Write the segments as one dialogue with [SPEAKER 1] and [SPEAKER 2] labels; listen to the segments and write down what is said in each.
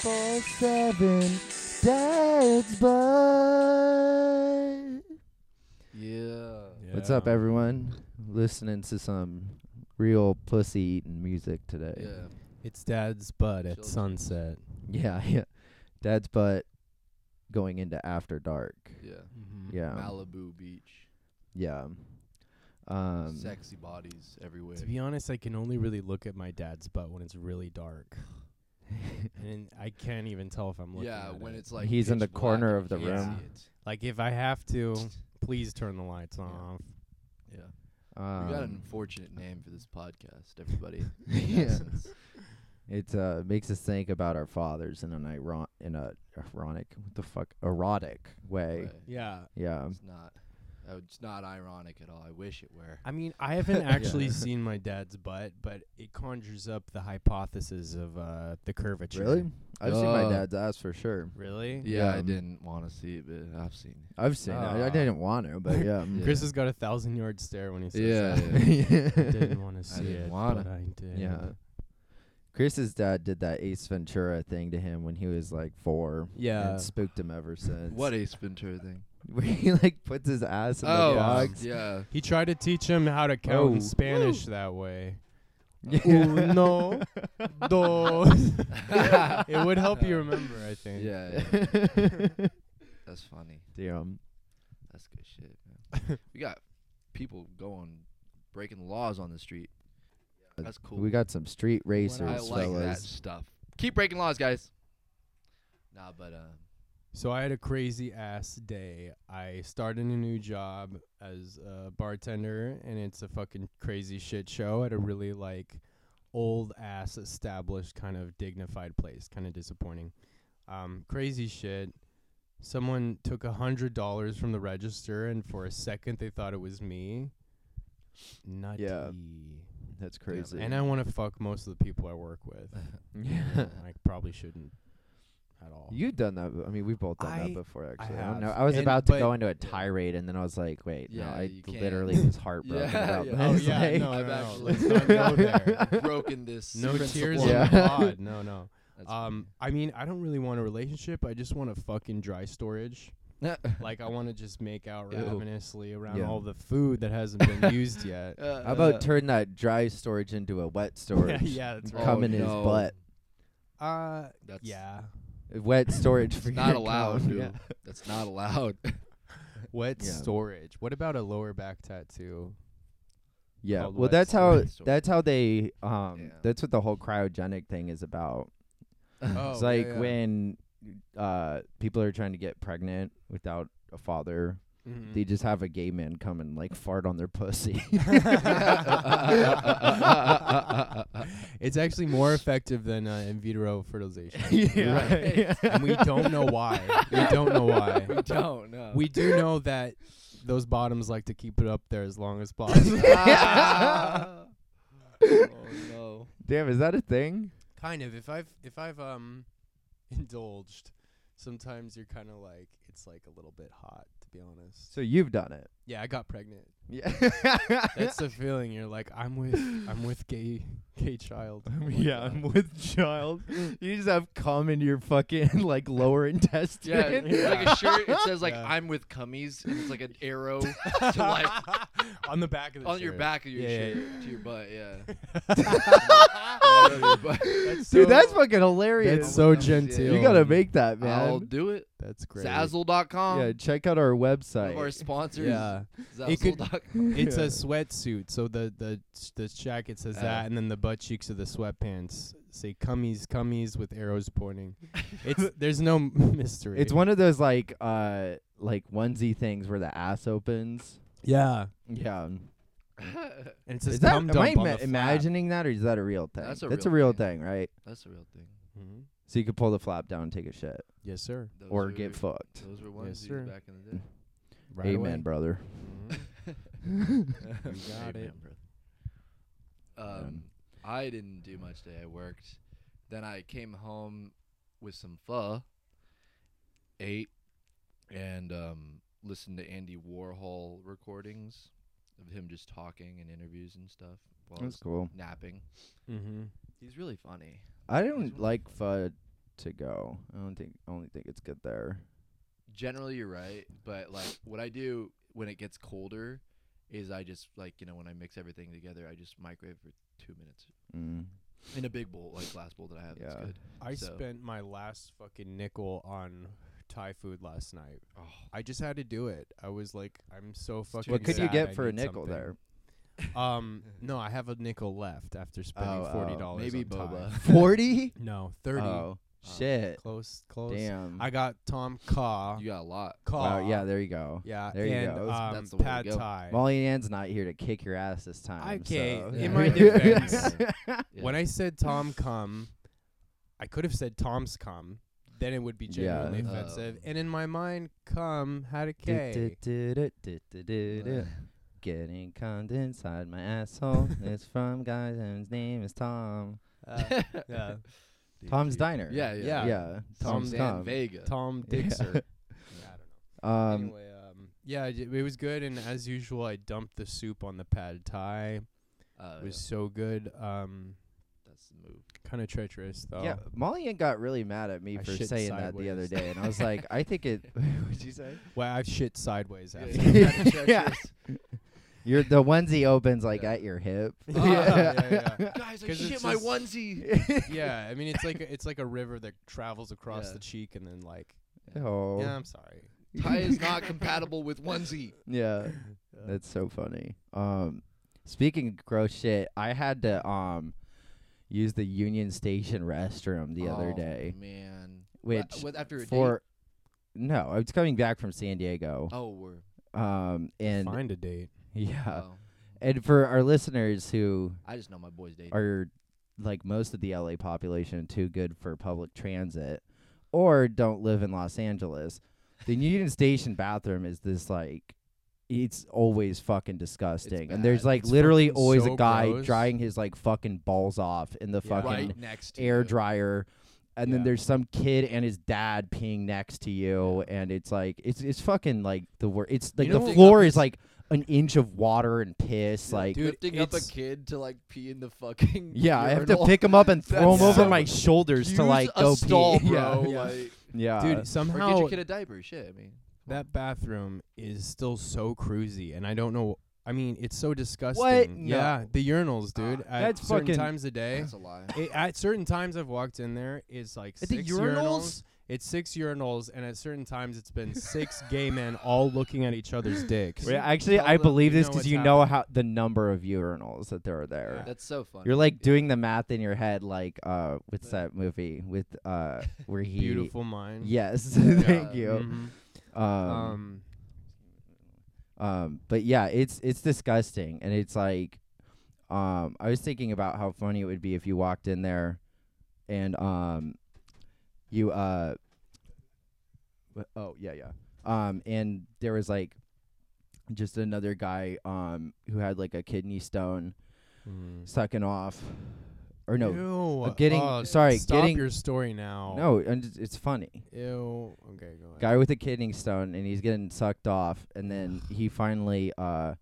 [SPEAKER 1] four seven dad's butt.
[SPEAKER 2] Yeah.
[SPEAKER 1] What's up, everyone? Listening to some real pussy eating music today.
[SPEAKER 2] Yeah.
[SPEAKER 3] It's Dad's butt at
[SPEAKER 2] Children.
[SPEAKER 3] sunset.
[SPEAKER 1] yeah, yeah. Dad's butt going into after dark.
[SPEAKER 2] Yeah. Mm.
[SPEAKER 1] Yeah,
[SPEAKER 2] Malibu Beach.
[SPEAKER 1] yeah. Um,
[SPEAKER 2] Sexy bodies everywhere.
[SPEAKER 3] To be honest, I can only really look at my dad's butt when it's really dark, and I can't even tell if I'm looking.
[SPEAKER 2] yeah,
[SPEAKER 3] at
[SPEAKER 2] when
[SPEAKER 3] it.
[SPEAKER 2] it's like
[SPEAKER 1] He's in
[SPEAKER 2] pitch
[SPEAKER 1] the
[SPEAKER 2] black
[SPEAKER 1] corner
[SPEAKER 2] and
[SPEAKER 1] of the
[SPEAKER 2] you can't
[SPEAKER 1] room.
[SPEAKER 2] see
[SPEAKER 3] like if I have to, please turn the lights off.
[SPEAKER 2] it. Yeah. we got an
[SPEAKER 1] um,
[SPEAKER 2] unfortunate name for this podcast, everybody.
[SPEAKER 1] Yeah.
[SPEAKER 2] Essence.
[SPEAKER 1] it uh, makes us think about our fathers in an iron in a ironic what the fuck erotic way.
[SPEAKER 2] Right.
[SPEAKER 3] Yeah.
[SPEAKER 1] Yeah,
[SPEAKER 2] It's not. uh, It's not ironic at all. I wish it were.
[SPEAKER 3] I mean, I haven't actually
[SPEAKER 1] Yeah.
[SPEAKER 3] seen my dad's butt, but it conjures up the hypothesis of uh, the curvature.
[SPEAKER 1] really. I've seen my
[SPEAKER 2] Uh,
[SPEAKER 1] dad's ass for sure.
[SPEAKER 3] Really?
[SPEAKER 2] Yeah, I
[SPEAKER 1] um,
[SPEAKER 2] didn't want to see it, but I've seen it.
[SPEAKER 1] I've seen it. I, I
[SPEAKER 3] Ah.
[SPEAKER 1] didn't want to, but yeah.
[SPEAKER 2] Yeah.
[SPEAKER 3] Chris has got a thousand yard stare when he says
[SPEAKER 2] Yeah,
[SPEAKER 3] that.
[SPEAKER 2] yeah.
[SPEAKER 3] I didn't want to see
[SPEAKER 2] didn't
[SPEAKER 3] it,
[SPEAKER 2] wanna.
[SPEAKER 3] but I did.
[SPEAKER 1] Yeah. Chris's dad did that Ace Ventura thing to him when he was like four.
[SPEAKER 3] Yeah.
[SPEAKER 1] And spooked him ever since.
[SPEAKER 2] What Ace Ventura thing? Oh,
[SPEAKER 1] Where he like puts his ass in
[SPEAKER 3] Oh.
[SPEAKER 1] the box.
[SPEAKER 2] yeah.
[SPEAKER 3] He tried to teach him how to count
[SPEAKER 1] Oh.
[SPEAKER 3] in Spanish that way.
[SPEAKER 1] Yeah.
[SPEAKER 3] Uno, dos. it would help you remember, I think.
[SPEAKER 2] Yeah, yeah. that's funny.
[SPEAKER 1] Damn.
[SPEAKER 2] That's good shit. Man. we got people going breaking the laws on the street. That's cool.
[SPEAKER 1] We got some street racers,
[SPEAKER 2] I like that
[SPEAKER 1] fellas.
[SPEAKER 2] stuff. Keep breaking laws, guys. Nah, but uh,
[SPEAKER 3] So I had a crazy ass day. I started a new job as a bartender, and it's a fucking crazy shit show at a really like old ass established kind of dignified place. Kind of disappointing. Um, crazy shit. Someone took a hundred dollars from the register, and for a second they thought it was me. Nutty.
[SPEAKER 1] That's crazy.
[SPEAKER 3] And I want to fuck most of the people I work with.
[SPEAKER 1] Yeah.
[SPEAKER 3] and I probably shouldn't at all.
[SPEAKER 1] You've done that. b- I mean, we've both done
[SPEAKER 3] I-
[SPEAKER 1] that before, actually. I, don't
[SPEAKER 3] have.
[SPEAKER 1] know. I was
[SPEAKER 3] And-
[SPEAKER 1] about to
[SPEAKER 3] but-
[SPEAKER 1] go into a tirade, and then I was like, "Wait, no,
[SPEAKER 2] Yeah,
[SPEAKER 1] I
[SPEAKER 2] you can't.
[SPEAKER 1] literally was heartbroken
[SPEAKER 2] Yeah,
[SPEAKER 1] about
[SPEAKER 2] yeah.
[SPEAKER 3] Oh
[SPEAKER 1] this."
[SPEAKER 3] yeah,
[SPEAKER 1] like-
[SPEAKER 3] no,
[SPEAKER 2] I've
[SPEAKER 3] no,
[SPEAKER 2] actually-
[SPEAKER 3] let's not go there.
[SPEAKER 2] broken this.
[SPEAKER 3] No tears
[SPEAKER 2] principle.
[SPEAKER 3] in
[SPEAKER 1] Yeah.
[SPEAKER 3] the pod. No, no.
[SPEAKER 2] That's
[SPEAKER 3] Um, I mean, I don't really want a relationship. I just want a fucking dry storage.
[SPEAKER 2] funny.
[SPEAKER 3] Like, I want to just make out
[SPEAKER 2] Ew.
[SPEAKER 3] ravenously around
[SPEAKER 1] Yeah.
[SPEAKER 3] all the food that hasn't been used yet.
[SPEAKER 2] Uh,
[SPEAKER 1] How about
[SPEAKER 2] uh, Oh,
[SPEAKER 1] turn that dry storage into a wet
[SPEAKER 3] yeah,
[SPEAKER 1] storage?
[SPEAKER 3] yeah, that's right. Oh,
[SPEAKER 1] Come in his
[SPEAKER 2] no.
[SPEAKER 1] butt.
[SPEAKER 3] Uh,
[SPEAKER 2] That's
[SPEAKER 3] yeah.
[SPEAKER 1] Wet storage for
[SPEAKER 2] It's not
[SPEAKER 1] your
[SPEAKER 2] allowed,
[SPEAKER 1] cum.
[SPEAKER 2] dude.
[SPEAKER 1] Yeah.
[SPEAKER 2] That's not allowed.
[SPEAKER 3] Wet
[SPEAKER 1] Yeah.
[SPEAKER 3] storage. What about a lower back tattoo?
[SPEAKER 1] Yeah.
[SPEAKER 3] called
[SPEAKER 1] Well,
[SPEAKER 3] wet
[SPEAKER 1] that's how
[SPEAKER 2] storage.
[SPEAKER 1] that's how they um
[SPEAKER 2] Yeah.
[SPEAKER 1] that's what the whole cryogenic thing is about.
[SPEAKER 3] Oh,
[SPEAKER 1] it's
[SPEAKER 3] yeah,
[SPEAKER 1] like
[SPEAKER 3] yeah.
[SPEAKER 1] when uh people are trying to get pregnant without a father,
[SPEAKER 3] Mhm.
[SPEAKER 2] Mm.
[SPEAKER 1] they just have a gay man come and like fart on their pussy.
[SPEAKER 3] it's actually more effective than uh, in vitro fertilization.
[SPEAKER 2] Yeah.
[SPEAKER 3] and we don't know why. We don't know why.
[SPEAKER 2] we don't know.
[SPEAKER 3] We do know that those bottoms like to keep it up there as long as possible.
[SPEAKER 2] Ah. oh no.
[SPEAKER 1] Damn, is that a thing?
[SPEAKER 3] kind of. If I've if I've um indulged, sometimes you're kind of like it's like a little bit hot to be honest.
[SPEAKER 1] So you've done it.
[SPEAKER 3] Yeah, I got pregnant.
[SPEAKER 1] Yeah.
[SPEAKER 3] That's the feeling. You're like I'm with I'm with gay gay child. uh,
[SPEAKER 1] yeah, I'm with child. You just have cum in your fucking like lower intestine.
[SPEAKER 2] Yeah, it's like a shirt. It says like
[SPEAKER 3] Yeah.
[SPEAKER 2] "I'm with cummies," and it's like an arrow to like
[SPEAKER 3] on the back of the
[SPEAKER 2] on your
[SPEAKER 3] shirt.
[SPEAKER 2] back of your
[SPEAKER 3] Yeah, yeah,
[SPEAKER 2] shirt to your butt. Yeah.
[SPEAKER 3] That's
[SPEAKER 1] Dude, that's
[SPEAKER 3] so-
[SPEAKER 1] fucking hilarious.
[SPEAKER 3] That's so
[SPEAKER 2] Yeah.
[SPEAKER 3] genteel.
[SPEAKER 1] you gotta make that, man.
[SPEAKER 2] I'll do it.
[SPEAKER 3] That's great.
[SPEAKER 2] Zazzle.com.
[SPEAKER 1] Yeah, check out our
[SPEAKER 2] One of our
[SPEAKER 1] website.
[SPEAKER 2] sponsors.
[SPEAKER 3] Yeah. It could-
[SPEAKER 2] Zazzle.com.
[SPEAKER 3] It's
[SPEAKER 1] Yeah.
[SPEAKER 3] a sweatsuit, so the the the jacket says
[SPEAKER 2] Uh.
[SPEAKER 3] that, and then the butt cheeks of the sweatpants say "cummies, cummies" with arrows pointing. It's there's no mystery.
[SPEAKER 1] It's one of those like uh like onesie things where the ass opens.
[SPEAKER 3] yeah,
[SPEAKER 1] Yeah.
[SPEAKER 3] and it says
[SPEAKER 1] is that
[SPEAKER 3] cum
[SPEAKER 1] am
[SPEAKER 3] dump
[SPEAKER 1] I
[SPEAKER 3] on
[SPEAKER 1] ma-
[SPEAKER 3] the
[SPEAKER 1] imagining that or is that a real thing?
[SPEAKER 2] That's a
[SPEAKER 1] That's
[SPEAKER 2] real
[SPEAKER 1] a real
[SPEAKER 2] thing.
[SPEAKER 1] thing, right?
[SPEAKER 2] That's the real thing.
[SPEAKER 3] hmm
[SPEAKER 1] So you could pull the flap down and take a shit
[SPEAKER 3] Yes, sir.
[SPEAKER 2] Those
[SPEAKER 1] or
[SPEAKER 2] were-
[SPEAKER 1] get fucked.
[SPEAKER 2] Those were
[SPEAKER 3] Yes,
[SPEAKER 2] onesies
[SPEAKER 3] sir.
[SPEAKER 2] back in the day.
[SPEAKER 3] Right
[SPEAKER 1] Amen,
[SPEAKER 3] away.
[SPEAKER 1] brother.
[SPEAKER 3] Mhm.
[SPEAKER 2] you
[SPEAKER 3] got it.
[SPEAKER 2] Um,
[SPEAKER 1] Um,
[SPEAKER 2] I didn't do much today. I worked. Then I came home with some pho, ate, and um, listened to Andy Warhol recordings of him just talking and interviews and stuff while I
[SPEAKER 1] That's
[SPEAKER 2] was
[SPEAKER 1] cool.
[SPEAKER 2] napping.
[SPEAKER 3] Mhm.
[SPEAKER 2] He's really funny.
[SPEAKER 1] I
[SPEAKER 2] He's
[SPEAKER 1] don't
[SPEAKER 2] one-
[SPEAKER 1] like pho to go. I don't think I only think it's good there.
[SPEAKER 2] Generally, you're right, but like what I do when it gets colder is I just like you know when I mix everything together, I just microwave for two minutes
[SPEAKER 1] Mm.
[SPEAKER 2] in a big bowl, like glass bowl that I have. That's
[SPEAKER 1] Yeah.
[SPEAKER 2] good.
[SPEAKER 3] I
[SPEAKER 2] So-
[SPEAKER 3] spent my last fucking nickel on Thai food last night.
[SPEAKER 2] Oh,
[SPEAKER 3] I just had to do it. I was like, I'm so fucking.
[SPEAKER 1] What could you
[SPEAKER 3] sad
[SPEAKER 1] get
[SPEAKER 3] I
[SPEAKER 1] for a
[SPEAKER 3] need
[SPEAKER 1] nickel
[SPEAKER 3] something.
[SPEAKER 1] there?
[SPEAKER 3] Um, no, I have a nickel left after spending
[SPEAKER 1] Oh,
[SPEAKER 3] forty
[SPEAKER 1] oh,
[SPEAKER 3] dollars.
[SPEAKER 2] maybe
[SPEAKER 3] on Thai.
[SPEAKER 2] boba.
[SPEAKER 1] Forty?
[SPEAKER 3] No, thirty.
[SPEAKER 1] Oh
[SPEAKER 2] Oh,
[SPEAKER 1] shit!
[SPEAKER 3] Close, close.
[SPEAKER 1] Damn.
[SPEAKER 3] I got Tom Ka.
[SPEAKER 2] you got a lot.
[SPEAKER 1] wow.
[SPEAKER 3] Ka.
[SPEAKER 1] Yeah, there you go.
[SPEAKER 3] yeah.
[SPEAKER 1] there you
[SPEAKER 3] and
[SPEAKER 1] go.
[SPEAKER 3] Um,
[SPEAKER 1] That's-
[SPEAKER 2] that's the way to
[SPEAKER 3] pad
[SPEAKER 2] go.
[SPEAKER 3] Thai.
[SPEAKER 1] Molly Ann's not here to kick your ass this time.
[SPEAKER 3] Okay,
[SPEAKER 1] so-
[SPEAKER 3] in
[SPEAKER 2] Yeah.
[SPEAKER 3] my
[SPEAKER 2] Yeah.
[SPEAKER 3] defense,
[SPEAKER 2] Yeah.
[SPEAKER 3] when I said Tom cum, I could have said Tom's cum. Then it would be
[SPEAKER 1] Yeah.
[SPEAKER 3] genuinely offensive.
[SPEAKER 2] Oh.
[SPEAKER 3] and in my mind, cum had a K.
[SPEAKER 1] Du-du-du-du-du-du-du. Getting cummed inside my asshole. it's from guys whose name is Tom.
[SPEAKER 3] Uh, yeah.
[SPEAKER 2] Dude,
[SPEAKER 1] Tom's
[SPEAKER 2] dude.
[SPEAKER 1] Diner.
[SPEAKER 2] Yeah, yeah.
[SPEAKER 3] Yeah.
[SPEAKER 1] yeah. Tom's
[SPEAKER 2] Tom's in
[SPEAKER 1] Tom.
[SPEAKER 2] Vega.
[SPEAKER 3] Tom
[SPEAKER 1] Yeah.
[SPEAKER 3] Dixer. I don't know.
[SPEAKER 1] Um,
[SPEAKER 3] anyway, um, yeah, I d- it was good, and as usual, I dumped the soup on the pad thai.
[SPEAKER 2] Uh,
[SPEAKER 1] Oh,
[SPEAKER 3] it was so good. Um,
[SPEAKER 2] that's the move.
[SPEAKER 3] kind of treacherous though.
[SPEAKER 1] Yeah, Molly Ann got really mad at me
[SPEAKER 3] Oh. I
[SPEAKER 1] for
[SPEAKER 3] shit
[SPEAKER 1] saying that the other
[SPEAKER 3] sideways.
[SPEAKER 1] day, and I was like, I think it. What'd you say?
[SPEAKER 3] Well, I shit sideways
[SPEAKER 2] Yeah, yeah,
[SPEAKER 3] after. that.
[SPEAKER 2] yeah, treacherous.
[SPEAKER 1] Yeah. Your the onesie opens like
[SPEAKER 2] Yeah.
[SPEAKER 1] at your hip.
[SPEAKER 3] Oh, yeah, yeah.
[SPEAKER 2] Guys, I
[SPEAKER 3] 'Cause it's
[SPEAKER 2] shit my
[SPEAKER 3] just-
[SPEAKER 2] onesie.
[SPEAKER 3] yeah, I mean it's like a, it's like a river that travels across
[SPEAKER 2] Yeah.
[SPEAKER 3] the cheek and then like.
[SPEAKER 1] Oh.
[SPEAKER 3] Yeah, I'm sorry. Uh,
[SPEAKER 2] Tie is not compatible with onesie.
[SPEAKER 1] Yeah. That's so funny. Um speaking of gross shit, I had to um use the Union Station restroom the other
[SPEAKER 2] Oh,
[SPEAKER 1] day.
[SPEAKER 2] man.
[SPEAKER 1] Which
[SPEAKER 2] what, after a
[SPEAKER 1] for No, I was coming back from San Diego.
[SPEAKER 2] date? Oh, we're
[SPEAKER 1] Um and
[SPEAKER 3] Find a date.
[SPEAKER 1] yeah.
[SPEAKER 2] oh.
[SPEAKER 1] And for our listeners who
[SPEAKER 2] I just know my boy's date.
[SPEAKER 1] are like most of the LA population too good for public transit or don't live in Los Angeles, the Union Station bathroom is this like it's always fucking disgusting. And there's
[SPEAKER 2] bad.
[SPEAKER 1] like
[SPEAKER 3] It's
[SPEAKER 1] literally
[SPEAKER 3] fucking
[SPEAKER 1] always
[SPEAKER 3] so
[SPEAKER 1] a guy
[SPEAKER 3] gross.
[SPEAKER 1] drying his like fucking balls off in the
[SPEAKER 3] Yeah.
[SPEAKER 1] fucking
[SPEAKER 2] right next to
[SPEAKER 1] air
[SPEAKER 2] you.
[SPEAKER 1] dryer. And then
[SPEAKER 3] Yeah.
[SPEAKER 1] there's some kid and his dad peeing next to you, and it's like it's it's fucking like the wor It's like
[SPEAKER 2] You know
[SPEAKER 1] the
[SPEAKER 2] what-
[SPEAKER 1] floor is like an inch of water and piss. Like
[SPEAKER 3] Dude,
[SPEAKER 2] Lifting up a
[SPEAKER 3] it's-
[SPEAKER 2] kid to like pee in the fucking.
[SPEAKER 1] yeah, I have to
[SPEAKER 2] urinal.
[SPEAKER 1] pick him up and throw him
[SPEAKER 2] That's
[SPEAKER 1] over
[SPEAKER 2] so-
[SPEAKER 1] my shoulders
[SPEAKER 2] Use
[SPEAKER 1] to like
[SPEAKER 2] a
[SPEAKER 1] go
[SPEAKER 2] stall,
[SPEAKER 1] pee.
[SPEAKER 2] bro.
[SPEAKER 3] Yeah.
[SPEAKER 2] Like,
[SPEAKER 1] Yeah, yeah.
[SPEAKER 3] Dude,
[SPEAKER 2] or get
[SPEAKER 3] somehow
[SPEAKER 2] your kid a diaper. Shit, I mean.
[SPEAKER 3] that bathroom is still so cruisy, and I don't know. I mean, it's so disgusting. Yeah,
[SPEAKER 1] No. Uh,
[SPEAKER 3] the urinals, dude. at
[SPEAKER 1] that's
[SPEAKER 3] certain
[SPEAKER 1] fucking-
[SPEAKER 3] times a day.
[SPEAKER 2] That's a lie.
[SPEAKER 3] it, at certain times I've walked in there, it's like
[SPEAKER 1] At the
[SPEAKER 3] six
[SPEAKER 1] urinals?
[SPEAKER 3] It's six urinals, and at certain times it's been six gay men all looking at each other's dicks.
[SPEAKER 1] Well, actually,
[SPEAKER 3] tell
[SPEAKER 1] I
[SPEAKER 3] them
[SPEAKER 1] believe
[SPEAKER 3] you
[SPEAKER 1] this
[SPEAKER 3] know
[SPEAKER 1] because
[SPEAKER 3] what's
[SPEAKER 1] you know how the number of urinals that there are there.
[SPEAKER 3] Yeah.
[SPEAKER 2] That's so funny.
[SPEAKER 1] You're like doing the math in your head, like uh, what's that movie with uh, where he?
[SPEAKER 3] Beautiful mind.
[SPEAKER 1] Yes,
[SPEAKER 2] Yeah.
[SPEAKER 1] thank you.
[SPEAKER 3] Mhm.
[SPEAKER 1] Um,
[SPEAKER 3] Um,
[SPEAKER 1] um, but yeah, it's it's disgusting, and it's like, um, I was thinking about how funny it would be if you walked in there, and um, you uh, wha- oh yeah yeah, um, and there was like, just another guy um who had like a kidney stone
[SPEAKER 3] mm.
[SPEAKER 1] sucking off, or no
[SPEAKER 3] Ew.
[SPEAKER 1] uh, getting-
[SPEAKER 3] Oh,
[SPEAKER 1] sorry,
[SPEAKER 3] stop
[SPEAKER 1] getting-
[SPEAKER 3] your story now.
[SPEAKER 1] no, and it's- it's funny.
[SPEAKER 3] Ew. Okay, go ahead.
[SPEAKER 1] guy with a kidney stone and he's getting sucked off and then he finally uh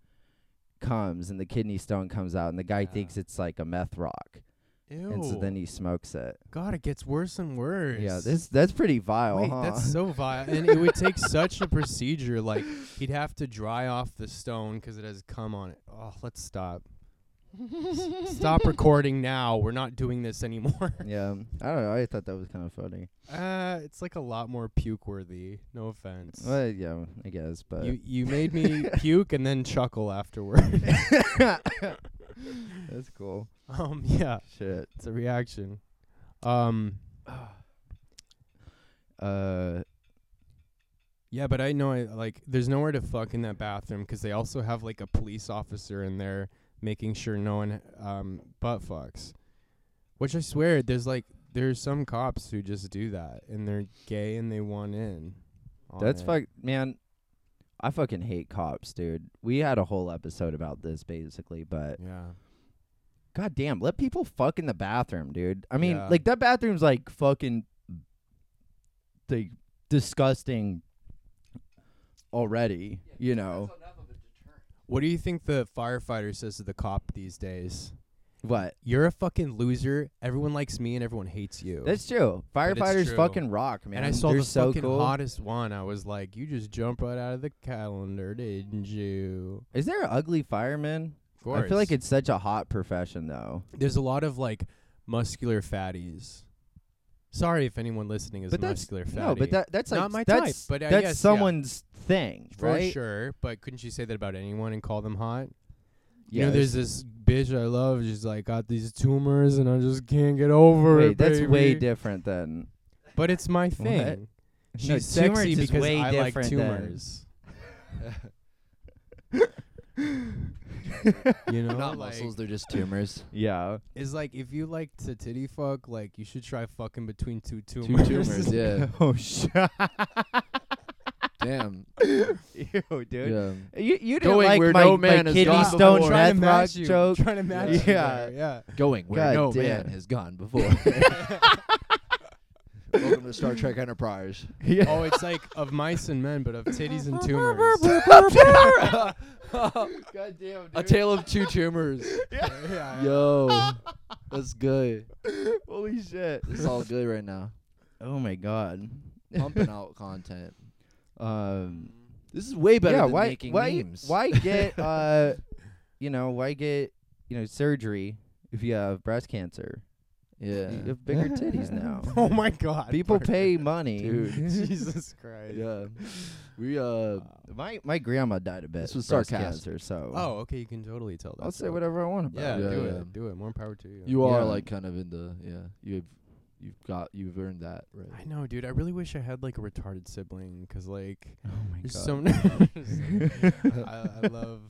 [SPEAKER 1] comes and the kidney stone comes out and the guy
[SPEAKER 3] Yeah.
[SPEAKER 1] thinks it's like a meth rock
[SPEAKER 3] Ew.
[SPEAKER 1] and so then he smokes it
[SPEAKER 3] God, it gets worse and worse.
[SPEAKER 1] yeah this that's pretty vile
[SPEAKER 3] Wait,
[SPEAKER 1] huh?
[SPEAKER 3] that's so vile. And it would take such a procedure. Like he'd have to dry off the stone 'cause it has cum on it. Oh, let's stop. S- stop recording now. We're not doing this anymore.
[SPEAKER 1] yeah i don't know i thought that was kind of funny
[SPEAKER 3] Uh, it's like a lot more puke worthy. No offense.
[SPEAKER 1] well yeah i guess but
[SPEAKER 3] You you made me puke and then chuckle afterward.
[SPEAKER 1] that's cool
[SPEAKER 3] um, yeah,
[SPEAKER 1] shit
[SPEAKER 3] it's a reaction. Um,
[SPEAKER 1] uh
[SPEAKER 3] yeah, but I know I like. There's nowhere to fuck in that bathroom 'cause they also have like a police officer in there making sure no one um butt fucks. Which I swear, there's like there's some cops who just do that and they're gay and they want in. on
[SPEAKER 1] that's
[SPEAKER 3] it.
[SPEAKER 1] fuck man i fucking hate cops dude we had a whole episode about this basically but
[SPEAKER 3] Yeah.
[SPEAKER 1] God damn, let people fuck in the bathroom, dude. I mean,
[SPEAKER 3] Yeah.
[SPEAKER 1] like that bathroom's like fucking like disgusting already, you know.
[SPEAKER 3] What do you think the firefighter says to the cop these days?
[SPEAKER 1] What?
[SPEAKER 3] You're a fucking loser. Everyone likes me and everyone hates you.
[SPEAKER 1] That's true.
[SPEAKER 3] it's
[SPEAKER 1] Firefighters
[SPEAKER 3] true.
[SPEAKER 1] fucking rock, man.
[SPEAKER 3] and I saw
[SPEAKER 1] They're
[SPEAKER 3] the
[SPEAKER 1] so
[SPEAKER 3] fucking
[SPEAKER 1] cool.
[SPEAKER 3] hottest one. I was like, you just jumped right out of the calendar, didn't you?
[SPEAKER 1] Is there an ugly fireman?
[SPEAKER 3] Of course.
[SPEAKER 1] I feel like it's such a hot profession, though.
[SPEAKER 3] there's a lot of like muscular fatties. Sorry if anyone listening is
[SPEAKER 1] But that's-
[SPEAKER 3] muscular fatty.
[SPEAKER 1] No, but that that's like
[SPEAKER 3] Not my type,
[SPEAKER 1] that's,
[SPEAKER 3] but I
[SPEAKER 1] that's
[SPEAKER 3] guess, yeah.
[SPEAKER 1] someone's thing,
[SPEAKER 3] for
[SPEAKER 1] right?
[SPEAKER 3] sure. But couldn't you say that about anyone and call them hot? You
[SPEAKER 1] Yes.
[SPEAKER 3] know, there's this bitch I love. She's like got these tumors, and I just can't get over
[SPEAKER 1] Wait,
[SPEAKER 3] it.
[SPEAKER 1] that's way
[SPEAKER 3] baby."
[SPEAKER 1] different than
[SPEAKER 3] But it's my thing. She's
[SPEAKER 1] No, tumors
[SPEAKER 3] sexy
[SPEAKER 1] is
[SPEAKER 3] because
[SPEAKER 1] way
[SPEAKER 3] I like
[SPEAKER 1] different than-
[SPEAKER 3] tumors. You know,
[SPEAKER 2] They're not
[SPEAKER 3] like,
[SPEAKER 2] muscles, they're just tumors.
[SPEAKER 1] yeah.
[SPEAKER 3] It's like if you like to titty fuck, like you should try fucking between two tumors.
[SPEAKER 2] Two tumors, yeah.
[SPEAKER 1] oh shit.
[SPEAKER 2] Damn.
[SPEAKER 1] Ew, dude.
[SPEAKER 2] Yeah.
[SPEAKER 1] You you didn't
[SPEAKER 2] Going
[SPEAKER 1] like
[SPEAKER 2] where
[SPEAKER 1] my,
[SPEAKER 2] no
[SPEAKER 1] my
[SPEAKER 2] man has
[SPEAKER 1] kidney
[SPEAKER 2] gone
[SPEAKER 1] stone death
[SPEAKER 2] before.
[SPEAKER 3] trying to
[SPEAKER 1] rock
[SPEAKER 3] match you.
[SPEAKER 1] joke.
[SPEAKER 3] Trying to match you.
[SPEAKER 1] Yeah.
[SPEAKER 3] there, yeah.
[SPEAKER 2] Going
[SPEAKER 1] God
[SPEAKER 2] where no
[SPEAKER 1] damn.
[SPEAKER 2] man has gone before. Welcome to Star Trek Enterprise.
[SPEAKER 3] Oh, it's like of mice and men, but of titties and tumors.
[SPEAKER 1] God damn,
[SPEAKER 2] A Tale of Two Tumors.
[SPEAKER 3] yeah.
[SPEAKER 2] Yo, that's good.
[SPEAKER 1] Holy shit.
[SPEAKER 2] It's all good right now.
[SPEAKER 1] Oh my god.
[SPEAKER 2] Pumping out content.
[SPEAKER 1] Um
[SPEAKER 2] This is way better
[SPEAKER 1] yeah,
[SPEAKER 2] than
[SPEAKER 1] why,
[SPEAKER 2] making
[SPEAKER 1] why,
[SPEAKER 2] memes.
[SPEAKER 1] Why get uh you know, why get you know surgery if you have breast cancer?
[SPEAKER 2] Yeah.
[SPEAKER 1] You have bigger titties now.
[SPEAKER 3] Oh my god.
[SPEAKER 1] People
[SPEAKER 3] Bert.
[SPEAKER 1] pay money.
[SPEAKER 2] Dude.
[SPEAKER 3] Jesus Christ.
[SPEAKER 2] Yeah. We uh.
[SPEAKER 1] My my grandma died of breast
[SPEAKER 2] This was
[SPEAKER 1] breast
[SPEAKER 2] sarcasm.
[SPEAKER 1] cancer, so
[SPEAKER 3] Oh, okay. You can totally tell that.
[SPEAKER 1] I'll say whatever I want about
[SPEAKER 3] Yeah,
[SPEAKER 1] it.
[SPEAKER 2] Yeah,
[SPEAKER 3] do
[SPEAKER 2] yeah.
[SPEAKER 3] it. Do it. More power to you.
[SPEAKER 2] You are
[SPEAKER 1] Yeah.
[SPEAKER 2] like kind of in the yeah. You've you've got you've earned that
[SPEAKER 3] I
[SPEAKER 2] right.
[SPEAKER 3] know, dude. I really wish I had like a retarded sibling, cause like
[SPEAKER 1] Oh my god.
[SPEAKER 3] there's so many. I, I love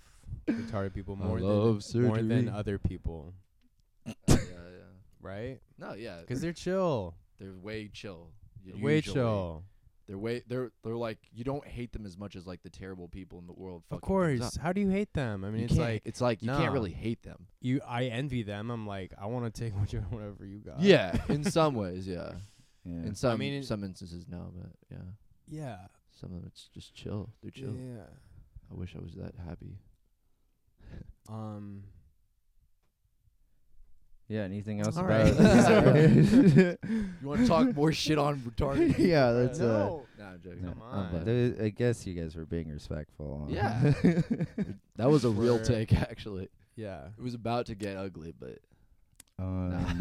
[SPEAKER 3] retarded people
[SPEAKER 2] I
[SPEAKER 3] more
[SPEAKER 2] love
[SPEAKER 3] than more
[SPEAKER 2] surgery.
[SPEAKER 3] than other people,
[SPEAKER 2] yeah, yeah.
[SPEAKER 3] right?
[SPEAKER 2] No, yeah.
[SPEAKER 3] Cause they're chill.
[SPEAKER 2] they're way chill.
[SPEAKER 3] They're way
[SPEAKER 2] usually.
[SPEAKER 3] chill.
[SPEAKER 2] They're way they're they're like you don't hate them as much as like the terrible people in the world.
[SPEAKER 3] Of
[SPEAKER 2] fucking things
[SPEAKER 3] course.
[SPEAKER 2] up.
[SPEAKER 3] How do you hate them? I mean,
[SPEAKER 2] You
[SPEAKER 3] it's
[SPEAKER 2] can't-
[SPEAKER 3] like
[SPEAKER 2] it's like you
[SPEAKER 3] nah.
[SPEAKER 2] can't really hate them.
[SPEAKER 3] you. I envy them. I'm like, I want to take whatever whatever you got.
[SPEAKER 2] yeah, in some ways, yeah.
[SPEAKER 1] Yeah.
[SPEAKER 2] In some
[SPEAKER 3] mean, it-
[SPEAKER 2] some instances, no, but yeah,
[SPEAKER 3] Yeah.
[SPEAKER 2] some of them it's just chill. They're chill.
[SPEAKER 3] Yeah.
[SPEAKER 2] I wish I was that happy.
[SPEAKER 3] Um.
[SPEAKER 1] Yeah, anything else
[SPEAKER 3] All
[SPEAKER 1] about
[SPEAKER 2] right. You want to talk more shit on retarded?
[SPEAKER 1] Yeah, that's uh
[SPEAKER 2] No, I'm joking.
[SPEAKER 1] no,
[SPEAKER 3] Come
[SPEAKER 1] I'm
[SPEAKER 3] on.
[SPEAKER 1] glad- I guess you guys were being respectful. huh?
[SPEAKER 2] Yeah. That was a real
[SPEAKER 3] We're-
[SPEAKER 2] take, actually.
[SPEAKER 3] Yeah.
[SPEAKER 2] It was about to get ugly, but
[SPEAKER 1] um,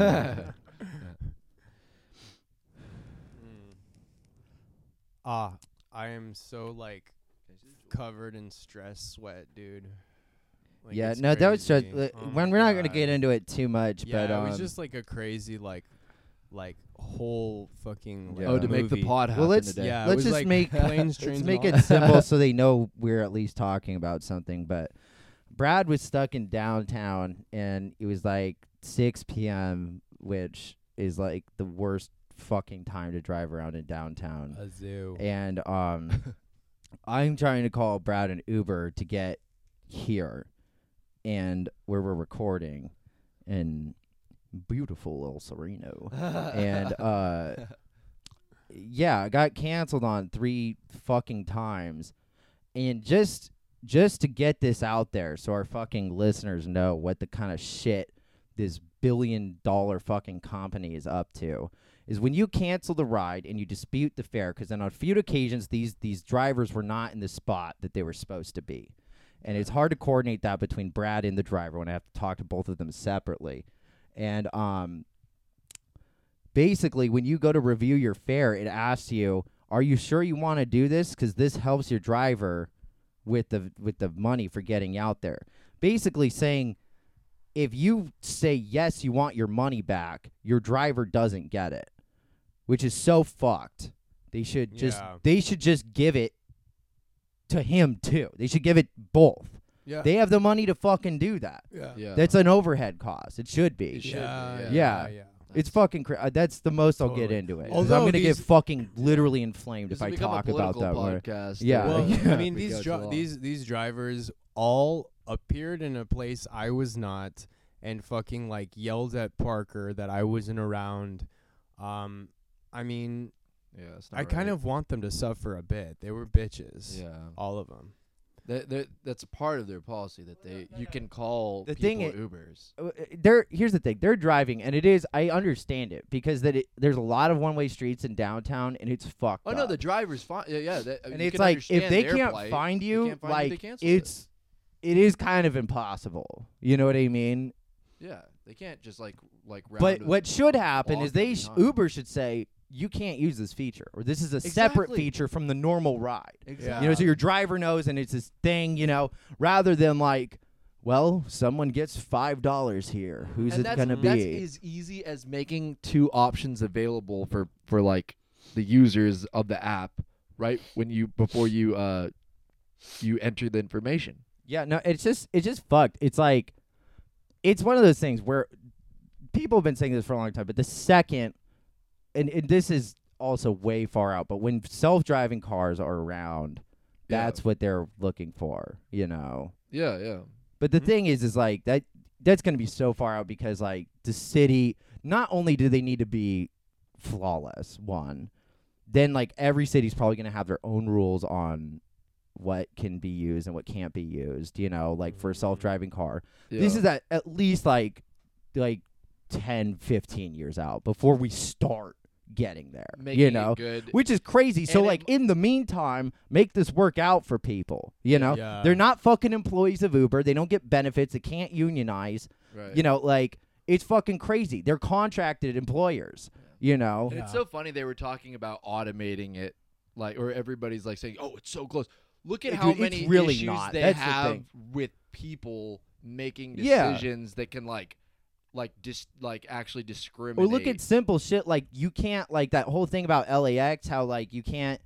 [SPEAKER 3] Ah, I am so like covered in stress sweat, dude. Like,
[SPEAKER 1] yeah,
[SPEAKER 3] it's
[SPEAKER 1] no, that was just
[SPEAKER 3] crazy.
[SPEAKER 1] uh,
[SPEAKER 3] Oh my
[SPEAKER 1] when we're not gonna
[SPEAKER 3] God.
[SPEAKER 1] get into it too much,
[SPEAKER 3] Yeah,
[SPEAKER 1] but um,
[SPEAKER 3] it was just like a crazy like, like whole fucking. Like,
[SPEAKER 1] Yeah.
[SPEAKER 2] oh, to make the
[SPEAKER 3] movie.
[SPEAKER 2] pod happen
[SPEAKER 1] Well, let's-
[SPEAKER 2] today.
[SPEAKER 3] Yeah, it
[SPEAKER 1] let's
[SPEAKER 3] was
[SPEAKER 1] just
[SPEAKER 3] like
[SPEAKER 1] make-
[SPEAKER 3] planes,
[SPEAKER 1] let's
[SPEAKER 3] trains, and
[SPEAKER 1] make
[SPEAKER 3] all
[SPEAKER 1] it
[SPEAKER 3] that.
[SPEAKER 1] simple so they know we're at least talking about something. But Brad was stuck in downtown, and it was like 6 p.m., which is like the worst fucking time to drive around in downtown.
[SPEAKER 3] a zoo.
[SPEAKER 1] and um, I'm trying to call Brad an Uber to get here, and where we're recording, in beautiful El Sereno, and uh, yeah, it got canceled on three fucking times, and just just to get this out there, so our fucking listeners know what the kind of shit this billion dollar fucking company is up to is when you cancel the ride and you dispute the fare because then on few occasions these these drivers were not in the spot that they were supposed to be and it's hard to coordinate that between brad and the driver when i have to talk to both of them separately and um basically when you go to review your fare it asks you are you sure you want to do this because this helps your driver with the with the money for getting out there basically saying if you say yes, you want your money back, your driver doesn't get it, which is so fucked. They should just
[SPEAKER 3] Yeah.
[SPEAKER 1] they should just give it to him too. They should give it both.
[SPEAKER 3] yeah.
[SPEAKER 1] They have the money to fucking do that.
[SPEAKER 3] yeah.
[SPEAKER 2] Uh. yeah.
[SPEAKER 1] That's an overhead cost. It should be.
[SPEAKER 2] It should.
[SPEAKER 3] Yeah.
[SPEAKER 2] Yeah.
[SPEAKER 1] Yeah. It's fucking. Cra- uh, that's the most I'll get
[SPEAKER 3] Totally.
[SPEAKER 1] into it. 'cause I'm
[SPEAKER 3] Although
[SPEAKER 1] gonna get
[SPEAKER 3] these-
[SPEAKER 1] fucking literally inflamed
[SPEAKER 2] This
[SPEAKER 1] if I
[SPEAKER 2] has become
[SPEAKER 1] talk
[SPEAKER 2] a
[SPEAKER 1] about
[SPEAKER 2] political
[SPEAKER 1] that. word.
[SPEAKER 2] Podcast.
[SPEAKER 1] Yeah.
[SPEAKER 3] Well,
[SPEAKER 1] Yeah.
[SPEAKER 3] I mean,
[SPEAKER 2] We
[SPEAKER 3] these
[SPEAKER 2] go too
[SPEAKER 3] dri-
[SPEAKER 2] long.
[SPEAKER 3] these these drivers all appeared in a place I was not, and fucking like yelled at Parker that I wasn't around. Um, I mean,
[SPEAKER 2] Yeah, it's
[SPEAKER 3] I
[SPEAKER 2] not
[SPEAKER 3] kind
[SPEAKER 2] right.
[SPEAKER 3] of want them to suffer a bit. They were bitches,
[SPEAKER 2] Yeah.
[SPEAKER 3] all of them.
[SPEAKER 2] That, that that's a part of their policy that they you can call
[SPEAKER 1] The
[SPEAKER 2] people
[SPEAKER 1] thing i-
[SPEAKER 2] Ubers.
[SPEAKER 1] Uh, they're here's the thing they're driving and it is i understand it because that it, there's a lot of one-way streets in downtown and it's fucked
[SPEAKER 2] Oh no,
[SPEAKER 1] up.
[SPEAKER 2] the driver's fine. Yeah, yeah. That,
[SPEAKER 1] and
[SPEAKER 2] you
[SPEAKER 1] it's
[SPEAKER 2] can
[SPEAKER 1] like if
[SPEAKER 2] understand
[SPEAKER 1] they
[SPEAKER 2] their
[SPEAKER 1] can't
[SPEAKER 2] plight.
[SPEAKER 1] find
[SPEAKER 2] They
[SPEAKER 1] you
[SPEAKER 2] can't find they
[SPEAKER 1] like
[SPEAKER 2] cancel it.
[SPEAKER 1] it's it is kind of impossible you know what i mean
[SPEAKER 2] yeah. They can't just like like.
[SPEAKER 1] but
[SPEAKER 2] round a
[SPEAKER 1] what should happen
[SPEAKER 2] block
[SPEAKER 1] is they
[SPEAKER 2] every
[SPEAKER 1] sh-
[SPEAKER 2] time.
[SPEAKER 1] uber should say you can't use this feature or this is a separate
[SPEAKER 2] Exactly.
[SPEAKER 1] feature from the normal ride
[SPEAKER 2] Exactly.
[SPEAKER 1] you know so your driver knows and it's this thing you know rather than like well someone gets five dollars here who's
[SPEAKER 2] and
[SPEAKER 1] it
[SPEAKER 2] that's, e,
[SPEAKER 1] gonna
[SPEAKER 2] That's
[SPEAKER 1] be
[SPEAKER 2] as easy as making two options available for for like the users of the app, right? When you before you uh you enter the information.
[SPEAKER 1] Yeah, no, it's just it's just fucked. It's like it's one of those things where people have been saying this for a long time, but the second and, and this is also way far out, but when self driving cars are around,
[SPEAKER 2] Yeah.
[SPEAKER 1] that's what they're looking for, you know.
[SPEAKER 2] Yeah, yeah.
[SPEAKER 1] But
[SPEAKER 2] Mm-hmm.
[SPEAKER 1] the thing is is like that that's gonna be so far out because like the city not only do they need to be flawless, one, then like every city's probably gonna have their own rules on what can be used and what can't be used, you know, like for a self driving car. This
[SPEAKER 2] Mm-hmm. yeah.
[SPEAKER 1] is at, at least like like 10, 15 years out before we start getting there.
[SPEAKER 2] making
[SPEAKER 1] you
[SPEAKER 2] it
[SPEAKER 1] know?
[SPEAKER 2] good.
[SPEAKER 1] Which is crazy. So
[SPEAKER 2] And it
[SPEAKER 1] like in the meantime, make this work out for people. You know?
[SPEAKER 3] Yeah.
[SPEAKER 1] They're not fucking employees of Uber. They don't get benefits. They can't unionize.
[SPEAKER 2] right.
[SPEAKER 1] You know, like it's fucking crazy. They're contracted employers. You know?
[SPEAKER 2] And it's
[SPEAKER 3] Yeah.
[SPEAKER 2] so funny they were talking about automating it, like, or everybody's like saying, "Oh, it's so close." Look at
[SPEAKER 1] Dude,
[SPEAKER 2] how
[SPEAKER 1] it's
[SPEAKER 2] many
[SPEAKER 1] really
[SPEAKER 2] issues
[SPEAKER 1] not.
[SPEAKER 2] they
[SPEAKER 1] That's the
[SPEAKER 2] have
[SPEAKER 1] thing.
[SPEAKER 2] with people making
[SPEAKER 1] Yeah.
[SPEAKER 2] decisions that can like, like dis, like actually discriminate.
[SPEAKER 1] Or look at simple shit like you can't like that whole thing about LAX, how like you can't.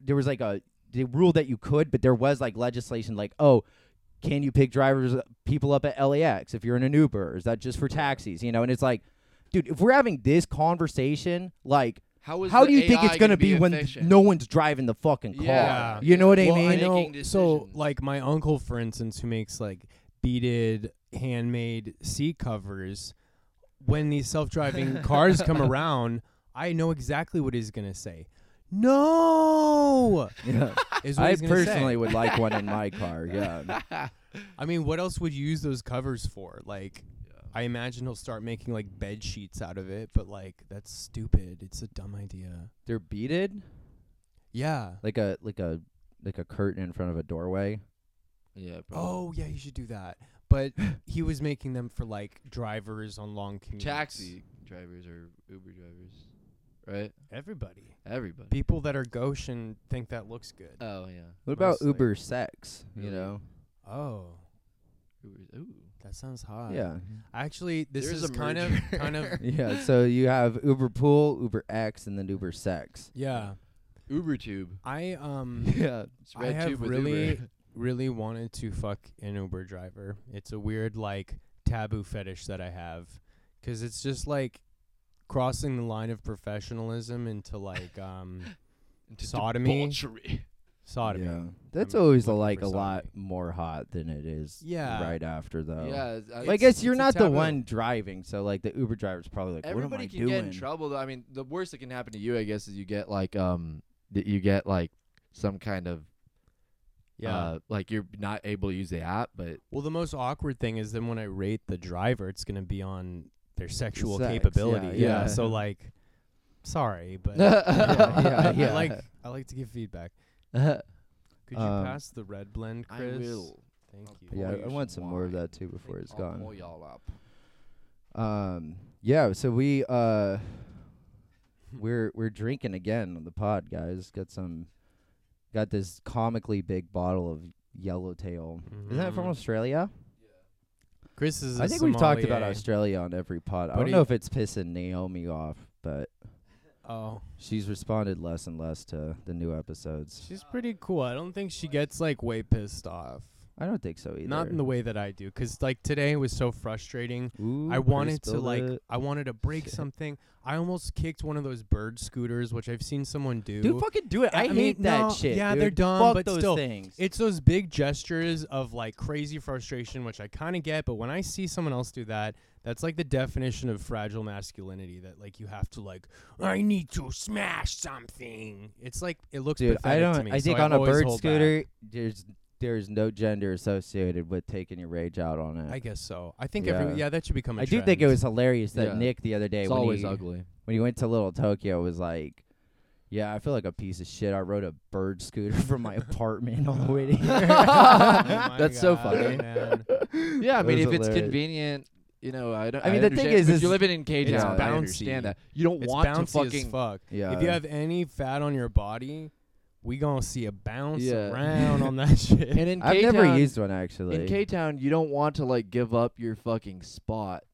[SPEAKER 1] There was like a they ruled that you could, but there was like legislation like oh, can you pick drivers uh, people up at LAX if you're in an Uber? Is that just for taxis? You know, and it's like, dude, if we're having this conversation, like.
[SPEAKER 2] how is
[SPEAKER 1] How
[SPEAKER 2] the
[SPEAKER 1] do you think
[SPEAKER 2] AI
[SPEAKER 1] it's gonna
[SPEAKER 2] gonna
[SPEAKER 1] be, when
[SPEAKER 2] efficient?
[SPEAKER 1] no one's driving the fucking car?
[SPEAKER 2] Yeah.
[SPEAKER 1] You know what I
[SPEAKER 3] well,
[SPEAKER 1] mean?
[SPEAKER 3] I
[SPEAKER 2] Making
[SPEAKER 3] know. So,
[SPEAKER 2] decisions.
[SPEAKER 3] like my uncle, for instance, who makes like beaded handmade seat covers, when these self-driving cars come around, I know exactly what he's gonna say. No,
[SPEAKER 1] Yeah.
[SPEAKER 3] is what
[SPEAKER 1] I
[SPEAKER 3] he's gonna say.
[SPEAKER 1] personally would like one in my car. Yeah.
[SPEAKER 3] I mean, what else would you use those covers for? Like, I imagine he'll start making like bed sheets out of it, but like that's stupid. It's a dumb idea.
[SPEAKER 1] They're beaded
[SPEAKER 3] Yeah.
[SPEAKER 1] like a like a like a curtain in front of a doorway.
[SPEAKER 2] yeah,
[SPEAKER 3] Oh yeah, you should do that. But he was making them for like drivers on long commutes.
[SPEAKER 2] Oh, taxi drivers or Uber drivers, right?
[SPEAKER 3] Everybody.
[SPEAKER 2] Everybody.
[SPEAKER 3] People that are Goshen think that looks good.
[SPEAKER 2] oh yeah,
[SPEAKER 1] What about
[SPEAKER 3] Mostly.
[SPEAKER 1] Uber sex? You
[SPEAKER 2] Really?
[SPEAKER 1] know?
[SPEAKER 3] oh,
[SPEAKER 2] Ubers. Ooh,
[SPEAKER 3] that sounds hot.
[SPEAKER 1] yeah.
[SPEAKER 3] Actually, this
[SPEAKER 2] There's
[SPEAKER 3] is
[SPEAKER 2] a
[SPEAKER 3] kind of
[SPEAKER 2] merger.
[SPEAKER 3] kind of
[SPEAKER 1] Yeah. So you have Uber pool, Uber X, and then Uber sex.
[SPEAKER 3] yeah.
[SPEAKER 2] Uber tube.
[SPEAKER 3] I um
[SPEAKER 1] Yeah.
[SPEAKER 2] It's
[SPEAKER 3] I
[SPEAKER 2] red
[SPEAKER 3] have
[SPEAKER 2] tube with
[SPEAKER 3] really-
[SPEAKER 2] Uber.
[SPEAKER 3] really wanted to fuck an Uber driver. It's a weird like taboo fetish that I have cuz it's just like crossing the line of professionalism into like um
[SPEAKER 2] Into
[SPEAKER 3] Sodomy.
[SPEAKER 2] debauchery.
[SPEAKER 3] sodomy.
[SPEAKER 1] Yeah. That's
[SPEAKER 3] I'm
[SPEAKER 1] always a,
[SPEAKER 3] looking
[SPEAKER 1] like
[SPEAKER 3] for
[SPEAKER 1] a lot
[SPEAKER 3] something.
[SPEAKER 1] more hot than it is
[SPEAKER 3] Yeah.
[SPEAKER 1] right after though.
[SPEAKER 2] Yeah, it's-
[SPEAKER 1] Well, I
[SPEAKER 2] it's-
[SPEAKER 1] guess you're
[SPEAKER 3] it's a
[SPEAKER 1] not the
[SPEAKER 3] taboo.
[SPEAKER 1] one driving, so like the Uber driver's probably like, "What am
[SPEAKER 2] everybody
[SPEAKER 1] I
[SPEAKER 2] can
[SPEAKER 1] doing?"
[SPEAKER 2] get in trouble. Though. I mean, the worst that can happen to you, I guess, is you get like um, that you get like some kind of
[SPEAKER 3] Yeah.
[SPEAKER 2] uh, like you're not able to use the app, but
[SPEAKER 3] Well, the most awkward thing is then when I rate the driver, it's going to be on their sexual
[SPEAKER 1] Sex, yeah,
[SPEAKER 3] capability.
[SPEAKER 1] yeah.
[SPEAKER 3] So like, sorry, but
[SPEAKER 1] Yeah, yeah,
[SPEAKER 3] I-
[SPEAKER 1] yeah.
[SPEAKER 3] I like I like to give feedback. Could you
[SPEAKER 1] Um,
[SPEAKER 3] pass the red blend,
[SPEAKER 2] I
[SPEAKER 3] Chris?
[SPEAKER 2] will.
[SPEAKER 3] Thank
[SPEAKER 2] I'll
[SPEAKER 3] you.
[SPEAKER 2] pour
[SPEAKER 1] Yeah,
[SPEAKER 2] you
[SPEAKER 1] I want some more of that too before it's
[SPEAKER 2] I'll
[SPEAKER 1] gone.
[SPEAKER 2] pull y'all up.
[SPEAKER 1] Um, yeah, so we uh, we're we're drinking again on the pod, guys. Got some, got this comically big bottle of Yellowtail. Isn't that from
[SPEAKER 3] Mhm.
[SPEAKER 1] Australia?
[SPEAKER 3] Chris is.
[SPEAKER 1] I
[SPEAKER 3] a
[SPEAKER 1] think we've talked about
[SPEAKER 3] sommelier.
[SPEAKER 1] Australia on every pod. I
[SPEAKER 3] But
[SPEAKER 1] don't
[SPEAKER 3] he-
[SPEAKER 1] know if it's pissing Naomi off, but
[SPEAKER 3] Oh,
[SPEAKER 1] she's responded less and less to the new episodes.
[SPEAKER 3] she's pretty cool. I don't think she gets like way pissed off.
[SPEAKER 1] I don't think so either.
[SPEAKER 3] Not in the way that I do, because like today was so frustrating.
[SPEAKER 1] Ooh,
[SPEAKER 3] I
[SPEAKER 1] Chris
[SPEAKER 3] wanted to
[SPEAKER 1] spilled
[SPEAKER 3] like
[SPEAKER 1] it.
[SPEAKER 3] I wanted to break something. I almost kicked one of those bird scooters, which I've seen someone do.
[SPEAKER 1] Dude, fucking do it.
[SPEAKER 3] I
[SPEAKER 1] I,
[SPEAKER 3] mean,
[SPEAKER 1] hate that
[SPEAKER 3] no,
[SPEAKER 1] shit.
[SPEAKER 3] yeah,
[SPEAKER 1] dude.
[SPEAKER 3] they're dumb,
[SPEAKER 1] Fuck
[SPEAKER 3] but
[SPEAKER 1] those
[SPEAKER 3] still,
[SPEAKER 1] things.
[SPEAKER 3] it's those big gestures of like crazy frustration, which I kind of get, but when I see someone else do that, that's like the definition of fragile masculinity. That like you have to like, I need to smash something. It's like it looks
[SPEAKER 1] Dude, I
[SPEAKER 3] pathetic to
[SPEAKER 1] don't.
[SPEAKER 3] me.
[SPEAKER 1] I
[SPEAKER 3] so
[SPEAKER 1] think
[SPEAKER 3] I
[SPEAKER 1] on a
[SPEAKER 3] always
[SPEAKER 1] bird
[SPEAKER 3] hold back.
[SPEAKER 1] scooter, there's there's no gender associated with taking your rage out on it.
[SPEAKER 3] I guess so. I think
[SPEAKER 1] Yeah.
[SPEAKER 3] every yeah that should become. a
[SPEAKER 1] I do think it
[SPEAKER 3] trend.
[SPEAKER 1] was hilarious that
[SPEAKER 2] Yeah.
[SPEAKER 1] Nick the other day
[SPEAKER 2] it's
[SPEAKER 1] when
[SPEAKER 2] always
[SPEAKER 1] he,
[SPEAKER 2] ugly.
[SPEAKER 1] when he went to Little Tokyo was like, "Yeah, I feel like a piece of shit. I rode a bird scooter from my apartment all the way to
[SPEAKER 3] Oh
[SPEAKER 1] here."
[SPEAKER 3] my
[SPEAKER 2] That's so
[SPEAKER 3] God,
[SPEAKER 2] funny.
[SPEAKER 3] man.
[SPEAKER 2] Yeah, I
[SPEAKER 1] It
[SPEAKER 2] mean,
[SPEAKER 1] was
[SPEAKER 2] if it's
[SPEAKER 1] hilarious.
[SPEAKER 2] convenient, you know, I don't.
[SPEAKER 1] I mean,
[SPEAKER 2] I
[SPEAKER 1] the thing
[SPEAKER 2] understand-
[SPEAKER 1] is-
[SPEAKER 2] if
[SPEAKER 1] is
[SPEAKER 2] you're living in K
[SPEAKER 1] it's
[SPEAKER 2] Town, I
[SPEAKER 3] bouncy.
[SPEAKER 2] understand that. You don't
[SPEAKER 3] It's
[SPEAKER 2] want to
[SPEAKER 3] bouncy as
[SPEAKER 2] fucking.
[SPEAKER 3] fuck.
[SPEAKER 1] yeah,
[SPEAKER 3] If you have any fat on your body, we gonna see a bounce
[SPEAKER 2] Yeah.
[SPEAKER 3] around on that shit.
[SPEAKER 2] And in
[SPEAKER 1] I've
[SPEAKER 2] K
[SPEAKER 1] never
[SPEAKER 2] Town,
[SPEAKER 1] used one actually.
[SPEAKER 2] in K Town, you don't want to like give up your fucking spot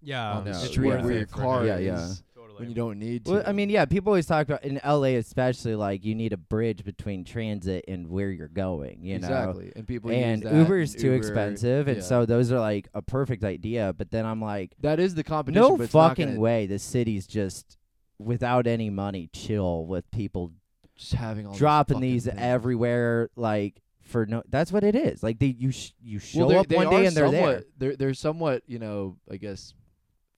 [SPEAKER 3] Yeah,
[SPEAKER 2] on the
[SPEAKER 1] no,
[SPEAKER 3] it's
[SPEAKER 2] street
[SPEAKER 1] yeah.
[SPEAKER 3] worth
[SPEAKER 2] where your
[SPEAKER 3] it for
[SPEAKER 2] car
[SPEAKER 3] now.
[SPEAKER 1] Yeah,
[SPEAKER 2] is
[SPEAKER 1] yeah.
[SPEAKER 3] Totally.
[SPEAKER 2] when you don't need to.
[SPEAKER 1] Well, I mean, yeah, people always talk about in LA, especially like you need a bridge between transit and where you're going, you know.
[SPEAKER 2] exactly. And people
[SPEAKER 1] and
[SPEAKER 2] use that,
[SPEAKER 1] Uber's
[SPEAKER 2] and
[SPEAKER 1] too
[SPEAKER 2] Uber-
[SPEAKER 1] expensive, and
[SPEAKER 2] yeah.
[SPEAKER 1] so those are like a perfect idea. But then I'm like,
[SPEAKER 2] that is the competition.
[SPEAKER 1] no
[SPEAKER 2] but it's not
[SPEAKER 1] fucking
[SPEAKER 2] gonna-
[SPEAKER 1] way. The city's just without any money, chill with people
[SPEAKER 2] Just having all these
[SPEAKER 1] dropping
[SPEAKER 2] fucking
[SPEAKER 1] these
[SPEAKER 2] things.
[SPEAKER 1] everywhere, like for no. That's what it is. Like they, you, sh- you show
[SPEAKER 2] well, they-
[SPEAKER 1] up
[SPEAKER 2] they
[SPEAKER 1] one
[SPEAKER 2] are
[SPEAKER 1] day and they're
[SPEAKER 2] somewhat,
[SPEAKER 1] there.
[SPEAKER 2] They're they're somewhat, you know, I guess,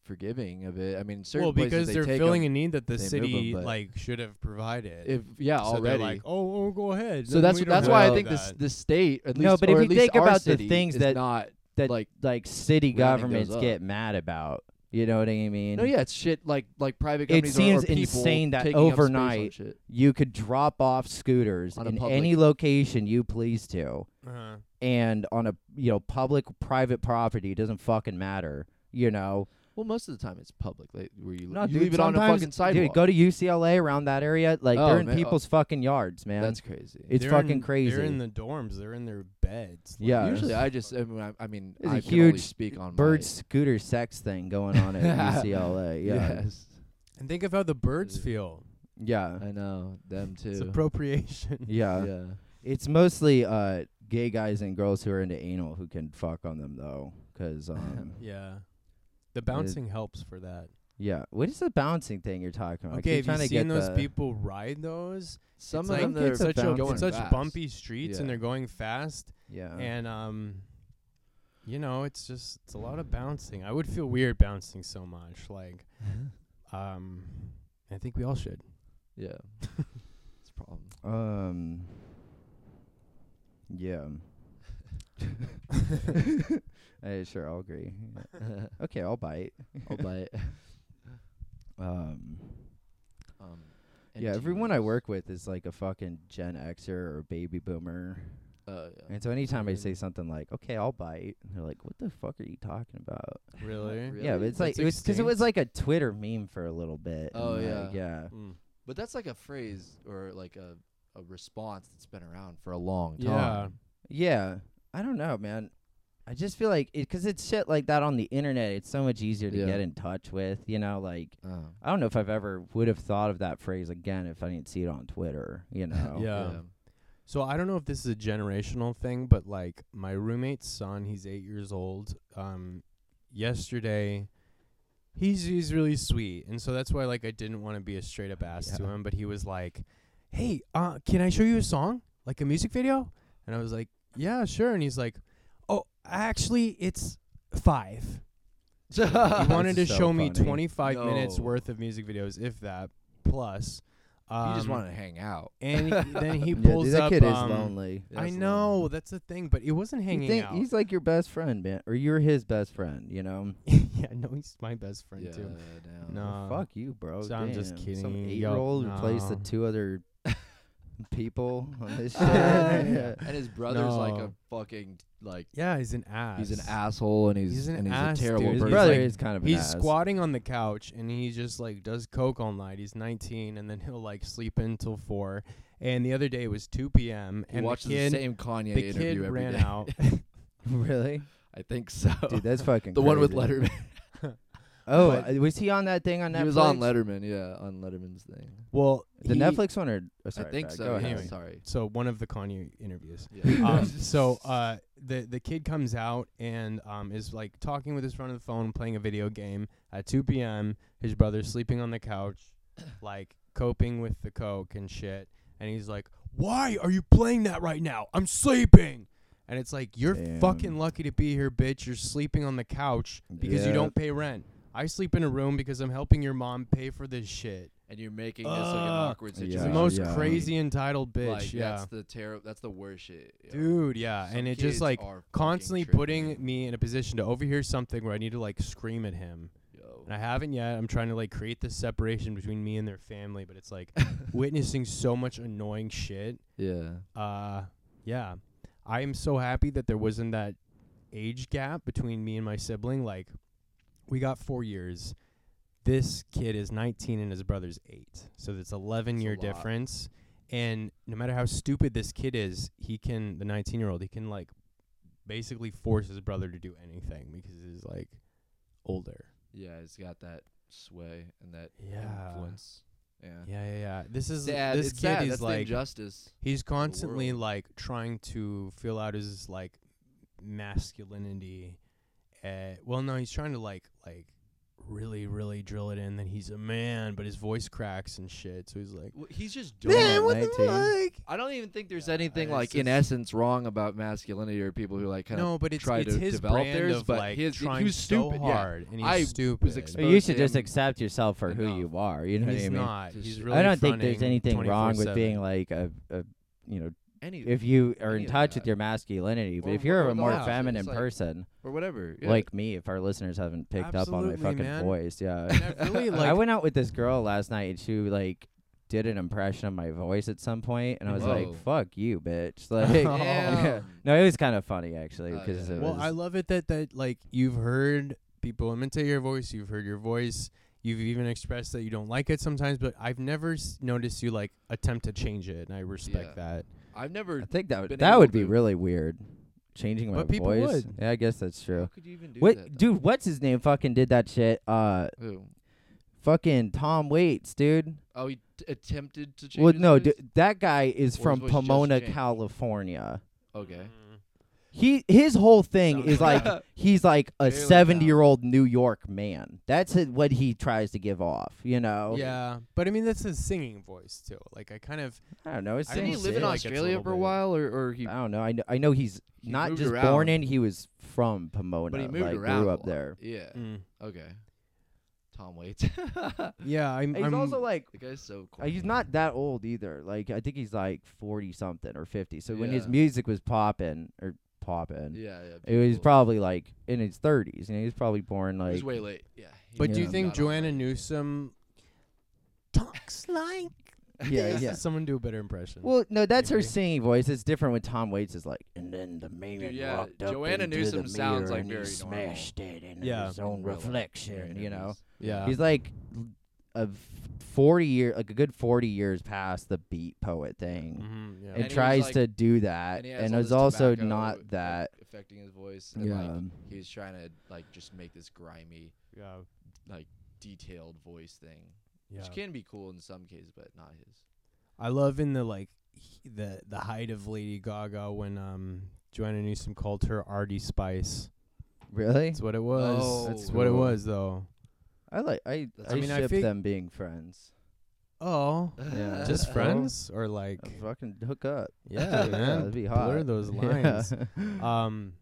[SPEAKER 2] forgiving of it. I mean, certain
[SPEAKER 3] well,
[SPEAKER 2] places
[SPEAKER 3] because
[SPEAKER 2] they
[SPEAKER 3] are
[SPEAKER 2] take
[SPEAKER 3] filling
[SPEAKER 2] 'em
[SPEAKER 3] a need that the
[SPEAKER 2] they move
[SPEAKER 3] city
[SPEAKER 2] 'em, but-
[SPEAKER 3] like should have provided.
[SPEAKER 2] If yeah,
[SPEAKER 3] so they're
[SPEAKER 2] already.
[SPEAKER 3] like, oh, oh, go ahead.
[SPEAKER 2] so that's
[SPEAKER 3] We don't
[SPEAKER 2] that's why I
[SPEAKER 3] know
[SPEAKER 2] think this
[SPEAKER 3] that.
[SPEAKER 2] the state at least
[SPEAKER 1] No, but
[SPEAKER 2] or
[SPEAKER 1] if
[SPEAKER 2] at
[SPEAKER 1] you
[SPEAKER 2] least
[SPEAKER 1] think
[SPEAKER 2] our
[SPEAKER 1] about the
[SPEAKER 2] city
[SPEAKER 1] things
[SPEAKER 2] is
[SPEAKER 1] that-
[SPEAKER 2] not
[SPEAKER 1] That
[SPEAKER 2] like
[SPEAKER 1] like city
[SPEAKER 2] rounding those
[SPEAKER 1] governments
[SPEAKER 2] up.
[SPEAKER 1] get mad about. You know what I mean?
[SPEAKER 2] no yeah it's shit like like private
[SPEAKER 1] It
[SPEAKER 2] companies or-
[SPEAKER 1] seems
[SPEAKER 2] or people
[SPEAKER 1] insane that
[SPEAKER 2] taking up space on
[SPEAKER 1] overnight-
[SPEAKER 2] shit.
[SPEAKER 1] you could drop off scooters
[SPEAKER 2] On a
[SPEAKER 1] in
[SPEAKER 2] public-
[SPEAKER 1] any location you please to
[SPEAKER 3] Uh-huh.
[SPEAKER 1] and on a you know public private property it doesn't fucking matter you know
[SPEAKER 2] well most of the time it's public like, where you,
[SPEAKER 1] No,
[SPEAKER 2] you
[SPEAKER 1] dude,
[SPEAKER 2] leave it on a
[SPEAKER 1] sometimes-
[SPEAKER 2] fucking sidewalk
[SPEAKER 1] dude go to ucla around that area like
[SPEAKER 2] Oh,
[SPEAKER 1] they're in
[SPEAKER 2] man, oh.
[SPEAKER 1] people's fucking yards man
[SPEAKER 2] that's crazy
[SPEAKER 1] it's
[SPEAKER 3] They're
[SPEAKER 1] fucking
[SPEAKER 3] in-
[SPEAKER 1] crazy
[SPEAKER 3] They're in the dorms. They're in their beds. like,
[SPEAKER 1] Yeah.
[SPEAKER 2] usually I just I mean I, I mean
[SPEAKER 1] There's
[SPEAKER 2] I
[SPEAKER 1] a
[SPEAKER 2] can only
[SPEAKER 1] huge
[SPEAKER 2] speak on
[SPEAKER 1] bird
[SPEAKER 2] my,
[SPEAKER 1] scooter sex thing going on at ucla yeah
[SPEAKER 2] yes
[SPEAKER 3] And think of how the birds
[SPEAKER 2] Yeah.
[SPEAKER 3] feel.
[SPEAKER 1] yeah
[SPEAKER 2] I know them too
[SPEAKER 3] It's appropriation.
[SPEAKER 1] yeah
[SPEAKER 2] yeah
[SPEAKER 1] it's mostly uh gay guys and girls who are into anal who can fuck on them though because um
[SPEAKER 3] yeah. The bouncing helps for that.
[SPEAKER 1] yeah what is the bouncing thing you're talking about I
[SPEAKER 3] Okay,
[SPEAKER 1] keep
[SPEAKER 3] have
[SPEAKER 1] trying
[SPEAKER 3] you
[SPEAKER 1] to get
[SPEAKER 3] seen those
[SPEAKER 1] the-
[SPEAKER 3] people ride those?
[SPEAKER 2] some
[SPEAKER 3] It's
[SPEAKER 2] of
[SPEAKER 3] like
[SPEAKER 2] them
[SPEAKER 1] I think
[SPEAKER 2] they're
[SPEAKER 1] it's
[SPEAKER 3] it's such, a,
[SPEAKER 2] going
[SPEAKER 3] it's such
[SPEAKER 2] fast.
[SPEAKER 3] bumpy streets
[SPEAKER 2] Yeah.
[SPEAKER 3] and they're going fast
[SPEAKER 1] yeah
[SPEAKER 3] and um you know, it's just it's a lot of bouncing. I would feel weird bouncing so much. Like um I think we all should.
[SPEAKER 2] yeah it's a problem
[SPEAKER 1] Um. Yeah. hey, sure, I'll agree. Okay, I'll bite.
[SPEAKER 2] I'll bite
[SPEAKER 1] Um.
[SPEAKER 2] um,
[SPEAKER 1] Yeah, everyone I
[SPEAKER 2] NTUs.
[SPEAKER 1] work with is like a fucking Gen Xer or baby boomer,
[SPEAKER 2] oh yeah
[SPEAKER 1] and so anytime I
[SPEAKER 3] weird.
[SPEAKER 1] say something like "Okay, I'll bite," they're like, "What the fuck are you talking about?"
[SPEAKER 3] Really?
[SPEAKER 1] Yeah, but
[SPEAKER 2] Really?
[SPEAKER 1] it's like
[SPEAKER 3] That's
[SPEAKER 1] it was because it was
[SPEAKER 3] extinct?
[SPEAKER 1] like a Twitter meme for a little bit.
[SPEAKER 2] Oh,
[SPEAKER 1] and,
[SPEAKER 2] yeah.
[SPEAKER 1] like, yeah.
[SPEAKER 3] Mm.
[SPEAKER 2] but that's like a phrase or like a a response that's been around for a long
[SPEAKER 3] Yeah.
[SPEAKER 2] time
[SPEAKER 1] Yeah, I don't know, man. I just feel like it because it's shit like that on the internet. It's so much easier to
[SPEAKER 2] Yeah.
[SPEAKER 1] get in touch with, you know. Like
[SPEAKER 2] yeah oh.
[SPEAKER 1] I don't know if I've ever would have thought of that phrase again if I didn't see it on Twitter, you know.
[SPEAKER 3] Yeah. So I don't know if this is a generational thing, but like my roommate's son, he's eight years old. Um, yesterday, he's he's really sweet, and so that's why like I didn't want to be a straight up ass to
[SPEAKER 1] Yeah.
[SPEAKER 3] him, but he was like, "Hey, uh, can I show you a song, like a music video?" And I was like, "Yeah, sure." And he's like, "Oh, actually, it's five. He wanted to
[SPEAKER 1] so
[SPEAKER 3] show me
[SPEAKER 1] funny.
[SPEAKER 3] 25 minutes
[SPEAKER 2] No.
[SPEAKER 3] worth of music videos, if that plus." Um,
[SPEAKER 2] you just want to hang out
[SPEAKER 3] and he- then he
[SPEAKER 1] Yeah, dude,
[SPEAKER 3] pulls
[SPEAKER 1] that
[SPEAKER 3] up.
[SPEAKER 1] kid
[SPEAKER 3] um,
[SPEAKER 1] is lonely.
[SPEAKER 2] Yeah,
[SPEAKER 3] I
[SPEAKER 2] it's a
[SPEAKER 3] know
[SPEAKER 2] little-
[SPEAKER 3] that's the thing, but it wasn't
[SPEAKER 1] You
[SPEAKER 3] hanging
[SPEAKER 1] think
[SPEAKER 3] out.
[SPEAKER 1] he's like your best friend, man, or you're his best friend, you know?
[SPEAKER 3] yeah, no, he's my best friend
[SPEAKER 2] yeah,
[SPEAKER 3] too.
[SPEAKER 2] damn.
[SPEAKER 3] No,
[SPEAKER 1] Fuck you, bro.
[SPEAKER 3] so I'm just
[SPEAKER 1] Damn. Some
[SPEAKER 3] kidding. Yo,
[SPEAKER 1] eight-year-old replaced the
[SPEAKER 3] no.
[SPEAKER 1] two other people on this shit.
[SPEAKER 2] and his brother's like a
[SPEAKER 3] No.
[SPEAKER 2] fucking like
[SPEAKER 3] Yeah, he's an ass.
[SPEAKER 2] he's an asshole and he's,
[SPEAKER 3] He's an
[SPEAKER 2] and he's
[SPEAKER 3] ass,
[SPEAKER 2] a terrible
[SPEAKER 3] dude.
[SPEAKER 1] His
[SPEAKER 3] He's
[SPEAKER 2] person.
[SPEAKER 1] brother
[SPEAKER 3] like-
[SPEAKER 1] is kind of an
[SPEAKER 3] He's
[SPEAKER 1] ass.
[SPEAKER 3] squatting on the couch and he just like does coke all night. He's 19, and then he'll like sleep until four. And the other day it was 2 p.m.
[SPEAKER 2] He
[SPEAKER 3] and the
[SPEAKER 2] watches
[SPEAKER 3] kid,
[SPEAKER 2] the same Kanye
[SPEAKER 3] the
[SPEAKER 2] interview
[SPEAKER 3] kid
[SPEAKER 2] every
[SPEAKER 3] ran
[SPEAKER 2] day.
[SPEAKER 3] out.
[SPEAKER 1] really,
[SPEAKER 2] I think so.
[SPEAKER 1] dude. That's fucking.
[SPEAKER 2] the one with
[SPEAKER 1] crazy.
[SPEAKER 2] Letterman.
[SPEAKER 1] Oh,
[SPEAKER 3] But-
[SPEAKER 1] uh, was he on that thing on Netflix?
[SPEAKER 2] He was on Letterman, yeah, on Letterman's thing.
[SPEAKER 3] well,
[SPEAKER 1] The
[SPEAKER 3] he-
[SPEAKER 1] Netflix one, or oh, sorry,
[SPEAKER 2] I think
[SPEAKER 1] Brad,
[SPEAKER 2] so.
[SPEAKER 1] Go
[SPEAKER 2] yeah,
[SPEAKER 1] ahead.
[SPEAKER 3] Anyway.
[SPEAKER 2] Sorry.
[SPEAKER 3] So one of the Kanye interviews.
[SPEAKER 2] Yeah.
[SPEAKER 3] um, so uh, the the kid comes out and um, is like talking with his friend on the phone, playing a video game at 2 p.m. His brother's sleeping on the couch, like coping with the coke and shit. And he's like, "Why are you playing that right now? I'm sleeping." And it's like, "You're
[SPEAKER 1] Damn.
[SPEAKER 3] fucking lucky to be here, bitch. You're sleeping on the couch because you
[SPEAKER 1] Yeah.
[SPEAKER 3] don't pay rent. I sleep in a room because I'm helping your mom pay for this shit."
[SPEAKER 2] and you're making this like an
[SPEAKER 3] Ugh.
[SPEAKER 1] Yeah.
[SPEAKER 2] awkward situation.
[SPEAKER 3] She's the
[SPEAKER 1] Yeah,
[SPEAKER 3] uh, most
[SPEAKER 1] yeah.
[SPEAKER 3] crazy entitled bitch.
[SPEAKER 2] Like,
[SPEAKER 3] yeah.
[SPEAKER 2] that's the terror. That's the worst shit. yo.
[SPEAKER 3] Dude, yeah,
[SPEAKER 2] Some
[SPEAKER 3] and it just
[SPEAKER 2] kids
[SPEAKER 3] like
[SPEAKER 2] are fucking
[SPEAKER 3] constantly
[SPEAKER 2] tripping,
[SPEAKER 3] putting me in a position to overhear something where I need to like scream at him.
[SPEAKER 2] Yo.
[SPEAKER 3] And I haven't yet. I'm trying to like create this separation between me and their family, but it's like witnessing so much annoying shit.
[SPEAKER 2] Yeah.
[SPEAKER 3] Uh, yeah, I am so happy that there wasn't that age gap between me and my sibling. Like, we got four years. This kid is 19 and his brother's eight, so that's 11
[SPEAKER 2] That's a
[SPEAKER 3] year
[SPEAKER 2] lot.
[SPEAKER 3] difference. And no matter how stupid this kid is, he can the 19 year old he can like basically force his brother to do anything because he's like older.
[SPEAKER 2] Yeah, it's got that sway and that
[SPEAKER 3] Yeah.
[SPEAKER 2] influence. Yeah.
[SPEAKER 3] Yeah, yeah, yeah. This is
[SPEAKER 2] Sad.
[SPEAKER 3] this
[SPEAKER 2] it's
[SPEAKER 3] kid
[SPEAKER 2] sad.
[SPEAKER 3] is
[SPEAKER 2] That's the
[SPEAKER 3] like
[SPEAKER 2] injustice.
[SPEAKER 3] He's constantly
[SPEAKER 2] world.
[SPEAKER 3] like trying to fill out his like masculinity. Uh, well, no, he's trying to like like really really drill it in that he's a man, but his voice cracks and shit. So he's like,
[SPEAKER 2] Well, he's just doing
[SPEAKER 1] Man,
[SPEAKER 2] it.
[SPEAKER 1] what the
[SPEAKER 2] 19.
[SPEAKER 1] fuck?
[SPEAKER 2] I don't even think there's
[SPEAKER 3] Yeah,
[SPEAKER 2] anything
[SPEAKER 3] it's
[SPEAKER 2] like in
[SPEAKER 3] just-
[SPEAKER 2] essence wrong about masculinity or people who like kind of
[SPEAKER 3] no, but it's
[SPEAKER 2] try
[SPEAKER 3] it's
[SPEAKER 2] to
[SPEAKER 3] his
[SPEAKER 2] develop
[SPEAKER 3] brand
[SPEAKER 2] theirs,
[SPEAKER 3] of
[SPEAKER 2] but
[SPEAKER 3] like
[SPEAKER 2] his- he
[SPEAKER 3] trying
[SPEAKER 2] was
[SPEAKER 3] so
[SPEAKER 2] stupid, yeah.
[SPEAKER 3] hard and he's
[SPEAKER 2] I was
[SPEAKER 3] stupid.
[SPEAKER 2] exposed-
[SPEAKER 1] you should
[SPEAKER 2] Both
[SPEAKER 1] just
[SPEAKER 2] him
[SPEAKER 1] accept yourself for who
[SPEAKER 2] enough.
[SPEAKER 1] you are. You know
[SPEAKER 3] he's
[SPEAKER 1] what I mean?
[SPEAKER 3] not.
[SPEAKER 2] Just-
[SPEAKER 3] He's
[SPEAKER 2] I
[SPEAKER 3] really
[SPEAKER 1] I don't think there's
[SPEAKER 3] fronting
[SPEAKER 1] anything wrong with
[SPEAKER 3] 24/7.
[SPEAKER 1] being like a, a you know
[SPEAKER 2] any
[SPEAKER 1] if you are
[SPEAKER 2] any
[SPEAKER 1] in
[SPEAKER 2] of
[SPEAKER 1] touch
[SPEAKER 2] that.
[SPEAKER 1] with your masculinity, but
[SPEAKER 2] Or
[SPEAKER 1] if you're
[SPEAKER 2] whatever
[SPEAKER 1] a more
[SPEAKER 2] else, it's
[SPEAKER 1] feminine
[SPEAKER 2] like-
[SPEAKER 1] person
[SPEAKER 2] or whatever. Yeah.
[SPEAKER 1] like me, if our listeners haven't picked up on
[SPEAKER 3] Absolutely,
[SPEAKER 1] my fucking
[SPEAKER 3] man.
[SPEAKER 1] voice, yeah.
[SPEAKER 3] And I really like
[SPEAKER 1] I went out with this girl last night and she like did an impression of my voice at some point and I was
[SPEAKER 2] Whoa.
[SPEAKER 1] like, "Fuck you, bitch." Like
[SPEAKER 2] yeah.
[SPEAKER 1] No, it was kind of funny actually
[SPEAKER 2] Oh,
[SPEAKER 1] because
[SPEAKER 2] yeah.
[SPEAKER 1] it
[SPEAKER 3] Well,
[SPEAKER 1] was
[SPEAKER 3] I love it that that like you've heard people imitate your voice. You've heard your voice. You've even expressed that you don't like it sometimes. But I've never s- noticed you like attempt to change it, and I respect that.
[SPEAKER 2] I've never.
[SPEAKER 1] I think that would
[SPEAKER 2] been
[SPEAKER 1] that
[SPEAKER 2] able
[SPEAKER 1] would be
[SPEAKER 2] to-
[SPEAKER 1] really weird, changing my
[SPEAKER 3] But people
[SPEAKER 1] voice.
[SPEAKER 3] would.
[SPEAKER 1] Yeah, I guess that's
[SPEAKER 2] How
[SPEAKER 1] true.
[SPEAKER 2] could you even do
[SPEAKER 1] what
[SPEAKER 2] that?
[SPEAKER 1] dude? What's his name? Fucking did that shit. Uh,
[SPEAKER 2] Who?
[SPEAKER 1] fucking Tom Waits, dude.
[SPEAKER 2] Oh, he t- attempted to change.
[SPEAKER 1] well,
[SPEAKER 2] his
[SPEAKER 1] no,
[SPEAKER 2] voice?
[SPEAKER 1] dude, that guy is
[SPEAKER 2] Or
[SPEAKER 1] from
[SPEAKER 2] his voice just
[SPEAKER 1] Pomona,
[SPEAKER 2] changed.
[SPEAKER 1] California.
[SPEAKER 2] Okay.
[SPEAKER 1] Mm. He his whole thing
[SPEAKER 3] Sounds
[SPEAKER 1] is like he's like a
[SPEAKER 2] Barely Tom.
[SPEAKER 1] seventy year old New York man. That's it, what he tries to give off. You know.
[SPEAKER 3] Yeah, but I mean that's his singing voice too. Like I kind of
[SPEAKER 1] I don't know. It's
[SPEAKER 3] I
[SPEAKER 2] Didn't he
[SPEAKER 3] don't
[SPEAKER 2] live
[SPEAKER 3] see
[SPEAKER 2] in
[SPEAKER 3] it like it's a
[SPEAKER 2] Australia
[SPEAKER 3] little
[SPEAKER 2] for a
[SPEAKER 3] bit-
[SPEAKER 2] while, or or he?
[SPEAKER 1] I don't know. I know. I know he's
[SPEAKER 2] He
[SPEAKER 1] not
[SPEAKER 2] moved
[SPEAKER 1] just
[SPEAKER 2] around.
[SPEAKER 1] born in. He was from Pomona.
[SPEAKER 2] But he moved
[SPEAKER 1] like,
[SPEAKER 2] around.
[SPEAKER 1] Grew
[SPEAKER 2] a
[SPEAKER 1] up
[SPEAKER 2] lot.
[SPEAKER 1] there.
[SPEAKER 2] Yeah.
[SPEAKER 3] mm.
[SPEAKER 2] Okay. Tom Waits. the
[SPEAKER 3] yeah. I'm,
[SPEAKER 1] He's
[SPEAKER 3] I'm
[SPEAKER 1] also like
[SPEAKER 2] guy's so cool.
[SPEAKER 1] Uh, He's not that old either. Like I think he's like forty something or fifty. So when his
[SPEAKER 2] Yeah.
[SPEAKER 1] music was popping or popping,
[SPEAKER 2] Yeah. yeah
[SPEAKER 1] it was
[SPEAKER 2] people-
[SPEAKER 1] probably like in his thirties. You know, he was probably born
[SPEAKER 2] He
[SPEAKER 1] like
[SPEAKER 2] was way late. Yeah. he
[SPEAKER 3] But do you
[SPEAKER 1] Yeah.
[SPEAKER 2] was
[SPEAKER 3] think
[SPEAKER 2] not on
[SPEAKER 3] Joanna
[SPEAKER 2] my-
[SPEAKER 3] Newsom talks like?
[SPEAKER 1] yeah,
[SPEAKER 3] this?
[SPEAKER 1] yeah.
[SPEAKER 3] Someone do a better impression.
[SPEAKER 1] Well, no, that's her
[SPEAKER 3] Maybe.
[SPEAKER 1] singing voice. It's different when Tom Waits is like, and then the man
[SPEAKER 2] Dude, yeah,
[SPEAKER 1] walked up
[SPEAKER 2] Joanna
[SPEAKER 1] into
[SPEAKER 2] Newsom
[SPEAKER 1] the mirror
[SPEAKER 2] sounds like
[SPEAKER 1] and he
[SPEAKER 2] very normal.
[SPEAKER 1] smashed it in
[SPEAKER 3] Yeah.
[SPEAKER 1] his own
[SPEAKER 2] Real-
[SPEAKER 1] reflection.
[SPEAKER 2] Yeah,
[SPEAKER 1] You know,
[SPEAKER 2] he's-
[SPEAKER 3] yeah.
[SPEAKER 1] he's like a forty year, like a good forty years past the beat poet thing.
[SPEAKER 3] Mhm, yeah.
[SPEAKER 1] It
[SPEAKER 2] Mm-hmm. he was,
[SPEAKER 1] tries
[SPEAKER 2] like-
[SPEAKER 1] to do that,
[SPEAKER 2] he
[SPEAKER 1] and,
[SPEAKER 2] has all
[SPEAKER 1] it's
[SPEAKER 2] this
[SPEAKER 1] also
[SPEAKER 2] tobacco,
[SPEAKER 1] not
[SPEAKER 2] like,
[SPEAKER 1] that.
[SPEAKER 2] affecting his voice. And like he's trying to like just make this grimy,
[SPEAKER 3] yeah.
[SPEAKER 2] detailed voice thing,
[SPEAKER 3] Yeah.
[SPEAKER 2] which can be cool in some cases, but not his.
[SPEAKER 3] I love in the like he- the the height of Lady Gaga when um Joanna Newsom called her Artie Spice.
[SPEAKER 1] really?
[SPEAKER 3] That's what it was.
[SPEAKER 2] Oh,
[SPEAKER 3] That's
[SPEAKER 1] That's
[SPEAKER 3] what it
[SPEAKER 1] cool.
[SPEAKER 3] was though.
[SPEAKER 1] I like. I.
[SPEAKER 2] That's
[SPEAKER 1] I,
[SPEAKER 2] awesome.
[SPEAKER 3] I mean, I
[SPEAKER 1] ship
[SPEAKER 3] fig-
[SPEAKER 1] them being friends.
[SPEAKER 3] Oh,
[SPEAKER 1] Yeah.
[SPEAKER 3] just
[SPEAKER 1] Oh.
[SPEAKER 3] friends or like
[SPEAKER 1] I'd fucking hook up.
[SPEAKER 3] yeah, man.
[SPEAKER 1] that'd be hot.
[SPEAKER 3] Blur those
[SPEAKER 1] Yeah.
[SPEAKER 3] lines. Um,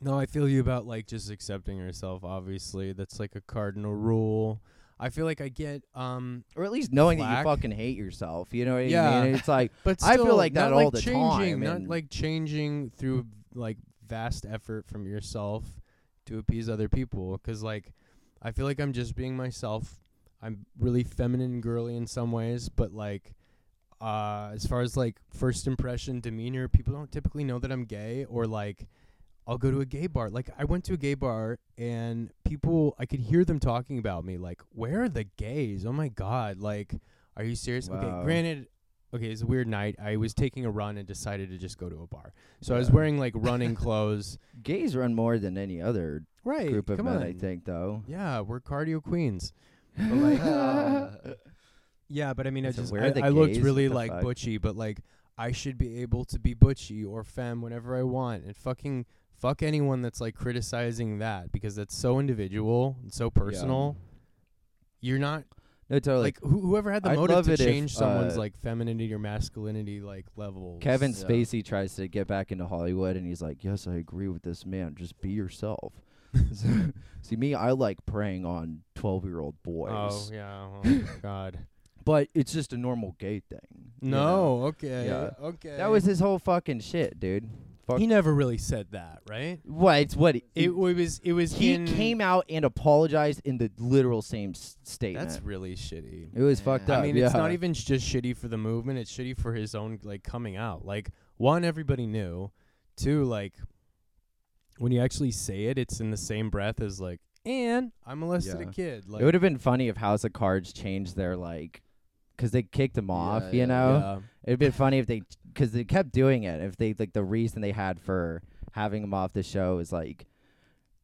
[SPEAKER 3] no, I feel you about like just accepting yourself. Obviously, that's like a cardinal rule. I feel like I get um,
[SPEAKER 1] or at least knowing
[SPEAKER 3] Slack.
[SPEAKER 1] that you fucking hate yourself. You know what I
[SPEAKER 3] Yeah.
[SPEAKER 1] mean? It's like
[SPEAKER 3] But
[SPEAKER 1] I feel
[SPEAKER 3] still,
[SPEAKER 1] like that
[SPEAKER 3] not
[SPEAKER 1] all
[SPEAKER 3] like
[SPEAKER 1] the
[SPEAKER 3] changing,
[SPEAKER 1] time,
[SPEAKER 3] Not
[SPEAKER 1] and-
[SPEAKER 3] like changing through like vast effort from yourself to appease other people. Cause like I feel like I'm just being myself. I'm really feminine and girly in some ways, but like uh, as far as like first impression demeanor, people don't typically know that I'm gay or like I'll go to a gay bar. Like I went to a gay bar and people I could hear them talking about me like where are the gays? Oh my god. Like are you serious?
[SPEAKER 1] Wow.
[SPEAKER 3] Okay, granted Okay, it's a weird night. I was taking a run and decided to just go to a bar. So I was
[SPEAKER 1] Yeah.
[SPEAKER 3] wearing like running clothes.
[SPEAKER 1] gays run more than any other
[SPEAKER 3] Right.
[SPEAKER 1] group of
[SPEAKER 3] come
[SPEAKER 1] men.
[SPEAKER 3] on.
[SPEAKER 1] I think though.
[SPEAKER 3] Yeah, we're cardio queens. But like Yeah, but I mean, I
[SPEAKER 1] So
[SPEAKER 3] just
[SPEAKER 1] where
[SPEAKER 3] I,
[SPEAKER 1] are the
[SPEAKER 3] I looked
[SPEAKER 1] gays?
[SPEAKER 3] really
[SPEAKER 1] What the
[SPEAKER 3] like
[SPEAKER 1] fuck?
[SPEAKER 3] butchy, but like I should be able to be butchy or femme whenever I want, and fucking fuck anyone that's like criticizing that because that's so individual and so personal. You're not
[SPEAKER 1] No, totally.
[SPEAKER 3] like who, whoever had the
[SPEAKER 1] I'd
[SPEAKER 3] motive
[SPEAKER 1] love
[SPEAKER 3] to
[SPEAKER 1] it if,
[SPEAKER 3] change someone's
[SPEAKER 1] uh,
[SPEAKER 3] like femininity or masculinity like levels.
[SPEAKER 1] Kevin
[SPEAKER 2] Yeah.
[SPEAKER 1] Spacey tries to get back into Hollywood, and he's like, "Yes, I agree with this man. Just be yourself." See me, I like preying on tw- twelve year old boys.
[SPEAKER 3] Oh yeah. Oh God.
[SPEAKER 1] But it's just a normal gay thing. you know?
[SPEAKER 3] No. Okay.
[SPEAKER 1] Yeah.
[SPEAKER 3] Okay.
[SPEAKER 1] That was his whole fucking shit, dude. Fuck.
[SPEAKER 3] He never really said that, right?
[SPEAKER 1] well, it's what
[SPEAKER 3] It, was. It was.
[SPEAKER 1] he
[SPEAKER 3] in-
[SPEAKER 1] came out and apologized in the literal same s- statement.
[SPEAKER 3] That's really shitty.
[SPEAKER 1] it was
[SPEAKER 2] Yeah.
[SPEAKER 1] fucked
[SPEAKER 2] I
[SPEAKER 1] up.
[SPEAKER 3] I mean,
[SPEAKER 1] yeah.
[SPEAKER 3] it's not even sh- just shitty for the movement. It's shitty for his own like coming out. Like one, everybody knew. Two, like when you actually say it, it's in the same breath as like, and I molested
[SPEAKER 1] Yeah.
[SPEAKER 3] a kid. Like,
[SPEAKER 1] it would have been funny if House of Cards changed their like, because they kicked him off.
[SPEAKER 2] Yeah,
[SPEAKER 1] you
[SPEAKER 2] yeah,
[SPEAKER 1] know,
[SPEAKER 3] yeah.
[SPEAKER 1] it'd been uh, funny if they, because they kept doing it. If they like the reason they had for having him off the show is like,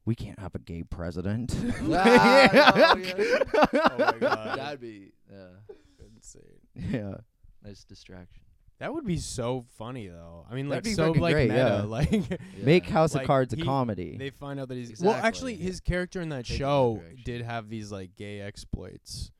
[SPEAKER 1] we can't have a gay president.
[SPEAKER 2] Ah, no, yeah.
[SPEAKER 3] Oh my god,
[SPEAKER 2] That'd be yeah,
[SPEAKER 3] insane.
[SPEAKER 1] yeah.
[SPEAKER 2] nice distraction.
[SPEAKER 3] That would be so funny though. I mean,
[SPEAKER 1] That'd
[SPEAKER 3] like
[SPEAKER 1] be
[SPEAKER 3] so
[SPEAKER 1] fucking
[SPEAKER 3] like
[SPEAKER 1] great,
[SPEAKER 3] meta.
[SPEAKER 1] yeah.
[SPEAKER 3] Like
[SPEAKER 2] Yeah.
[SPEAKER 1] Make House
[SPEAKER 3] Like,
[SPEAKER 1] of Cards
[SPEAKER 3] he-
[SPEAKER 1] a comedy.
[SPEAKER 3] they find out that he's well.
[SPEAKER 2] Exactly,
[SPEAKER 3] Actually,
[SPEAKER 2] yeah.
[SPEAKER 3] his character in that
[SPEAKER 2] Take it that
[SPEAKER 3] show
[SPEAKER 2] direction.
[SPEAKER 3] did have these like gay exploits.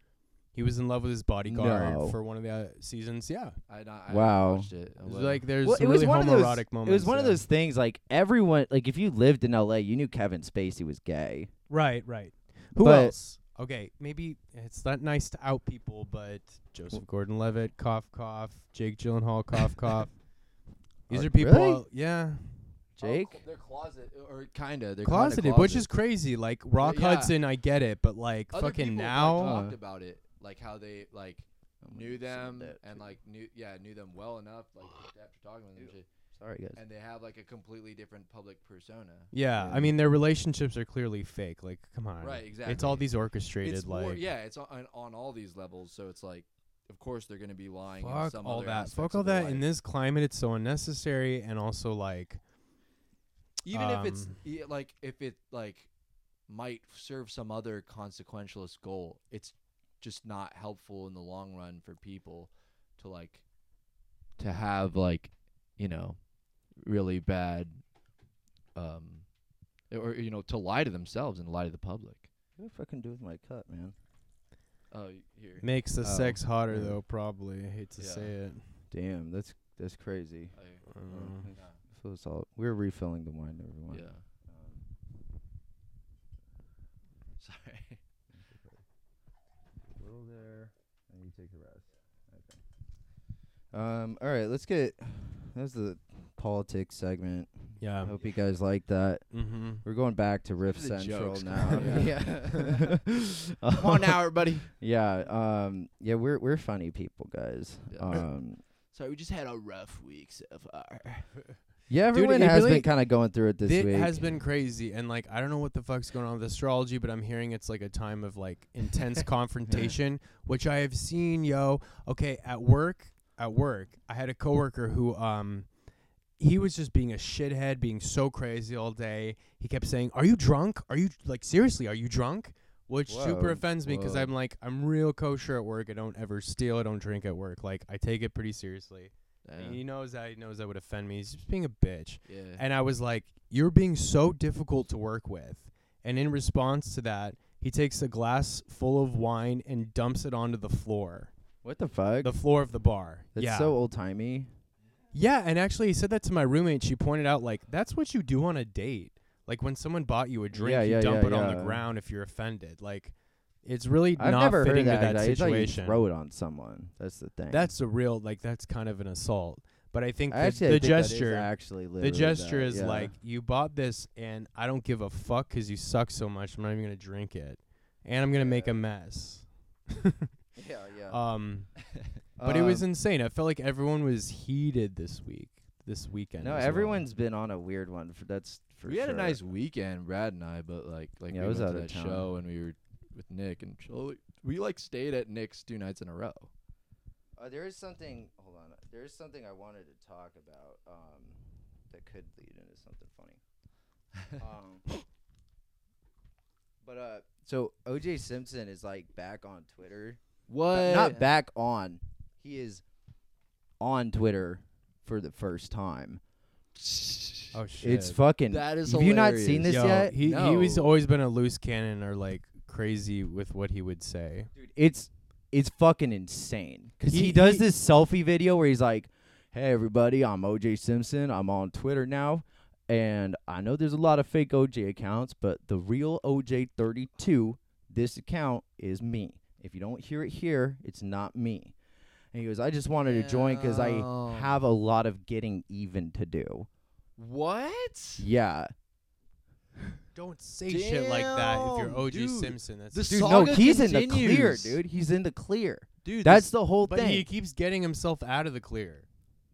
[SPEAKER 3] He was in love with his bodyguard
[SPEAKER 1] No. Oh,
[SPEAKER 3] for one of the uh, seasons. Yeah,
[SPEAKER 2] I not, I
[SPEAKER 1] Wow.
[SPEAKER 2] Watched it. I
[SPEAKER 3] It was
[SPEAKER 2] wasn't-
[SPEAKER 3] like there's
[SPEAKER 1] Well, it
[SPEAKER 3] really
[SPEAKER 1] was one of those-
[SPEAKER 3] homoerotic moments.
[SPEAKER 1] It was one of
[SPEAKER 3] yeah.
[SPEAKER 1] those things like everyone like if you lived in LA, you knew Kevin Spacey was gay.
[SPEAKER 3] Right, right. Who
[SPEAKER 1] But-
[SPEAKER 3] else? Okay, maybe it's not nice to out people, but Joseph Gordon-Levitt, cough, cough. Jake Gyllenhaal, cough, cough. These
[SPEAKER 1] Are-
[SPEAKER 3] are people.
[SPEAKER 1] really?
[SPEAKER 3] Yeah,
[SPEAKER 2] Oh,
[SPEAKER 1] Jake?
[SPEAKER 2] cl- they're closet or kinda they're
[SPEAKER 3] closeted,
[SPEAKER 2] kinda
[SPEAKER 3] which
[SPEAKER 2] closet.
[SPEAKER 3] is crazy. Like Rock
[SPEAKER 2] yeah.
[SPEAKER 3] Hudson, I get it, but like
[SPEAKER 2] Other
[SPEAKER 3] fucking
[SPEAKER 2] people, like,
[SPEAKER 3] now,
[SPEAKER 2] talked about it like how they like knew them and like knew yeah knew them well enough like after talking with them and shit,
[SPEAKER 1] sorry guys.
[SPEAKER 2] and they have like a completely different public persona.
[SPEAKER 3] yeah,
[SPEAKER 1] Yeah.
[SPEAKER 3] I mean their relationships are clearly fake. Like, come on,
[SPEAKER 2] Right,
[SPEAKER 3] It's all
[SPEAKER 2] exactly.
[SPEAKER 3] these orchestrated,
[SPEAKER 2] It's
[SPEAKER 3] like,
[SPEAKER 2] more, yeah, it's on on all these levels, so it's like of course they're gonna be lying. in
[SPEAKER 3] fuck
[SPEAKER 2] some
[SPEAKER 3] all
[SPEAKER 2] other
[SPEAKER 3] that,
[SPEAKER 2] aspects
[SPEAKER 3] fuck
[SPEAKER 2] of
[SPEAKER 3] all
[SPEAKER 2] their
[SPEAKER 3] that. In
[SPEAKER 2] life.
[SPEAKER 3] this climate, it's so unnecessary, and also like,
[SPEAKER 2] even if it's
[SPEAKER 3] Um,
[SPEAKER 2] yeah, like if it like might serve some other consequentialist goal it's just not helpful in the long run for people to like to have like you know really bad um or you know to lie to themselves and lie to the public
[SPEAKER 1] What the fuck can do with my cut, man?
[SPEAKER 2] oh here
[SPEAKER 3] makes the
[SPEAKER 1] Oh,
[SPEAKER 3] sex hotter
[SPEAKER 1] yeah.
[SPEAKER 3] though. Probably I hate to
[SPEAKER 2] Yeah.
[SPEAKER 3] say it.
[SPEAKER 1] Damn, that's that's crazy.
[SPEAKER 2] Oh,
[SPEAKER 3] Uh,
[SPEAKER 1] So it's all we're refilling the wine, everyone. Um,
[SPEAKER 2] yeah sorry
[SPEAKER 1] A little there, and you take the rest. Okay. Um. All right, let's get. That's the politics segment. I
[SPEAKER 3] Yeah.
[SPEAKER 1] hope you guys like that.
[SPEAKER 3] Mm-hmm.
[SPEAKER 1] We're going back to Riff
[SPEAKER 2] Um, These are the
[SPEAKER 1] Central
[SPEAKER 2] jokes, come
[SPEAKER 1] now.
[SPEAKER 2] on.
[SPEAKER 1] yeah.
[SPEAKER 2] come on now everybody
[SPEAKER 1] Yeah, um, yeah, we're we're funny people, guys.
[SPEAKER 2] Yeah.
[SPEAKER 1] Um,
[SPEAKER 2] sorry we just had a rough week so far
[SPEAKER 1] yeah,
[SPEAKER 3] Dude,
[SPEAKER 1] everyone
[SPEAKER 3] it
[SPEAKER 1] has
[SPEAKER 3] really-
[SPEAKER 1] been kind of going through it this
[SPEAKER 3] it
[SPEAKER 1] week.
[SPEAKER 3] has been crazy, and like I don't know what the fuck's going on with astrology, but I'm hearing it's like a time of like intense confrontation, which I have seen, yo. Okay, at work, at work, I had a coworker who, um, he was just being a shithead, being so crazy all day. He kept saying, "Are you drunk? Are you like seriously? Are you drunk?" Which super
[SPEAKER 1] Whoa,
[SPEAKER 3] offends me because
[SPEAKER 1] whoa.
[SPEAKER 3] I'm like, I'm real kosher at work. I don't ever steal. I don't drink at work. Like I take it pretty seriously. And he knows that. He knows that would offend me. He's just being a bitch.
[SPEAKER 2] yeah.
[SPEAKER 3] And I was like, You're being so difficult to work with. And in response to that, he takes a glass full of wine and dumps it onto the floor,
[SPEAKER 1] what the fuck?
[SPEAKER 3] the floor of the bar.
[SPEAKER 1] That's
[SPEAKER 3] yeah.
[SPEAKER 1] so old timey.
[SPEAKER 3] yeah. And actually, he said that to my roommate. She pointed out, like, that's what you do on a date. Like, when someone bought you a drink,
[SPEAKER 1] Yeah,
[SPEAKER 3] you
[SPEAKER 1] yeah,
[SPEAKER 3] dump
[SPEAKER 1] yeah,
[SPEAKER 3] it on the
[SPEAKER 1] yeah.
[SPEAKER 3] ground if you're offended. Like, it's really
[SPEAKER 1] I've
[SPEAKER 3] not
[SPEAKER 1] never
[SPEAKER 3] fitting
[SPEAKER 1] heard that.
[SPEAKER 3] to that
[SPEAKER 1] I- it's like you
[SPEAKER 3] situation.
[SPEAKER 1] throw it on someone. That's the thing.
[SPEAKER 3] that's a real, like, that's kind of an assault. But I think
[SPEAKER 1] I
[SPEAKER 3] the,
[SPEAKER 1] actually I
[SPEAKER 3] the
[SPEAKER 1] think that is
[SPEAKER 3] gesture.
[SPEAKER 1] actually
[SPEAKER 3] The
[SPEAKER 1] literally
[SPEAKER 3] gesture
[SPEAKER 1] that,
[SPEAKER 3] is
[SPEAKER 1] yeah.
[SPEAKER 3] like you bought this, and I don't give a fuck 'cause you suck so much. I'm not even gonna drink it, and I'm gonna make a mess.
[SPEAKER 1] yeah, yeah.
[SPEAKER 3] um, but it
[SPEAKER 1] Um,
[SPEAKER 3] was insane. I felt like everyone was heated this week, this weekend.
[SPEAKER 1] no,
[SPEAKER 3] as well.
[SPEAKER 1] everyone's been on a weird one. For, that's for
[SPEAKER 2] we had a
[SPEAKER 1] sure.
[SPEAKER 2] nice weekend, Brad and I, but like like
[SPEAKER 1] Yeah, I
[SPEAKER 2] we
[SPEAKER 1] was
[SPEAKER 2] went
[SPEAKER 1] out
[SPEAKER 2] to
[SPEAKER 1] of
[SPEAKER 2] that
[SPEAKER 1] town.
[SPEAKER 2] show and we were with Nick and Chloe. we like stayed at Nick's two nights in a row.
[SPEAKER 1] Uh, there is something. Hold on. There is something I wanted to talk about um, that could lead into something funny. um, but uh, so OJ Simpson is like back on Twitter.
[SPEAKER 2] What?
[SPEAKER 1] But not back on. He is on Twitter for the first time.
[SPEAKER 3] Oh shit!
[SPEAKER 1] It's fucking.
[SPEAKER 2] That is
[SPEAKER 1] Have you not seen
[SPEAKER 2] hilarious.
[SPEAKER 1] this
[SPEAKER 3] Yo,
[SPEAKER 1] yet?
[SPEAKER 3] He he was
[SPEAKER 2] No.
[SPEAKER 3] always been a loose cannon or like crazy with what he would say.
[SPEAKER 1] dude, it's it's fucking insane because he,
[SPEAKER 3] He-
[SPEAKER 1] does
[SPEAKER 3] he-
[SPEAKER 1] this selfie video where he's like, "Hey everybody, I'm OJ Simpson. I'm on Twitter now, and I know there's a lot of fake OJ accounts, but the real OJ32 this account is me. If you don't hear it here, it's not me. And he goes, I just wanted to join because I
[SPEAKER 2] Damn.
[SPEAKER 1] have a lot of getting even to do.
[SPEAKER 2] What?
[SPEAKER 1] Yeah.
[SPEAKER 3] Don't say shit like that if you
[SPEAKER 2] Damn,
[SPEAKER 3] you're OG
[SPEAKER 2] dude.
[SPEAKER 3] Simpson. That's
[SPEAKER 2] This-
[SPEAKER 1] Dude, no,
[SPEAKER 2] Saga
[SPEAKER 1] he's in the clear,
[SPEAKER 2] continues.
[SPEAKER 1] dude. He's in the clear.
[SPEAKER 3] dude.
[SPEAKER 1] That's
[SPEAKER 3] this-
[SPEAKER 1] the whole
[SPEAKER 3] but
[SPEAKER 1] thing.
[SPEAKER 3] he keeps getting himself out of the clear.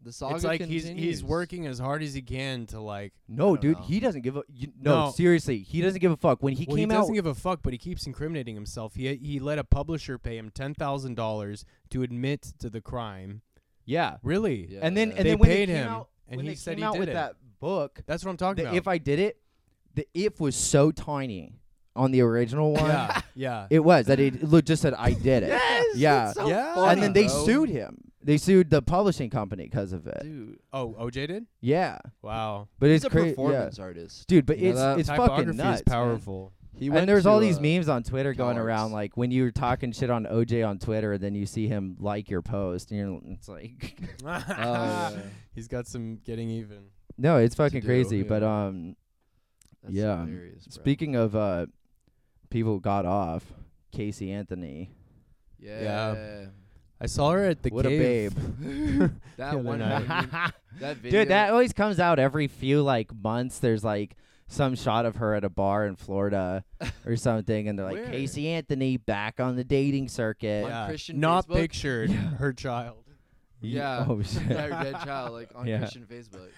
[SPEAKER 2] The saga
[SPEAKER 3] it's like
[SPEAKER 2] continues.
[SPEAKER 3] he's he's working as hard as he can to like.
[SPEAKER 2] I
[SPEAKER 1] no,
[SPEAKER 2] don't
[SPEAKER 1] dude,
[SPEAKER 2] know.
[SPEAKER 1] he doesn't give a you, no,
[SPEAKER 3] No.
[SPEAKER 1] seriously, he doesn't give a fuck. When he
[SPEAKER 3] Well, he
[SPEAKER 1] came
[SPEAKER 3] doesn't
[SPEAKER 1] out,
[SPEAKER 3] give a fuck, but he keeps incriminating himself. He he let a publisher pay him ten thousand dollars to admit to the crime.
[SPEAKER 1] yeah.
[SPEAKER 3] Really?
[SPEAKER 2] Yeah.
[SPEAKER 1] And then and
[SPEAKER 3] They
[SPEAKER 1] then when
[SPEAKER 3] paid
[SPEAKER 1] they came
[SPEAKER 3] him,
[SPEAKER 1] out,
[SPEAKER 3] and
[SPEAKER 1] when
[SPEAKER 3] he
[SPEAKER 1] they
[SPEAKER 3] said
[SPEAKER 1] came
[SPEAKER 3] he
[SPEAKER 1] out
[SPEAKER 3] did
[SPEAKER 1] with
[SPEAKER 3] it.
[SPEAKER 1] that book,
[SPEAKER 3] That's what I'm talking
[SPEAKER 1] the
[SPEAKER 3] about.
[SPEAKER 1] if I did it, the if was so tiny on the original one.
[SPEAKER 3] yeah, yeah.
[SPEAKER 1] It was that it looked just said I did it.
[SPEAKER 2] Yes,
[SPEAKER 1] yeah.
[SPEAKER 2] that's so
[SPEAKER 3] Yeah.
[SPEAKER 2] funny,
[SPEAKER 1] and then they
[SPEAKER 2] bro.
[SPEAKER 1] sued him. They sued the publishing company because of it.
[SPEAKER 2] Dude,
[SPEAKER 3] oh, OJ did.
[SPEAKER 1] Yeah,
[SPEAKER 3] Wow.
[SPEAKER 1] but
[SPEAKER 2] he's
[SPEAKER 1] it's
[SPEAKER 2] a
[SPEAKER 1] crazy,
[SPEAKER 2] performance artist.
[SPEAKER 1] dude. But
[SPEAKER 2] You know
[SPEAKER 1] it's
[SPEAKER 2] that?
[SPEAKER 1] it's fucking
[SPEAKER 3] Typography
[SPEAKER 1] nuts.
[SPEAKER 3] is powerful.
[SPEAKER 2] He
[SPEAKER 1] And there's all
[SPEAKER 3] uh,
[SPEAKER 1] these memes on Twitter going
[SPEAKER 2] Cowards.
[SPEAKER 1] around, like when you're talking shit on OJ on Twitter, and then you see him like your post, and you're it's like,
[SPEAKER 2] yeah.
[SPEAKER 3] He's got some getting even.
[SPEAKER 1] no, it's fucking
[SPEAKER 2] do,
[SPEAKER 1] crazy.
[SPEAKER 3] yeah.
[SPEAKER 1] But um,
[SPEAKER 2] That's
[SPEAKER 1] Yeah.
[SPEAKER 2] Hilarious, bro.
[SPEAKER 1] speaking of uh, people who got off, Casey Anthony,
[SPEAKER 2] Yeah.
[SPEAKER 3] I saw her at the
[SPEAKER 1] what
[SPEAKER 3] cave.
[SPEAKER 1] a babe.
[SPEAKER 2] That
[SPEAKER 3] The other
[SPEAKER 2] one.
[SPEAKER 3] night.
[SPEAKER 2] meme- that video.
[SPEAKER 1] Dude, that always comes out every few like months. There's like some shot of her at a bar in Florida or something, and they're like
[SPEAKER 2] Where?
[SPEAKER 1] Casey Anthony back on the dating circuit.
[SPEAKER 2] On
[SPEAKER 3] Yeah.
[SPEAKER 2] Christian
[SPEAKER 3] Not
[SPEAKER 2] Facebook?
[SPEAKER 3] pictured her child.
[SPEAKER 1] Ye-
[SPEAKER 2] yeah.
[SPEAKER 1] Oh
[SPEAKER 2] That
[SPEAKER 1] shit.
[SPEAKER 2] her dead child, like on
[SPEAKER 1] Yeah.
[SPEAKER 2] Christian Facebook.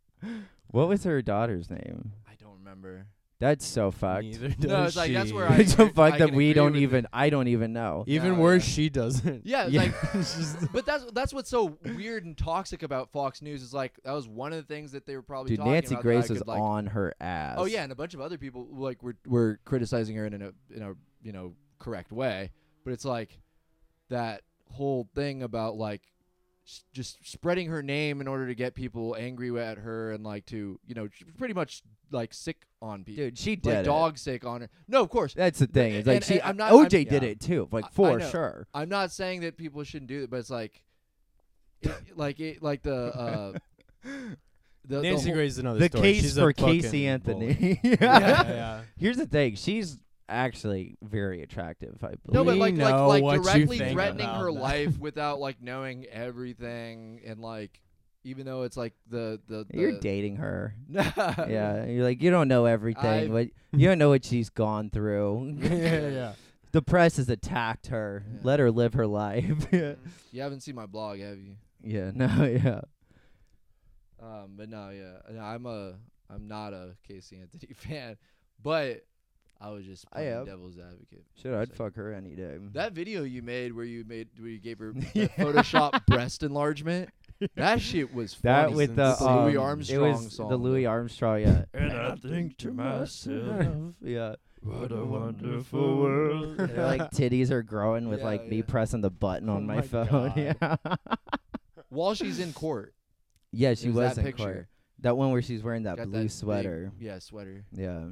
[SPEAKER 1] what was her daughter's name?
[SPEAKER 2] I don't remember.
[SPEAKER 1] That's so fucked.
[SPEAKER 3] Neither
[SPEAKER 2] No, it's
[SPEAKER 3] does
[SPEAKER 2] like, that's
[SPEAKER 3] she.
[SPEAKER 2] where I-
[SPEAKER 1] It's so
[SPEAKER 2] agree-
[SPEAKER 1] fucked
[SPEAKER 2] I
[SPEAKER 1] that
[SPEAKER 2] can
[SPEAKER 1] we
[SPEAKER 2] agree
[SPEAKER 1] don't
[SPEAKER 2] with
[SPEAKER 1] even. I don't even know.
[SPEAKER 3] Even
[SPEAKER 2] No,
[SPEAKER 3] worse,
[SPEAKER 2] yeah.
[SPEAKER 3] she doesn't.
[SPEAKER 2] Yeah, it's
[SPEAKER 1] Yeah.
[SPEAKER 2] like but that's that's what's so weird and toxic about Fox News is like that was one of the things that they were probably
[SPEAKER 1] Dude,
[SPEAKER 2] talking
[SPEAKER 1] Nancy
[SPEAKER 2] about that I
[SPEAKER 1] Grace
[SPEAKER 2] could,
[SPEAKER 1] is
[SPEAKER 2] like,
[SPEAKER 1] on her ass.
[SPEAKER 2] Oh yeah, and a bunch of other people like were were criticizing her in a in a you know correct way, but it's like that whole thing about like s- just spreading her name in order to get people angry at her and like to you know sh- pretty much like sick on people,
[SPEAKER 1] dude, she did
[SPEAKER 2] like
[SPEAKER 1] it.
[SPEAKER 2] dog sick on her. No, of course.
[SPEAKER 1] That's the thing. It's like
[SPEAKER 2] and-
[SPEAKER 1] she.
[SPEAKER 2] and I'm not-
[SPEAKER 1] OJ
[SPEAKER 2] I'm-
[SPEAKER 1] did
[SPEAKER 3] yeah.
[SPEAKER 1] it too,
[SPEAKER 2] I- I
[SPEAKER 1] like for
[SPEAKER 2] know.
[SPEAKER 1] sure.
[SPEAKER 2] I'm not saying that people shouldn't do it, but it's like, it, like it, like the uh, the, the
[SPEAKER 3] Nancy
[SPEAKER 2] whole-
[SPEAKER 3] Grace is another
[SPEAKER 1] the
[SPEAKER 3] story.
[SPEAKER 1] case
[SPEAKER 3] She's a
[SPEAKER 1] for
[SPEAKER 3] fucking
[SPEAKER 1] Casey
[SPEAKER 3] bully.
[SPEAKER 1] Anthony.
[SPEAKER 3] yeah, yeah.
[SPEAKER 1] Here's the thing. She's actually very attractive, I believe.
[SPEAKER 2] No, but
[SPEAKER 3] We
[SPEAKER 2] like
[SPEAKER 3] know
[SPEAKER 2] like like
[SPEAKER 3] what you
[SPEAKER 2] directly
[SPEAKER 3] think
[SPEAKER 2] threatening
[SPEAKER 3] about
[SPEAKER 2] her
[SPEAKER 3] that.
[SPEAKER 2] life without like knowing everything and like even though it's like the the, the
[SPEAKER 1] You're dating her.
[SPEAKER 2] yeah.
[SPEAKER 1] Yeah, you're like you don't know everything,
[SPEAKER 2] I've-
[SPEAKER 1] but you don't know what she's gone through.
[SPEAKER 3] yeah, yeah.
[SPEAKER 1] the press has attacked her.
[SPEAKER 2] Yeah. Mm-hmm.
[SPEAKER 1] Let her live her life. yeah.
[SPEAKER 2] You haven't seen my blog, have you?
[SPEAKER 1] yeah, no, yeah.
[SPEAKER 2] Um, but no, yeah, No, I'm a I'm not a Casey Anthony fan, but I was just
[SPEAKER 1] I
[SPEAKER 2] playing
[SPEAKER 1] am.
[SPEAKER 2] devil's advocate.
[SPEAKER 1] Shit, I'd fuck her any day.
[SPEAKER 2] That video you made where you made where you gave her that
[SPEAKER 1] Yeah.
[SPEAKER 2] Photoshop breast enlargement, that shit was
[SPEAKER 1] That
[SPEAKER 2] funny.
[SPEAKER 1] with the,
[SPEAKER 2] It's the Louis
[SPEAKER 1] um,
[SPEAKER 2] Armstrong
[SPEAKER 1] it was
[SPEAKER 2] song.
[SPEAKER 1] the Louis Armstrong, yeah.
[SPEAKER 4] And I think to myself,
[SPEAKER 1] yeah.
[SPEAKER 4] what a wonderful world.
[SPEAKER 1] They're like titties are growing with
[SPEAKER 2] Yeah,
[SPEAKER 1] like me
[SPEAKER 2] yeah.
[SPEAKER 1] pressing the button
[SPEAKER 3] Oh
[SPEAKER 1] on my,
[SPEAKER 3] my
[SPEAKER 1] phone.
[SPEAKER 3] God.
[SPEAKER 1] Yeah.
[SPEAKER 2] while she's in court.
[SPEAKER 1] yeah, she
[SPEAKER 2] There's
[SPEAKER 1] was
[SPEAKER 2] that
[SPEAKER 1] in
[SPEAKER 2] picture.
[SPEAKER 1] court. That one where she's wearing that
[SPEAKER 2] Got
[SPEAKER 1] blue
[SPEAKER 2] big-
[SPEAKER 1] sweater.
[SPEAKER 2] yeah, sweater.
[SPEAKER 1] Yeah.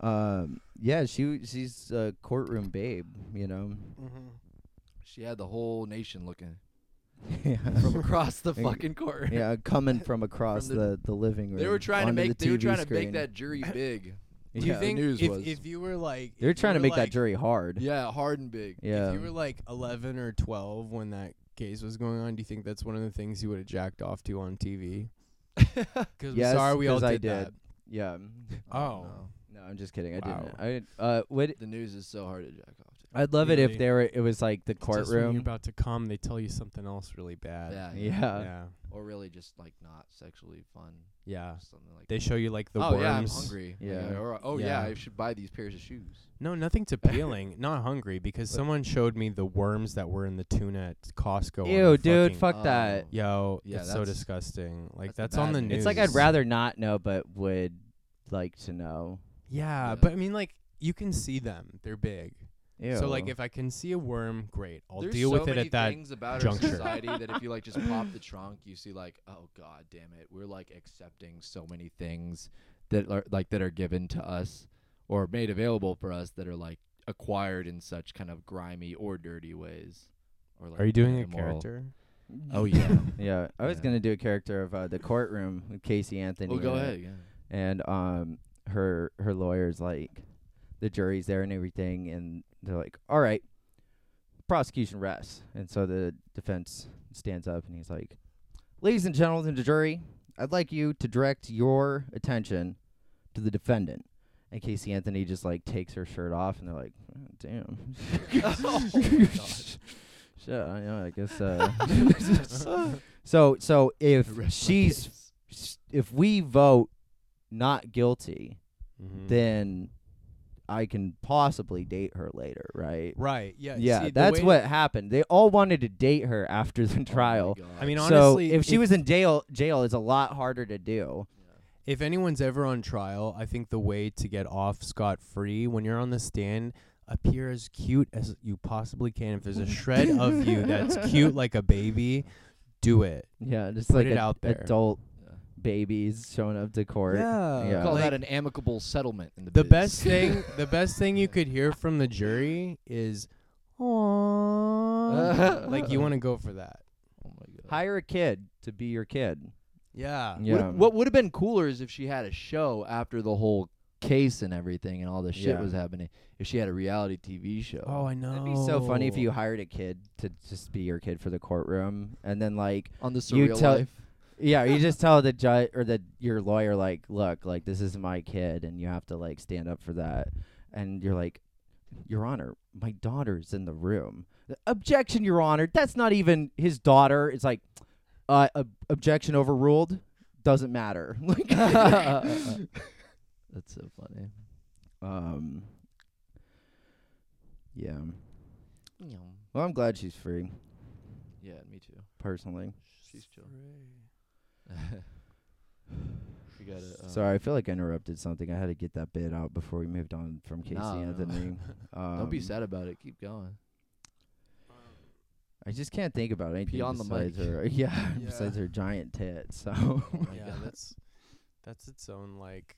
[SPEAKER 1] Um. Yeah. She. She's a courtroom babe. You know.
[SPEAKER 3] Mm-hmm.
[SPEAKER 2] She had the whole nation looking
[SPEAKER 1] yeah.
[SPEAKER 2] from across the fucking court.
[SPEAKER 1] Yeah. Coming from across
[SPEAKER 2] the-
[SPEAKER 1] the, the living room.
[SPEAKER 2] They were trying to
[SPEAKER 1] onto the
[SPEAKER 2] make they were
[SPEAKER 1] TV
[SPEAKER 2] trying to
[SPEAKER 1] screen.
[SPEAKER 2] make that jury big.
[SPEAKER 1] Yeah.
[SPEAKER 3] Do you think
[SPEAKER 2] news
[SPEAKER 3] if,
[SPEAKER 2] was-
[SPEAKER 3] if you were like
[SPEAKER 1] They're
[SPEAKER 3] if you
[SPEAKER 1] trying to
[SPEAKER 3] were,
[SPEAKER 1] make
[SPEAKER 3] like,
[SPEAKER 1] that jury hard.
[SPEAKER 2] Yeah, hard and big.
[SPEAKER 1] Yeah.
[SPEAKER 3] If you were like 11 or 12 when that case was going on, do you think that's one of the things you would have jacked off to on TV? Because
[SPEAKER 1] Yes,
[SPEAKER 3] sorry, we all
[SPEAKER 1] 'cause
[SPEAKER 3] did,
[SPEAKER 1] I
[SPEAKER 3] that.
[SPEAKER 1] did. yeah.
[SPEAKER 3] Oh,
[SPEAKER 1] No, I'm just kidding. I
[SPEAKER 3] Wow.
[SPEAKER 1] didn't. I didn't- uh would
[SPEAKER 2] The news is so hard to jack off to.
[SPEAKER 1] I'd love it
[SPEAKER 3] Really?
[SPEAKER 1] if there were it was like the
[SPEAKER 3] Just when you're
[SPEAKER 1] courtroom.
[SPEAKER 3] about to come, they tell you something else really bad.
[SPEAKER 2] Yeah,
[SPEAKER 1] Yeah.
[SPEAKER 3] yeah,
[SPEAKER 2] Or really just like not sexually fun.
[SPEAKER 3] yeah.
[SPEAKER 2] Something like
[SPEAKER 3] They
[SPEAKER 2] that.
[SPEAKER 3] show you like the
[SPEAKER 2] oh
[SPEAKER 3] worms.
[SPEAKER 2] yeah, I'm hungry. Like,
[SPEAKER 1] Yeah.
[SPEAKER 2] or, oh yeah.
[SPEAKER 3] Yeah.
[SPEAKER 2] I should buy these pairs of shoes.
[SPEAKER 3] No, nothing's appealing. Not hungry because someone showed me the worms that were in the tuna at Costco. on
[SPEAKER 1] Ew,
[SPEAKER 3] the
[SPEAKER 1] dude,
[SPEAKER 3] fucking-
[SPEAKER 1] fuck
[SPEAKER 2] Oh.
[SPEAKER 1] that.
[SPEAKER 3] Yo,
[SPEAKER 2] Yeah,
[SPEAKER 3] it's so
[SPEAKER 2] that's-
[SPEAKER 3] disgusting. Like
[SPEAKER 2] that's the
[SPEAKER 3] that's, on
[SPEAKER 2] bad
[SPEAKER 3] the
[SPEAKER 2] news.
[SPEAKER 3] news.
[SPEAKER 1] It's like I'd rather not know, but would like to know.
[SPEAKER 3] Yeah,
[SPEAKER 2] Yeah.
[SPEAKER 3] but I mean, like you can see them. They're big.
[SPEAKER 1] Ew.
[SPEAKER 3] So like, if I can see a worm, great. I'll
[SPEAKER 2] There's
[SPEAKER 3] deal
[SPEAKER 2] so
[SPEAKER 3] with it
[SPEAKER 2] many
[SPEAKER 3] at that.
[SPEAKER 2] things about
[SPEAKER 3] juncture.
[SPEAKER 2] our society that if you like just pop the trunk, you see like, oh god damn it, we're like accepting so many things that are like that are given to us or made available for us that are like acquired in such kind of grimy or dirty ways. Or like
[SPEAKER 3] Are you doing a
[SPEAKER 2] immoral.
[SPEAKER 3] character?
[SPEAKER 2] Oh yeah.
[SPEAKER 1] yeah, I was
[SPEAKER 2] Yeah.
[SPEAKER 1] gonna do a character of uh, the courtroom with Casey Anthony.
[SPEAKER 2] well, Oh, go
[SPEAKER 1] in it,
[SPEAKER 2] ahead. Yeah.
[SPEAKER 1] And um, her her lawyer's like, the jury's there and everything, and they're like, "All right, prosecution rests." And so the defense stands up and he's like, "Ladies and gentlemen, of the jury, I'd like you to direct your attention to the defendant." And Casey Anthony just like takes her shirt off, and they're like, oh, "Damn."
[SPEAKER 2] Oh my God.
[SPEAKER 1] Shit, I, yeah, I guess. Uh, so, so if she's, s- if we vote not guilty,
[SPEAKER 3] Mhm.
[SPEAKER 1] then I can possibly date her later, right?
[SPEAKER 3] right. Yeah.
[SPEAKER 1] yeah,
[SPEAKER 3] see, the
[SPEAKER 1] that's
[SPEAKER 3] way- Oh
[SPEAKER 1] what happened. They all wanted to date her after the trial.
[SPEAKER 2] Oh,
[SPEAKER 3] I mean,
[SPEAKER 1] so
[SPEAKER 3] honestly,
[SPEAKER 1] if she was in jail, jail is a lot harder to do.
[SPEAKER 3] If anyone's ever on trial, I think the way to get off scot free when you're on the stand, appear as cute as you possibly can. If there's a shred of you that's cute like a baby, do it.
[SPEAKER 1] Yeah, just
[SPEAKER 3] Put
[SPEAKER 1] like
[SPEAKER 3] it
[SPEAKER 1] ad-
[SPEAKER 3] out there.
[SPEAKER 1] adult
[SPEAKER 2] Yeah.
[SPEAKER 1] babies showing up to court. Yeah.
[SPEAKER 2] call
[SPEAKER 1] like-
[SPEAKER 2] that an amicable settlement in the
[SPEAKER 3] the
[SPEAKER 2] biz.
[SPEAKER 3] best thing the best thing you could hear from the jury is Aww. like you want to go for that.
[SPEAKER 2] oh my God.
[SPEAKER 1] Hire a kid to be your kid.
[SPEAKER 3] Yeah.
[SPEAKER 1] Yeah.
[SPEAKER 2] What, what would have been cooler is if she had a show after the whole case and everything and all this shit
[SPEAKER 1] Yeah.
[SPEAKER 2] was happening. If she had a reality TV show.
[SPEAKER 3] Oh, I know.
[SPEAKER 1] It'd be so funny if
[SPEAKER 3] Oh.
[SPEAKER 1] you hired a kid to just be your kid for the courtroom, and then like,
[SPEAKER 2] on the surreal
[SPEAKER 1] You tell-
[SPEAKER 2] life.
[SPEAKER 1] yeah, you just tell the judge or the your lawyer like, look, like this is my kid, and you have to like stand up for that, and you're like, Your Honor, my daughter's in the room. Objection, Your Honor, that's not even his daughter. It's like, uh, ob- objection overruled. Doesn't matter. Like,
[SPEAKER 2] That's so funny.
[SPEAKER 1] um, yeah. Well, I'm glad she's free,
[SPEAKER 2] Yeah, me too.
[SPEAKER 1] personally.
[SPEAKER 2] She's chill. we got
[SPEAKER 3] uh,
[SPEAKER 2] a,
[SPEAKER 1] Sorry, I feel like I interrupted something. I had to get that bit out before we moved on from Casey
[SPEAKER 2] Nah, no.
[SPEAKER 1] Anthony. Um,
[SPEAKER 2] Don't be sad about it. Keep going.
[SPEAKER 1] I just can't think about anything
[SPEAKER 2] on the mic.
[SPEAKER 1] besides her. Yeah,
[SPEAKER 3] Yeah.
[SPEAKER 1] besides her giant tit. So
[SPEAKER 3] Yeah,
[SPEAKER 2] God.
[SPEAKER 3] that's that's its own like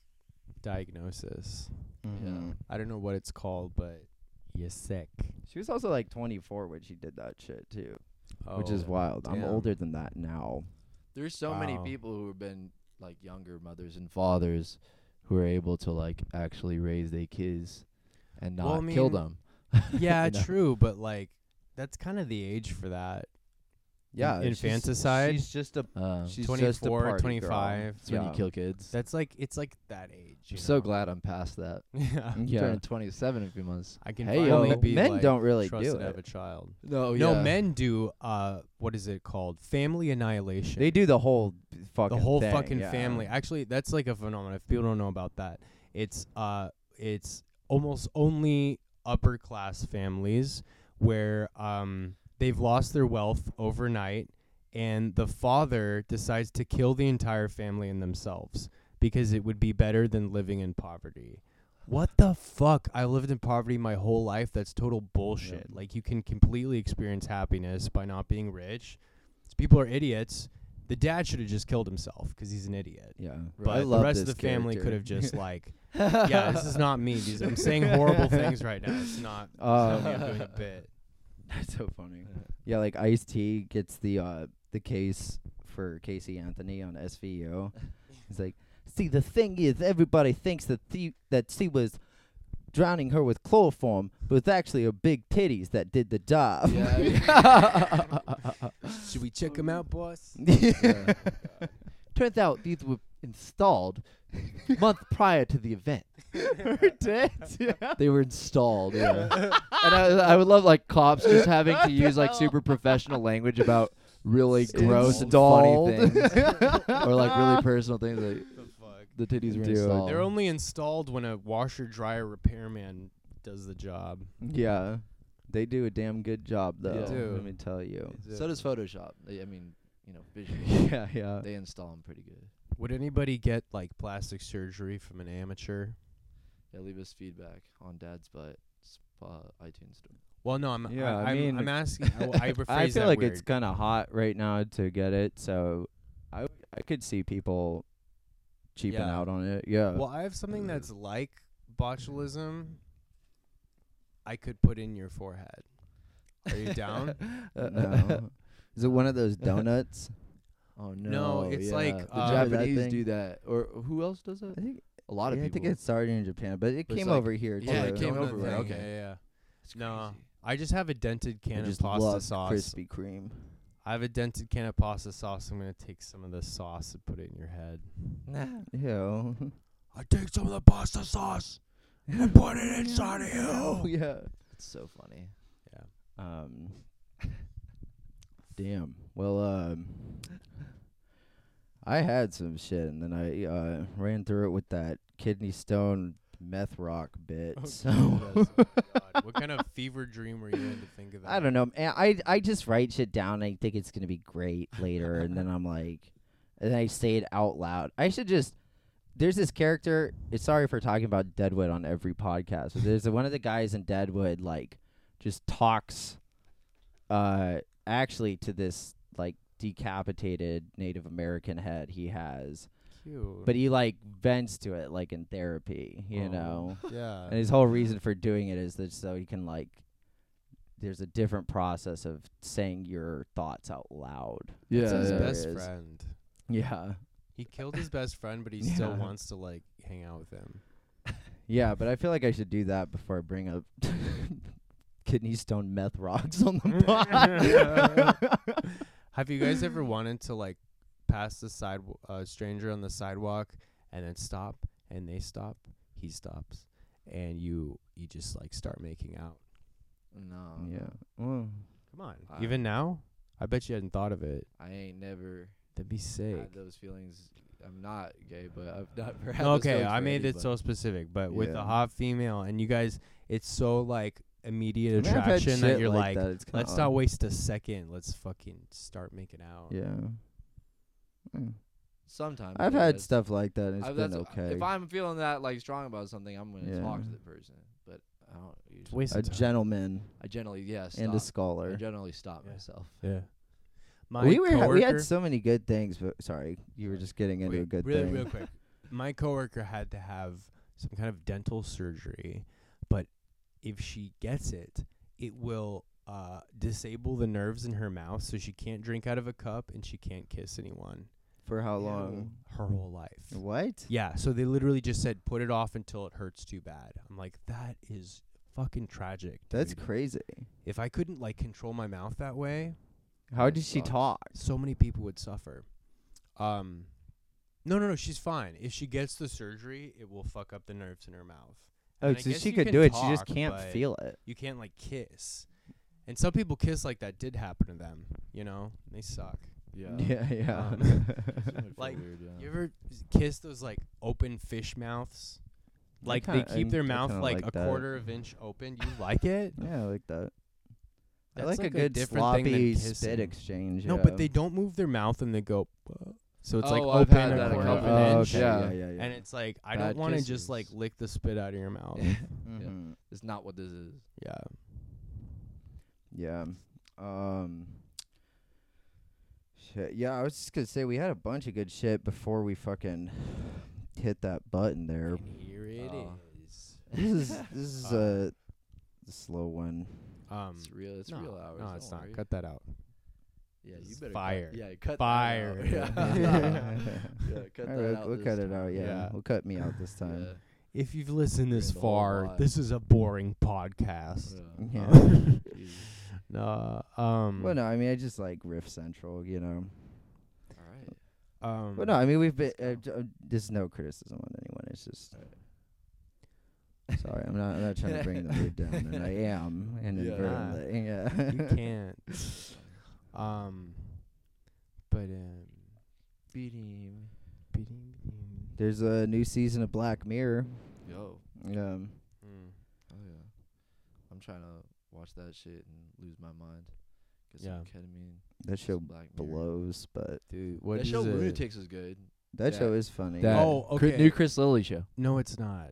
[SPEAKER 3] diagnosis.
[SPEAKER 1] Mhm.
[SPEAKER 3] I don't know what it's called, but you're sick.
[SPEAKER 1] she was also like 24 when she did that shit too, which is
[SPEAKER 3] Oh,
[SPEAKER 1] wild. I'm
[SPEAKER 3] damn.
[SPEAKER 1] older than that now.
[SPEAKER 2] There's so many
[SPEAKER 3] Wow.
[SPEAKER 2] people who have been like younger mothers and fathers who are able to like actually raise their kids and not
[SPEAKER 3] Well, I
[SPEAKER 2] kill
[SPEAKER 3] mean,
[SPEAKER 2] them.
[SPEAKER 3] Yeah,
[SPEAKER 2] You know?
[SPEAKER 3] true, but like that's kind of the age for that.
[SPEAKER 1] Yeah,
[SPEAKER 3] In-
[SPEAKER 1] she's-
[SPEAKER 3] infanticide?
[SPEAKER 1] She's just a
[SPEAKER 2] Uh,
[SPEAKER 1] she's just a
[SPEAKER 3] 24,
[SPEAKER 1] party
[SPEAKER 3] 25.
[SPEAKER 2] it's when you
[SPEAKER 1] yeah.
[SPEAKER 2] kill kids.
[SPEAKER 3] That's like it's like that age.
[SPEAKER 2] I'm
[SPEAKER 3] you
[SPEAKER 2] so
[SPEAKER 3] know?
[SPEAKER 2] glad I'm past that.
[SPEAKER 3] Yeah.
[SPEAKER 1] Girl.
[SPEAKER 2] Yeah.
[SPEAKER 1] Yeah,
[SPEAKER 2] Turning 27 in a few months.
[SPEAKER 3] I can
[SPEAKER 2] Hey,
[SPEAKER 3] finally
[SPEAKER 2] yo.
[SPEAKER 3] be
[SPEAKER 1] Mm. Men
[SPEAKER 3] like,
[SPEAKER 1] don't really
[SPEAKER 3] trusted
[SPEAKER 1] do
[SPEAKER 3] to have a
[SPEAKER 1] it.
[SPEAKER 3] child.
[SPEAKER 2] No,
[SPEAKER 3] No, men do. Uh, what is it called? Family annihilation.
[SPEAKER 1] They do the whole fucking
[SPEAKER 3] the whole
[SPEAKER 1] thing,
[SPEAKER 3] fucking
[SPEAKER 1] yeah.
[SPEAKER 3] family. Actually, that's like a phenomenon. If people don't know about that, it's uh, it's almost only upper class families where um they've lost their wealth overnight, and the father decides to kill the entire family and themselves because it would be better than living in poverty. What the fuck? I lived in poverty my whole life. That's total bullshit. Like you can completely experience happiness by not being rich. These people are idiots. The dad should have just killed himself because he's an idiot.
[SPEAKER 1] Yeah, I
[SPEAKER 3] But the
[SPEAKER 1] love
[SPEAKER 3] rest of the
[SPEAKER 1] this
[SPEAKER 3] family could
[SPEAKER 1] character.
[SPEAKER 3] have just like, yeah, this is not me. These, I'm saying horrible things right now. It's not. It's
[SPEAKER 1] Uh,
[SPEAKER 3] not
[SPEAKER 1] Oh,
[SPEAKER 3] me. I'm doing a bit.
[SPEAKER 1] That's so funny. Yeah, like Ice T gets the uh the case for Casey Anthony on SVU. He's like, see, the thing is, everybody thinks that the that she was drowning her with chloroform, but it's actually her big titties that did the job.
[SPEAKER 3] Should we check him out, boss?
[SPEAKER 2] Yeah. Turns out these were installed month prior to the event. They were installed, yeah. and I, I would love like cops just having to use like super professional language about really gross and funny things, or like really personal things. Like
[SPEAKER 3] The fuck?
[SPEAKER 2] the titties were
[SPEAKER 1] Dude.
[SPEAKER 2] installed.
[SPEAKER 3] They're only installed when a washer dryer repairman does the job.
[SPEAKER 1] yeah, they do a damn good job
[SPEAKER 2] They
[SPEAKER 1] though.
[SPEAKER 3] do.
[SPEAKER 1] Let me tell you.
[SPEAKER 2] so does Photoshop. They- I mean, you know, visually,
[SPEAKER 1] yeah, yeah.
[SPEAKER 2] they install them pretty good.
[SPEAKER 3] Would anybody get like plastic surgery from an amateur?
[SPEAKER 2] Yeah, leave us feedback on Dad's butt. Spa- iTunes store.
[SPEAKER 3] Well, no, I'm
[SPEAKER 1] Yeah, I
[SPEAKER 3] I, am
[SPEAKER 1] mean-
[SPEAKER 3] I'm asking. I, I rephrase
[SPEAKER 1] I feel
[SPEAKER 3] that
[SPEAKER 1] like
[SPEAKER 3] weird.
[SPEAKER 1] it's kind of hot right now to get it, so I w- I could see people cheaping
[SPEAKER 3] Yeah.
[SPEAKER 1] out on it. Uh, Yeah.
[SPEAKER 3] Well, I have something that's like botulism. I could put in your forehead. Are you down?
[SPEAKER 1] no. Is it one of those donuts?
[SPEAKER 2] Oh
[SPEAKER 3] No,
[SPEAKER 2] no!
[SPEAKER 3] it's
[SPEAKER 2] yeah.
[SPEAKER 3] like,
[SPEAKER 2] the
[SPEAKER 3] uh,
[SPEAKER 1] Remember that
[SPEAKER 2] Japanese
[SPEAKER 1] thing?
[SPEAKER 2] do that, or who else does that?
[SPEAKER 1] I think
[SPEAKER 2] A lot of
[SPEAKER 1] yeah, I
[SPEAKER 2] people.
[SPEAKER 1] think it started in Japan, but it
[SPEAKER 2] But it's
[SPEAKER 1] came
[SPEAKER 2] like-
[SPEAKER 1] over here too.
[SPEAKER 2] Yeah, it came
[SPEAKER 3] donut
[SPEAKER 2] over with,
[SPEAKER 3] thing,
[SPEAKER 2] okay.
[SPEAKER 3] Yeah, yeah.
[SPEAKER 2] It's
[SPEAKER 3] No.
[SPEAKER 2] crazy.
[SPEAKER 3] I just have a dented
[SPEAKER 1] I
[SPEAKER 3] can of
[SPEAKER 1] just
[SPEAKER 3] pasta
[SPEAKER 1] love
[SPEAKER 3] sauce.
[SPEAKER 1] Krispy Kreme.
[SPEAKER 3] I have a dented can of pasta sauce. I'm gonna take some of the sauce and put it in your head.
[SPEAKER 1] Ew.
[SPEAKER 3] I take some of the pasta sauce and put it inside of
[SPEAKER 1] Oh yeah.
[SPEAKER 2] It's so funny.
[SPEAKER 3] Yeah.
[SPEAKER 1] Um. damn. Well, um, I had some shit, and then I uh, ran through it with that kidney stone meth rock bit.
[SPEAKER 3] Oh,
[SPEAKER 1] So
[SPEAKER 3] what kind of fever dream were you in to think of that?
[SPEAKER 1] I don't know. Man, I I just write shit down. I think it's gonna be great later, and then I'm like, and then I say it out loud. I should just. There's this character. It's sorry for talking about Deadwood on every podcast. But there's one of the guys in Deadwood like just talks, uh, actually to this like decapitated Native American head he has,
[SPEAKER 3] Cute.
[SPEAKER 1] but he like vents to it like in therapy, you
[SPEAKER 3] Oh.
[SPEAKER 1] know.
[SPEAKER 3] yeah.
[SPEAKER 1] And his whole reason for doing it is that so he can like there's a different process of saying your thoughts out loud.
[SPEAKER 2] Yeah,
[SPEAKER 3] It's
[SPEAKER 1] That's
[SPEAKER 3] his
[SPEAKER 1] what it
[SPEAKER 3] best
[SPEAKER 1] is.
[SPEAKER 3] friend.
[SPEAKER 1] Yeah.
[SPEAKER 3] He killed his best friend, but he still
[SPEAKER 1] Yeah.
[SPEAKER 3] wants to like hang out with him.
[SPEAKER 1] Yeah, but I feel like I should do that before I bring up kidney stone meth rocks on the pod.
[SPEAKER 3] Have you guys ever wanted to like pass the side uh, stranger on the sidewalk and then stop and they stop, he stops, and you you just like start making out?
[SPEAKER 2] No.
[SPEAKER 1] yeah. Well,
[SPEAKER 3] Come on,
[SPEAKER 2] Wow.
[SPEAKER 3] even now, I bet you hadn't thought of it.
[SPEAKER 2] I ain't never
[SPEAKER 3] That'd be sick.
[SPEAKER 2] had those feelings. I'm not gay, but I've not ever had those
[SPEAKER 3] Okay,
[SPEAKER 2] feelings
[SPEAKER 3] I
[SPEAKER 2] for
[SPEAKER 3] made it
[SPEAKER 2] anybody.
[SPEAKER 3] so specific, but with
[SPEAKER 1] Yeah.
[SPEAKER 3] a hot female and you guys, it's so like immediate
[SPEAKER 1] I mean, I've had
[SPEAKER 3] attraction that
[SPEAKER 1] shit
[SPEAKER 3] you're like,
[SPEAKER 1] that. It's kinda
[SPEAKER 3] let's
[SPEAKER 1] odd.
[SPEAKER 3] not waste a second. Let's fucking start making out.
[SPEAKER 1] Yeah. Mm.
[SPEAKER 2] Sometimes
[SPEAKER 1] I've
[SPEAKER 2] I
[SPEAKER 1] had
[SPEAKER 2] guess.
[SPEAKER 1] stuff like that. and it's
[SPEAKER 2] I've-
[SPEAKER 1] been
[SPEAKER 3] uh,
[SPEAKER 2] that's-
[SPEAKER 1] okay.
[SPEAKER 2] If I'm feeling that like strong about something, I'm gonna talk
[SPEAKER 1] Yeah.
[SPEAKER 2] to the person. But I don't.
[SPEAKER 3] It's
[SPEAKER 2] Usually,
[SPEAKER 3] waste
[SPEAKER 1] a
[SPEAKER 3] of time.
[SPEAKER 1] gentleman
[SPEAKER 2] I generally yeah. Stop.
[SPEAKER 1] and a
[SPEAKER 2] I
[SPEAKER 1] scholar.
[SPEAKER 2] generally stop
[SPEAKER 3] Yeah.
[SPEAKER 2] myself.
[SPEAKER 3] Yeah. My
[SPEAKER 1] we were we had
[SPEAKER 3] coworker-
[SPEAKER 1] so many good things, but sorry, you were just getting into
[SPEAKER 3] Wait,
[SPEAKER 1] a good
[SPEAKER 3] really,
[SPEAKER 1] thing.
[SPEAKER 3] real quick. My coworker had to have some kind of dental surgery, but if she gets it, it will uh, disable the nerves in her mouth, so she can't drink out of a cup and she can't kiss anyone.
[SPEAKER 1] For how long?
[SPEAKER 3] Her whole life.
[SPEAKER 1] What?
[SPEAKER 3] Yeah, so they literally just said put it off until it hurts too bad. I'm like, that is fucking tragic.
[SPEAKER 1] That's
[SPEAKER 3] dude.
[SPEAKER 1] crazy.
[SPEAKER 3] If I couldn't like control my mouth that way,
[SPEAKER 1] How
[SPEAKER 2] That
[SPEAKER 1] did she
[SPEAKER 2] sucks.
[SPEAKER 1] talk?
[SPEAKER 3] so many people would suffer. Um, no, no, no, she's fine. If she gets the surgery, it will fuck up the nerves in her mouth.
[SPEAKER 1] Oh,
[SPEAKER 3] mean, I
[SPEAKER 1] so
[SPEAKER 3] guess
[SPEAKER 1] she
[SPEAKER 3] you
[SPEAKER 1] could
[SPEAKER 3] can
[SPEAKER 1] do it. She just
[SPEAKER 3] talk,
[SPEAKER 1] can't
[SPEAKER 3] but-
[SPEAKER 1] feel it.
[SPEAKER 3] You can't like kiss, and some people kiss like that did happen to them. You know, they suck.
[SPEAKER 2] Yeah.
[SPEAKER 1] Yeah, yeah.
[SPEAKER 3] Um,
[SPEAKER 2] It's gonna feel
[SPEAKER 3] Like,
[SPEAKER 2] weird, yeah.
[SPEAKER 3] You ever s- kiss those like open fish mouths?
[SPEAKER 1] I
[SPEAKER 3] Like
[SPEAKER 1] kinda-
[SPEAKER 3] they keep their
[SPEAKER 1] I
[SPEAKER 3] mouth
[SPEAKER 1] kinda
[SPEAKER 3] like,
[SPEAKER 1] like
[SPEAKER 3] a
[SPEAKER 1] that.
[SPEAKER 3] quarter of inch open. You like it?
[SPEAKER 1] yeah, I like that. I
[SPEAKER 3] That's
[SPEAKER 1] like, a
[SPEAKER 3] like a
[SPEAKER 1] good
[SPEAKER 3] different thing than
[SPEAKER 1] sloppy spit
[SPEAKER 3] kissing.
[SPEAKER 1] exchange.
[SPEAKER 3] No,
[SPEAKER 1] yeah.
[SPEAKER 3] but they don't move their mouth and they go. "Whoa." So it's like
[SPEAKER 2] Oh, I've
[SPEAKER 3] open
[SPEAKER 2] had
[SPEAKER 3] a
[SPEAKER 2] that a
[SPEAKER 3] quarter of
[SPEAKER 2] couple
[SPEAKER 3] an
[SPEAKER 1] oh,
[SPEAKER 3] inch.
[SPEAKER 1] okay,
[SPEAKER 2] Yeah.
[SPEAKER 1] yeah, yeah.
[SPEAKER 3] And it's like I
[SPEAKER 2] Bad
[SPEAKER 3] don't want to just like
[SPEAKER 2] kisses.
[SPEAKER 3] lick the spit out of your mouth.
[SPEAKER 1] Mhm.
[SPEAKER 2] It's not what this is.
[SPEAKER 3] yeah.
[SPEAKER 1] Yeah. Um shit. Yeah, I was just gonna say we had a bunch of good shit before we fucking hit that button there.
[SPEAKER 3] And here it is.
[SPEAKER 2] Oh.
[SPEAKER 1] This is this is
[SPEAKER 3] Uh,
[SPEAKER 1] a slow one.
[SPEAKER 3] Um,
[SPEAKER 2] It's real. It's
[SPEAKER 3] no,
[SPEAKER 2] real hours.
[SPEAKER 3] No, it's
[SPEAKER 2] don't
[SPEAKER 3] not.
[SPEAKER 2] worry.
[SPEAKER 3] Cut that out.
[SPEAKER 2] Yeah,
[SPEAKER 3] This
[SPEAKER 2] you
[SPEAKER 3] is
[SPEAKER 2] better
[SPEAKER 3] fire.
[SPEAKER 2] Cut, yeah, cut
[SPEAKER 3] Fire.
[SPEAKER 2] That out. Yeah. yeah, cut
[SPEAKER 1] All
[SPEAKER 2] that
[SPEAKER 1] right,
[SPEAKER 2] out.
[SPEAKER 1] we'll
[SPEAKER 2] this
[SPEAKER 1] cut it
[SPEAKER 2] time.
[SPEAKER 1] out. Yeah.
[SPEAKER 3] Yeah.
[SPEAKER 1] we'll cut me out this time.
[SPEAKER 2] Yeah,
[SPEAKER 3] If you've listened this
[SPEAKER 2] Good old
[SPEAKER 3] far,
[SPEAKER 2] lot.
[SPEAKER 3] this is a boring podcast.
[SPEAKER 2] yeah. Oh,
[SPEAKER 1] Yeah.
[SPEAKER 2] Jesus.
[SPEAKER 3] No. Um.
[SPEAKER 1] Well, no, I mean, I just like Riff Central, you know.
[SPEAKER 2] All right.
[SPEAKER 3] Um.
[SPEAKER 1] Well, no, I mean, we've been. Uh,
[SPEAKER 2] let's
[SPEAKER 1] j- uh, there's no criticism on anyone. It's just.
[SPEAKER 2] Alright.
[SPEAKER 1] Sorry, I'm not. I'm not trying to bring the mood down, and I am inadvertently. Yeah.
[SPEAKER 3] you can't. Um. But um.
[SPEAKER 2] Beat him.
[SPEAKER 3] Mm.
[SPEAKER 1] There's a new season of Black Mirror.
[SPEAKER 2] Yo.
[SPEAKER 1] Um,
[SPEAKER 3] Hmm.
[SPEAKER 2] Oh yeah. I'm trying to watch that shit and lose my mind. Get
[SPEAKER 3] Yeah.
[SPEAKER 2] some ketamine.
[SPEAKER 1] that
[SPEAKER 2] some
[SPEAKER 1] show
[SPEAKER 2] Black Mirror.
[SPEAKER 1] blows, but
[SPEAKER 3] Dude, what
[SPEAKER 2] that
[SPEAKER 3] is
[SPEAKER 2] show
[SPEAKER 3] it?
[SPEAKER 2] Lunatics is good.
[SPEAKER 1] that
[SPEAKER 2] That-
[SPEAKER 1] show is funny.
[SPEAKER 3] that- Oh, okay.
[SPEAKER 2] New Chris Lilly show.
[SPEAKER 3] No, it's not.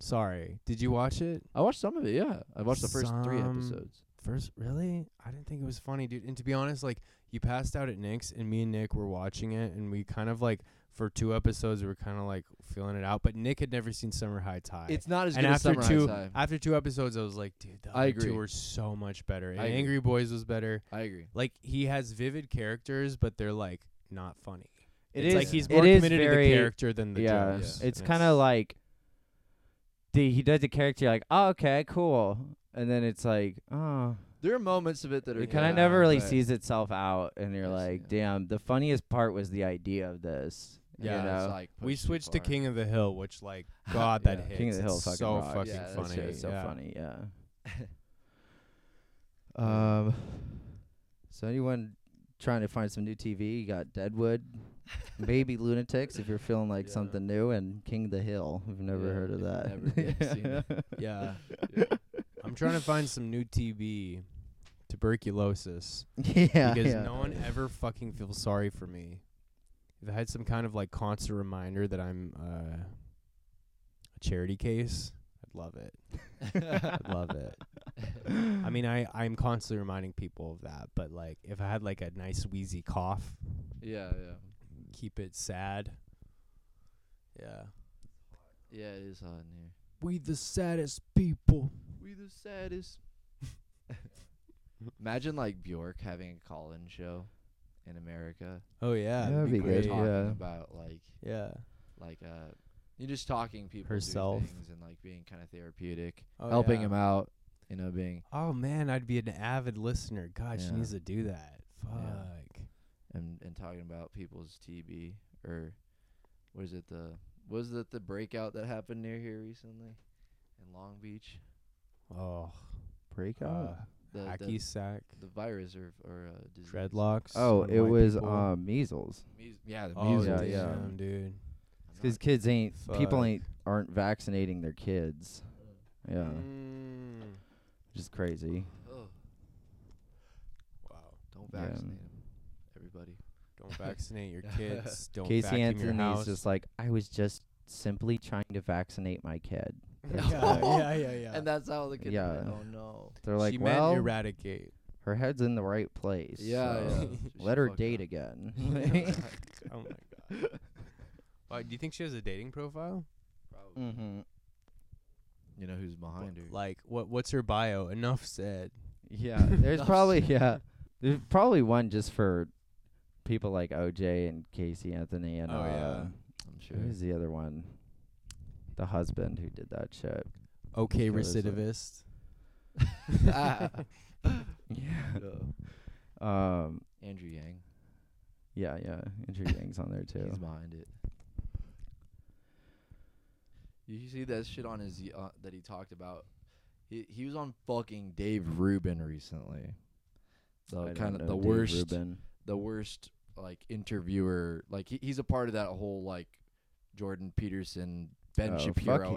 [SPEAKER 3] Sorry. Did you watch it?
[SPEAKER 2] I watched some of it. Yeah, I watched the first three
[SPEAKER 3] Some-
[SPEAKER 2] episodes.
[SPEAKER 3] First, really? I didn't think it was funny, dude. And to be honest, like you passed out at Nick's, and me and Nick were watching it, and we kind of like for two episodes we were kind of like feeling it out. But Nick had never seen Summer High Tide.
[SPEAKER 2] It's not as
[SPEAKER 3] and
[SPEAKER 2] good as
[SPEAKER 3] after
[SPEAKER 2] Summer
[SPEAKER 3] two,
[SPEAKER 2] High Tide.
[SPEAKER 3] after two episodes, I was like, dude, the
[SPEAKER 2] I
[SPEAKER 3] other
[SPEAKER 2] agree.
[SPEAKER 3] two were so much better. And
[SPEAKER 2] I agree.
[SPEAKER 3] Angry Boys was better.
[SPEAKER 2] I agree.
[SPEAKER 3] Like he has vivid characters, but they're like not funny.
[SPEAKER 1] It
[SPEAKER 3] it's like
[SPEAKER 1] is-
[SPEAKER 3] he's
[SPEAKER 1] it
[SPEAKER 3] more
[SPEAKER 1] is
[SPEAKER 3] committed
[SPEAKER 1] very-
[SPEAKER 3] to the character than the
[SPEAKER 1] yeah,
[SPEAKER 3] drugs.
[SPEAKER 1] it's kind of like the, he does the character you're like, oh, okay, cool, and then it's like, oh,
[SPEAKER 2] There are moments of it that are
[SPEAKER 1] it kind of
[SPEAKER 2] good,
[SPEAKER 1] never really
[SPEAKER 2] but
[SPEAKER 1] sees itself out, and you're
[SPEAKER 2] Yes,
[SPEAKER 1] like,
[SPEAKER 2] yeah.
[SPEAKER 1] damn. The funniest part was the idea of this.
[SPEAKER 3] Yeah,
[SPEAKER 1] you
[SPEAKER 2] it's
[SPEAKER 1] know?
[SPEAKER 2] like
[SPEAKER 3] we
[SPEAKER 2] pushed too
[SPEAKER 3] switched to
[SPEAKER 2] far.
[SPEAKER 3] King of the Hill, which like God, that
[SPEAKER 2] Yeah.
[SPEAKER 3] hits.
[SPEAKER 1] King of the Hill
[SPEAKER 3] It's
[SPEAKER 1] fucking
[SPEAKER 3] so
[SPEAKER 1] rocks.
[SPEAKER 3] fucking
[SPEAKER 2] Yeah, that
[SPEAKER 3] funny.
[SPEAKER 1] It's so
[SPEAKER 3] yeah.
[SPEAKER 1] funny, yeah. um, so anyone trying to find some new TV? You got Deadwood, Baby Lunatics. If you're feeling like
[SPEAKER 2] Yeah.
[SPEAKER 1] something new, and King of the Hill. We've never
[SPEAKER 2] Yeah,
[SPEAKER 1] heard of
[SPEAKER 2] if
[SPEAKER 1] that.
[SPEAKER 2] you've never- yeah, seen it.
[SPEAKER 3] Yeah,
[SPEAKER 2] Yeah.
[SPEAKER 3] I'm trying to find some new TB, tuberculosis,
[SPEAKER 1] yeah,
[SPEAKER 3] because
[SPEAKER 1] yeah.
[SPEAKER 3] no one ever fucking feels sorry for me. If I had some kind of like constant reminder that I'm uh, a charity case, I'd love it. I'd love it. I mean, I I'm constantly reminding people of that, but like if I had like a nice wheezy cough,
[SPEAKER 2] yeah,
[SPEAKER 3] keep it sad. Yeah.
[SPEAKER 2] yeah, yeah. It is hot in here.
[SPEAKER 3] We the saddest people.
[SPEAKER 2] We the saddest. Imagine like Bjork having a call-in show in America.
[SPEAKER 3] Oh yeah,
[SPEAKER 1] That'd be
[SPEAKER 2] We're
[SPEAKER 1] good,
[SPEAKER 2] talking
[SPEAKER 1] yeah.
[SPEAKER 2] about like
[SPEAKER 3] Yeah.
[SPEAKER 2] like uh, you're just talking people through
[SPEAKER 3] Herself.
[SPEAKER 2] things and like being kind of therapeutic,
[SPEAKER 3] Oh,
[SPEAKER 2] helping
[SPEAKER 3] yeah.
[SPEAKER 2] him out. You know, being
[SPEAKER 3] Oh man, I'd be an avid listener. God,
[SPEAKER 2] Yeah.
[SPEAKER 3] she needs to do that. Fuck.
[SPEAKER 2] Yeah. and and talking about people's TB or was it the was it the breakout that happened near here recently in Long Beach?
[SPEAKER 3] Oh.
[SPEAKER 1] breakout.
[SPEAKER 3] Uh,
[SPEAKER 2] The
[SPEAKER 3] hacky
[SPEAKER 2] the,
[SPEAKER 3] sack.
[SPEAKER 2] the virus or or uh, disease.
[SPEAKER 3] Dreadlocks.
[SPEAKER 1] oh,
[SPEAKER 3] on
[SPEAKER 1] it
[SPEAKER 3] white
[SPEAKER 1] was
[SPEAKER 3] people.
[SPEAKER 1] um, measles.
[SPEAKER 2] Mus- yeah, the
[SPEAKER 3] Oh
[SPEAKER 2] measles.
[SPEAKER 1] yeah, yeah.
[SPEAKER 3] damn, dude.
[SPEAKER 2] I'm
[SPEAKER 1] Because
[SPEAKER 2] not-
[SPEAKER 1] kids ain't people
[SPEAKER 3] Fuck.
[SPEAKER 1] ain't aren't vaccinating their kids. Yeah,
[SPEAKER 2] Mm.
[SPEAKER 3] Mm.
[SPEAKER 1] which is crazy.
[SPEAKER 2] Ugh,
[SPEAKER 3] Wow.
[SPEAKER 2] don't
[SPEAKER 1] Yeah.
[SPEAKER 2] vaccinate 'em, everybody.
[SPEAKER 3] Don't vaccinate your kids. Don't
[SPEAKER 1] Casey
[SPEAKER 3] vacuum your
[SPEAKER 1] Anthony's
[SPEAKER 3] house.
[SPEAKER 1] just like, I was just simply trying to vaccinate my kid.
[SPEAKER 3] yeah, yeah, yeah, yeah.
[SPEAKER 2] And that's how the kid.
[SPEAKER 1] Yeah.
[SPEAKER 2] Oh no.
[SPEAKER 1] They're like,
[SPEAKER 3] she
[SPEAKER 1] well,
[SPEAKER 3] meant eradicate.
[SPEAKER 1] her head's in the right place.
[SPEAKER 2] Yeah.
[SPEAKER 1] so
[SPEAKER 2] yeah.
[SPEAKER 3] So-
[SPEAKER 1] Let her
[SPEAKER 2] Fuck
[SPEAKER 1] date
[SPEAKER 2] up.
[SPEAKER 1] again.
[SPEAKER 3] oh my god. Why, do you think she has a dating profile?
[SPEAKER 1] hmm
[SPEAKER 2] You know who's behind her?
[SPEAKER 3] Like what what's her bio? Enough said.
[SPEAKER 1] Yeah, there's probably yeah, there's probably one just for people like OJ and Casey Anthony and
[SPEAKER 3] Oh,
[SPEAKER 1] uh,
[SPEAKER 3] yeah.
[SPEAKER 2] I'm sure.
[SPEAKER 1] who's the other one? The husband who did that shit.
[SPEAKER 3] Okay,
[SPEAKER 1] Kill us, uh,
[SPEAKER 3] recidivist.
[SPEAKER 2] Ah,
[SPEAKER 1] Yeah.
[SPEAKER 2] duh.
[SPEAKER 1] Um.
[SPEAKER 2] Andrew Yang.
[SPEAKER 1] Yeah. Yeah. Andrew Yang's on there too.
[SPEAKER 2] He's behind it. You see that shit on his uh, that he talked about. He he was on fucking Dave Rubin recently.
[SPEAKER 1] I
[SPEAKER 2] The
[SPEAKER 1] don't
[SPEAKER 2] kind of
[SPEAKER 1] know,
[SPEAKER 2] the
[SPEAKER 1] Dave
[SPEAKER 2] worst
[SPEAKER 1] Rubin.
[SPEAKER 2] the worst like interviewer. Like he, he's a part of that whole like Jordan Peterson, Ben
[SPEAKER 1] Oh, fuck
[SPEAKER 2] Shapiro
[SPEAKER 1] he-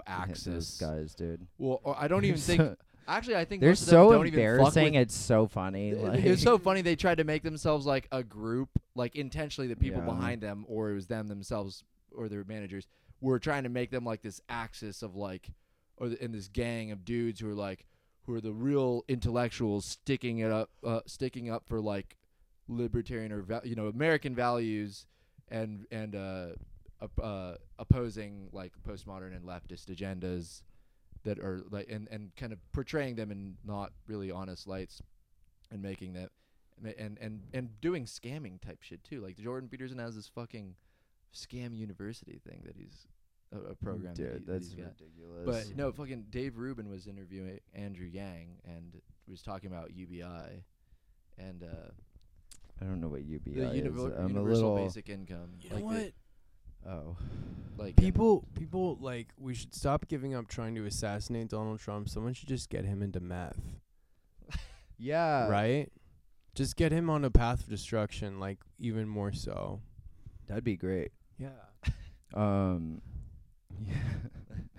[SPEAKER 1] Those
[SPEAKER 2] axis.
[SPEAKER 1] guys, dude.
[SPEAKER 2] Well, or I don't even
[SPEAKER 1] They're
[SPEAKER 2] think.
[SPEAKER 1] so-
[SPEAKER 2] Actually, I think
[SPEAKER 1] they're
[SPEAKER 2] most of them
[SPEAKER 1] so
[SPEAKER 2] don't even fuck with
[SPEAKER 1] embarrassing. It's so funny. Like,
[SPEAKER 2] it was so funny they tried to make themselves like a group like intentionally the people
[SPEAKER 1] Yeah.
[SPEAKER 2] behind them or it was them themselves or their managers were trying to make them like this axis of like or the, in this gang of dudes who are like who are the real intellectuals sticking it up uh, sticking up for like libertarian or val- you know american values and and uh, op- uh opposing like postmodern and leftist agendas that are like and and kind of portraying them in not really honest lights and making that and and and, and doing scamming type shit too. Like Jordan Peterson has this fucking scam university thing that he's a, a program that
[SPEAKER 1] Dude,
[SPEAKER 2] he- that
[SPEAKER 1] that's
[SPEAKER 2] he's got.
[SPEAKER 1] ridiculous.
[SPEAKER 2] But no, fucking Dave Rubin was interviewing Andrew Yang and was talking about UBI and uh,
[SPEAKER 1] I don't know what UBI
[SPEAKER 2] the
[SPEAKER 1] is.
[SPEAKER 2] univer-
[SPEAKER 1] I'm a
[SPEAKER 2] universal
[SPEAKER 1] little.
[SPEAKER 2] basic income.
[SPEAKER 3] You
[SPEAKER 2] like
[SPEAKER 3] know what?
[SPEAKER 1] Oh,
[SPEAKER 2] The, like and-
[SPEAKER 3] People people like we should stop giving up trying to assassinate Donald Trump. Someone should just get him into meth.
[SPEAKER 1] yeah.
[SPEAKER 3] right? Just get him on a path of destruction, like even more so.
[SPEAKER 1] That'd be great.
[SPEAKER 3] Yeah.
[SPEAKER 1] Um. Yeah.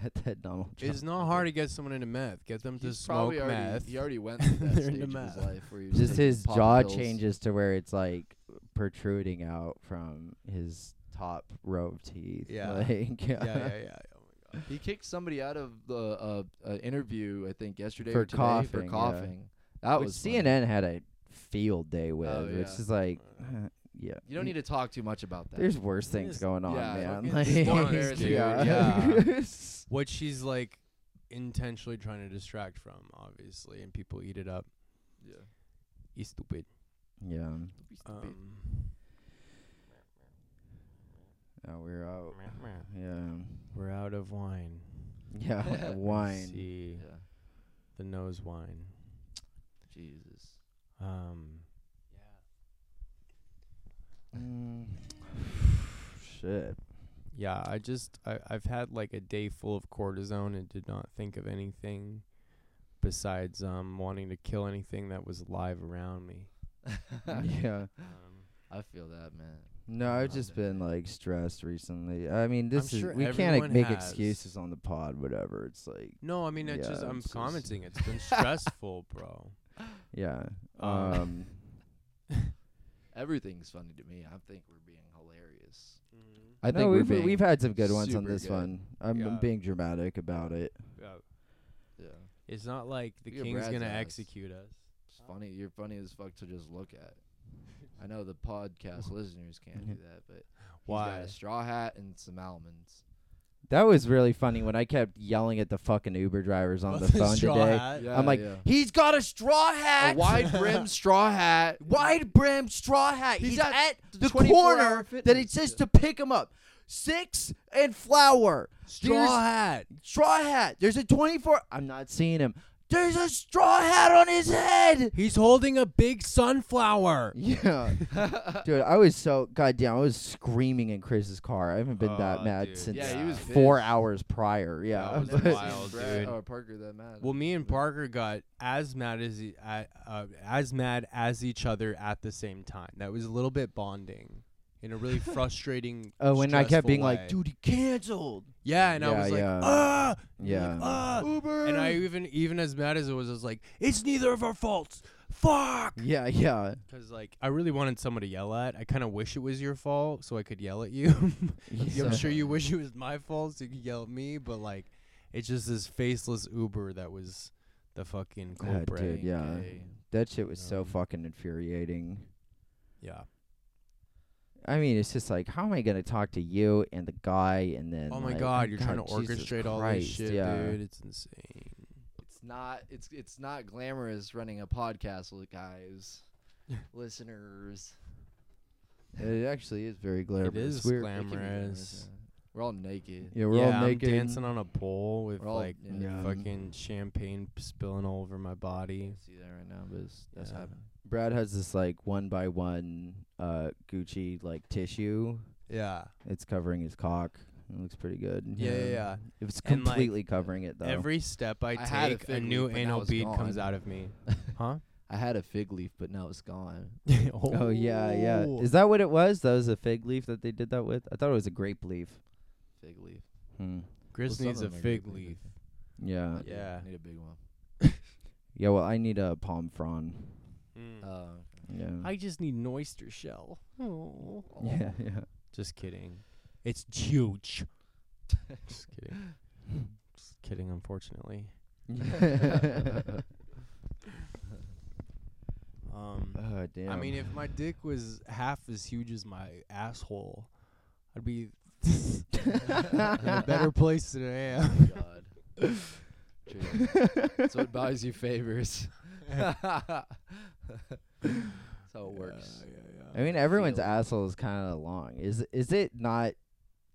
[SPEAKER 1] Met that Donald Trump.
[SPEAKER 3] It's not hard to get someone into meth. Get them to
[SPEAKER 2] he's
[SPEAKER 3] smoke
[SPEAKER 2] probably already,
[SPEAKER 3] meth.
[SPEAKER 2] He already went through that
[SPEAKER 3] They're
[SPEAKER 2] stage
[SPEAKER 3] into
[SPEAKER 2] of
[SPEAKER 3] meth.
[SPEAKER 2] his life where he was
[SPEAKER 1] Just
[SPEAKER 2] taking
[SPEAKER 1] his
[SPEAKER 2] popping
[SPEAKER 1] jaw
[SPEAKER 2] pills.
[SPEAKER 1] changes to where it's like protruding out from his top row of teeth.
[SPEAKER 3] Yeah.
[SPEAKER 1] Like,
[SPEAKER 3] yeah, yeah, yeah. yeah. Oh my god.
[SPEAKER 2] He kicked somebody out of the uh, uh, interview, I think, yesterday
[SPEAKER 1] For
[SPEAKER 2] or today
[SPEAKER 1] coughing,
[SPEAKER 2] for
[SPEAKER 1] yeah.
[SPEAKER 2] coughing. That
[SPEAKER 1] Which
[SPEAKER 2] was funny.
[SPEAKER 1] CNN had a field day with,
[SPEAKER 2] Oh,
[SPEAKER 1] which
[SPEAKER 2] yeah.
[SPEAKER 1] is like, yeah.
[SPEAKER 2] You don't need to talk too much about that.
[SPEAKER 1] There's worse things
[SPEAKER 3] Just-
[SPEAKER 1] going on,
[SPEAKER 2] yeah,
[SPEAKER 1] man.
[SPEAKER 2] fucking
[SPEAKER 1] Like,
[SPEAKER 2] just don't embarrass
[SPEAKER 3] dude,
[SPEAKER 1] yeah.
[SPEAKER 3] yeah. What she's like intentionally trying to distract from, obviously, and people eat it up.
[SPEAKER 2] yeah.
[SPEAKER 3] You stupid.
[SPEAKER 1] Yeah.
[SPEAKER 2] Don't be stupid.
[SPEAKER 3] Um,
[SPEAKER 1] Now we're out. Yeah.
[SPEAKER 3] We're out of wine.
[SPEAKER 1] Yeah. wine.
[SPEAKER 3] See
[SPEAKER 2] Yeah.
[SPEAKER 3] the nose wine.
[SPEAKER 2] Jesus.
[SPEAKER 3] Um,
[SPEAKER 1] Mm. Shit.
[SPEAKER 3] yeah, I just I I've had like a day full of cortisone and did not think of anything besides um wanting to kill anything that was live around me.
[SPEAKER 1] yeah.
[SPEAKER 3] Um,
[SPEAKER 2] I feel that, man.
[SPEAKER 1] No, I've
[SPEAKER 2] Oh,
[SPEAKER 1] just
[SPEAKER 2] damn.
[SPEAKER 1] been like stressed recently. I mean, this
[SPEAKER 3] sure
[SPEAKER 1] is we can't like,
[SPEAKER 3] everyone
[SPEAKER 1] make
[SPEAKER 3] has.
[SPEAKER 1] excuses on the pod, whatever. It's like,
[SPEAKER 3] no, I mean it's
[SPEAKER 1] Yeah,
[SPEAKER 3] just I'm
[SPEAKER 1] it's just-
[SPEAKER 3] commenting. It's been stressful, bro.
[SPEAKER 1] yeah.
[SPEAKER 3] Um,
[SPEAKER 1] Um,
[SPEAKER 2] Everything's funny to me. I think we're being hilarious.
[SPEAKER 1] I
[SPEAKER 2] think we're
[SPEAKER 1] we've
[SPEAKER 2] being
[SPEAKER 1] we've had some good ones on
[SPEAKER 2] super
[SPEAKER 1] this
[SPEAKER 2] good.
[SPEAKER 1] one. I'm, I'm
[SPEAKER 3] Yeah.
[SPEAKER 1] being dramatic about it.
[SPEAKER 3] Yeah,
[SPEAKER 2] Yeah.
[SPEAKER 3] It's not like the
[SPEAKER 2] Look at
[SPEAKER 3] king's
[SPEAKER 2] Brad's
[SPEAKER 3] gonna
[SPEAKER 2] eyes.
[SPEAKER 3] execute us.
[SPEAKER 2] It's funny. You're funny as fuck to just look at. I know the podcast listeners can't do that, but he's
[SPEAKER 3] Why?
[SPEAKER 2] got a straw hat and some almonds.
[SPEAKER 1] That was really funny when I kept yelling at the fucking Uber drivers on
[SPEAKER 3] Well,
[SPEAKER 1] the phone
[SPEAKER 3] straw
[SPEAKER 1] today.
[SPEAKER 3] hat.
[SPEAKER 2] Yeah,
[SPEAKER 1] I'm like,
[SPEAKER 2] yeah.
[SPEAKER 1] he's got a straw
[SPEAKER 2] a
[SPEAKER 1] hat,
[SPEAKER 2] wide brim straw hat.
[SPEAKER 1] wide brim straw hat. He's,
[SPEAKER 2] He's
[SPEAKER 1] at,
[SPEAKER 2] at
[SPEAKER 1] the
[SPEAKER 2] 24
[SPEAKER 1] corner
[SPEAKER 2] hour
[SPEAKER 1] that it
[SPEAKER 2] fitness.
[SPEAKER 1] says to pick him up. Six and flower. There's-
[SPEAKER 3] Straw hat.
[SPEAKER 1] straw hat. There's a 24. I'm not seeing him. There's a straw hat on his head.
[SPEAKER 3] He's holding a big sunflower.
[SPEAKER 1] Yeah, dude, I was so goddamn. I was screaming in Chris's car. I haven't been that
[SPEAKER 3] Oh,
[SPEAKER 1] mad
[SPEAKER 3] dude.
[SPEAKER 1] since
[SPEAKER 2] Yeah, he was
[SPEAKER 1] four
[SPEAKER 2] pissed.
[SPEAKER 1] hours prior. Yeah,
[SPEAKER 3] That was
[SPEAKER 1] but- Uh,
[SPEAKER 2] Never seen
[SPEAKER 3] wild,
[SPEAKER 2] Brad
[SPEAKER 3] dude.
[SPEAKER 2] Or Parker that mad.
[SPEAKER 3] Well, me and Parker got as mad as e- I- uh, as mad as each other at the same time. That was a little bit bonding in a really frustrating.
[SPEAKER 1] Oh, when I kept
[SPEAKER 3] stressful
[SPEAKER 1] being
[SPEAKER 3] way.
[SPEAKER 1] like, dude, he canceled.
[SPEAKER 3] yeah, and
[SPEAKER 1] Yeah,
[SPEAKER 3] I was like,
[SPEAKER 1] yeah.
[SPEAKER 3] ah,
[SPEAKER 1] Yeah.
[SPEAKER 3] ah,
[SPEAKER 2] Uber.
[SPEAKER 3] and I even even as mad as it was, I was like, it's neither of our faults. Fuck.
[SPEAKER 1] Yeah, yeah,
[SPEAKER 3] Because like I really wanted someone to yell at. I kind of wish it was your fault so I could yell at you. Yeah, I'm
[SPEAKER 1] So-
[SPEAKER 3] sure you wish it was my fault so you could yell at me, but like, it's just this faceless Uber that was the fucking eh?
[SPEAKER 1] Ah,
[SPEAKER 3] culprit.
[SPEAKER 1] dude, yeah.
[SPEAKER 2] Gay.
[SPEAKER 1] That shit was so
[SPEAKER 3] Um,
[SPEAKER 1] fucking infuriating.
[SPEAKER 3] Yeah.
[SPEAKER 1] I mean, it's just like, how am I gonna talk to you and the guy, and then?
[SPEAKER 3] Oh my
[SPEAKER 1] like,
[SPEAKER 3] god, you're trying to
[SPEAKER 1] God, Jesus
[SPEAKER 3] orchestrate all this
[SPEAKER 1] Christ,
[SPEAKER 3] shit,
[SPEAKER 1] yeah.
[SPEAKER 3] dude. It's insane.
[SPEAKER 2] It's not. It's it's not glamorous running a podcast, li- guys, listeners.
[SPEAKER 1] It actually is very glamorous.
[SPEAKER 3] It is
[SPEAKER 1] We're,
[SPEAKER 2] It can be
[SPEAKER 3] glamorous.
[SPEAKER 2] yeah. We're all naked.
[SPEAKER 1] Yeah, we're
[SPEAKER 3] yeah,
[SPEAKER 1] all
[SPEAKER 3] I'm
[SPEAKER 1] naked.
[SPEAKER 3] dancing on a pole with
[SPEAKER 2] We're all-
[SPEAKER 3] like
[SPEAKER 2] yeah.
[SPEAKER 1] Yeah.
[SPEAKER 3] fucking champagne p- spilling all over my body.
[SPEAKER 2] See that right now, but it's, that's
[SPEAKER 3] Yeah.
[SPEAKER 2] happening.
[SPEAKER 1] Brad has this like one by one uh Gucci like tissue.
[SPEAKER 3] Yeah.
[SPEAKER 1] It's covering his cock. It looks pretty good.
[SPEAKER 3] Yeah, yeah, yeah.
[SPEAKER 1] It's
[SPEAKER 3] And, like,
[SPEAKER 1] completely covering it though.
[SPEAKER 3] Every step I,
[SPEAKER 2] I had a
[SPEAKER 3] take, a,
[SPEAKER 2] fig
[SPEAKER 3] new
[SPEAKER 2] leaf, but now
[SPEAKER 3] anal
[SPEAKER 2] it's
[SPEAKER 3] bead
[SPEAKER 2] gone.
[SPEAKER 3] comes out of me. huh?
[SPEAKER 2] I had a fig leaf, but now it's gone.
[SPEAKER 3] oh.
[SPEAKER 1] oh yeah, yeah. Is that what it was? That was a fig leaf that they did that with. I thought it was a grape leaf.
[SPEAKER 2] Fig leaf.
[SPEAKER 1] Hmm.
[SPEAKER 3] Chris
[SPEAKER 2] Well,
[SPEAKER 3] needs
[SPEAKER 2] some
[SPEAKER 3] a
[SPEAKER 2] of them are
[SPEAKER 3] fig
[SPEAKER 2] good,
[SPEAKER 3] leaf.
[SPEAKER 1] Yeah.
[SPEAKER 2] I do.
[SPEAKER 3] Yeah.
[SPEAKER 2] Need a big one.
[SPEAKER 1] Yeah. Well, I need a palm frond.
[SPEAKER 3] Hmm.
[SPEAKER 2] Uh,
[SPEAKER 1] Yeah.
[SPEAKER 3] I just need an oyster shell. Oh.
[SPEAKER 1] yeah. Yeah.
[SPEAKER 3] Just kidding. It's huge. Just kidding. Just kidding, unfortunately. Um,
[SPEAKER 1] oh damn.
[SPEAKER 3] I mean, if my dick was half as huge as my asshole, I'd be in a better place than I am.
[SPEAKER 2] God. True. That's what buys you favors. That's how it works.
[SPEAKER 1] I mean, everyone's
[SPEAKER 2] feel.
[SPEAKER 1] asshole is kind of long. Is is it not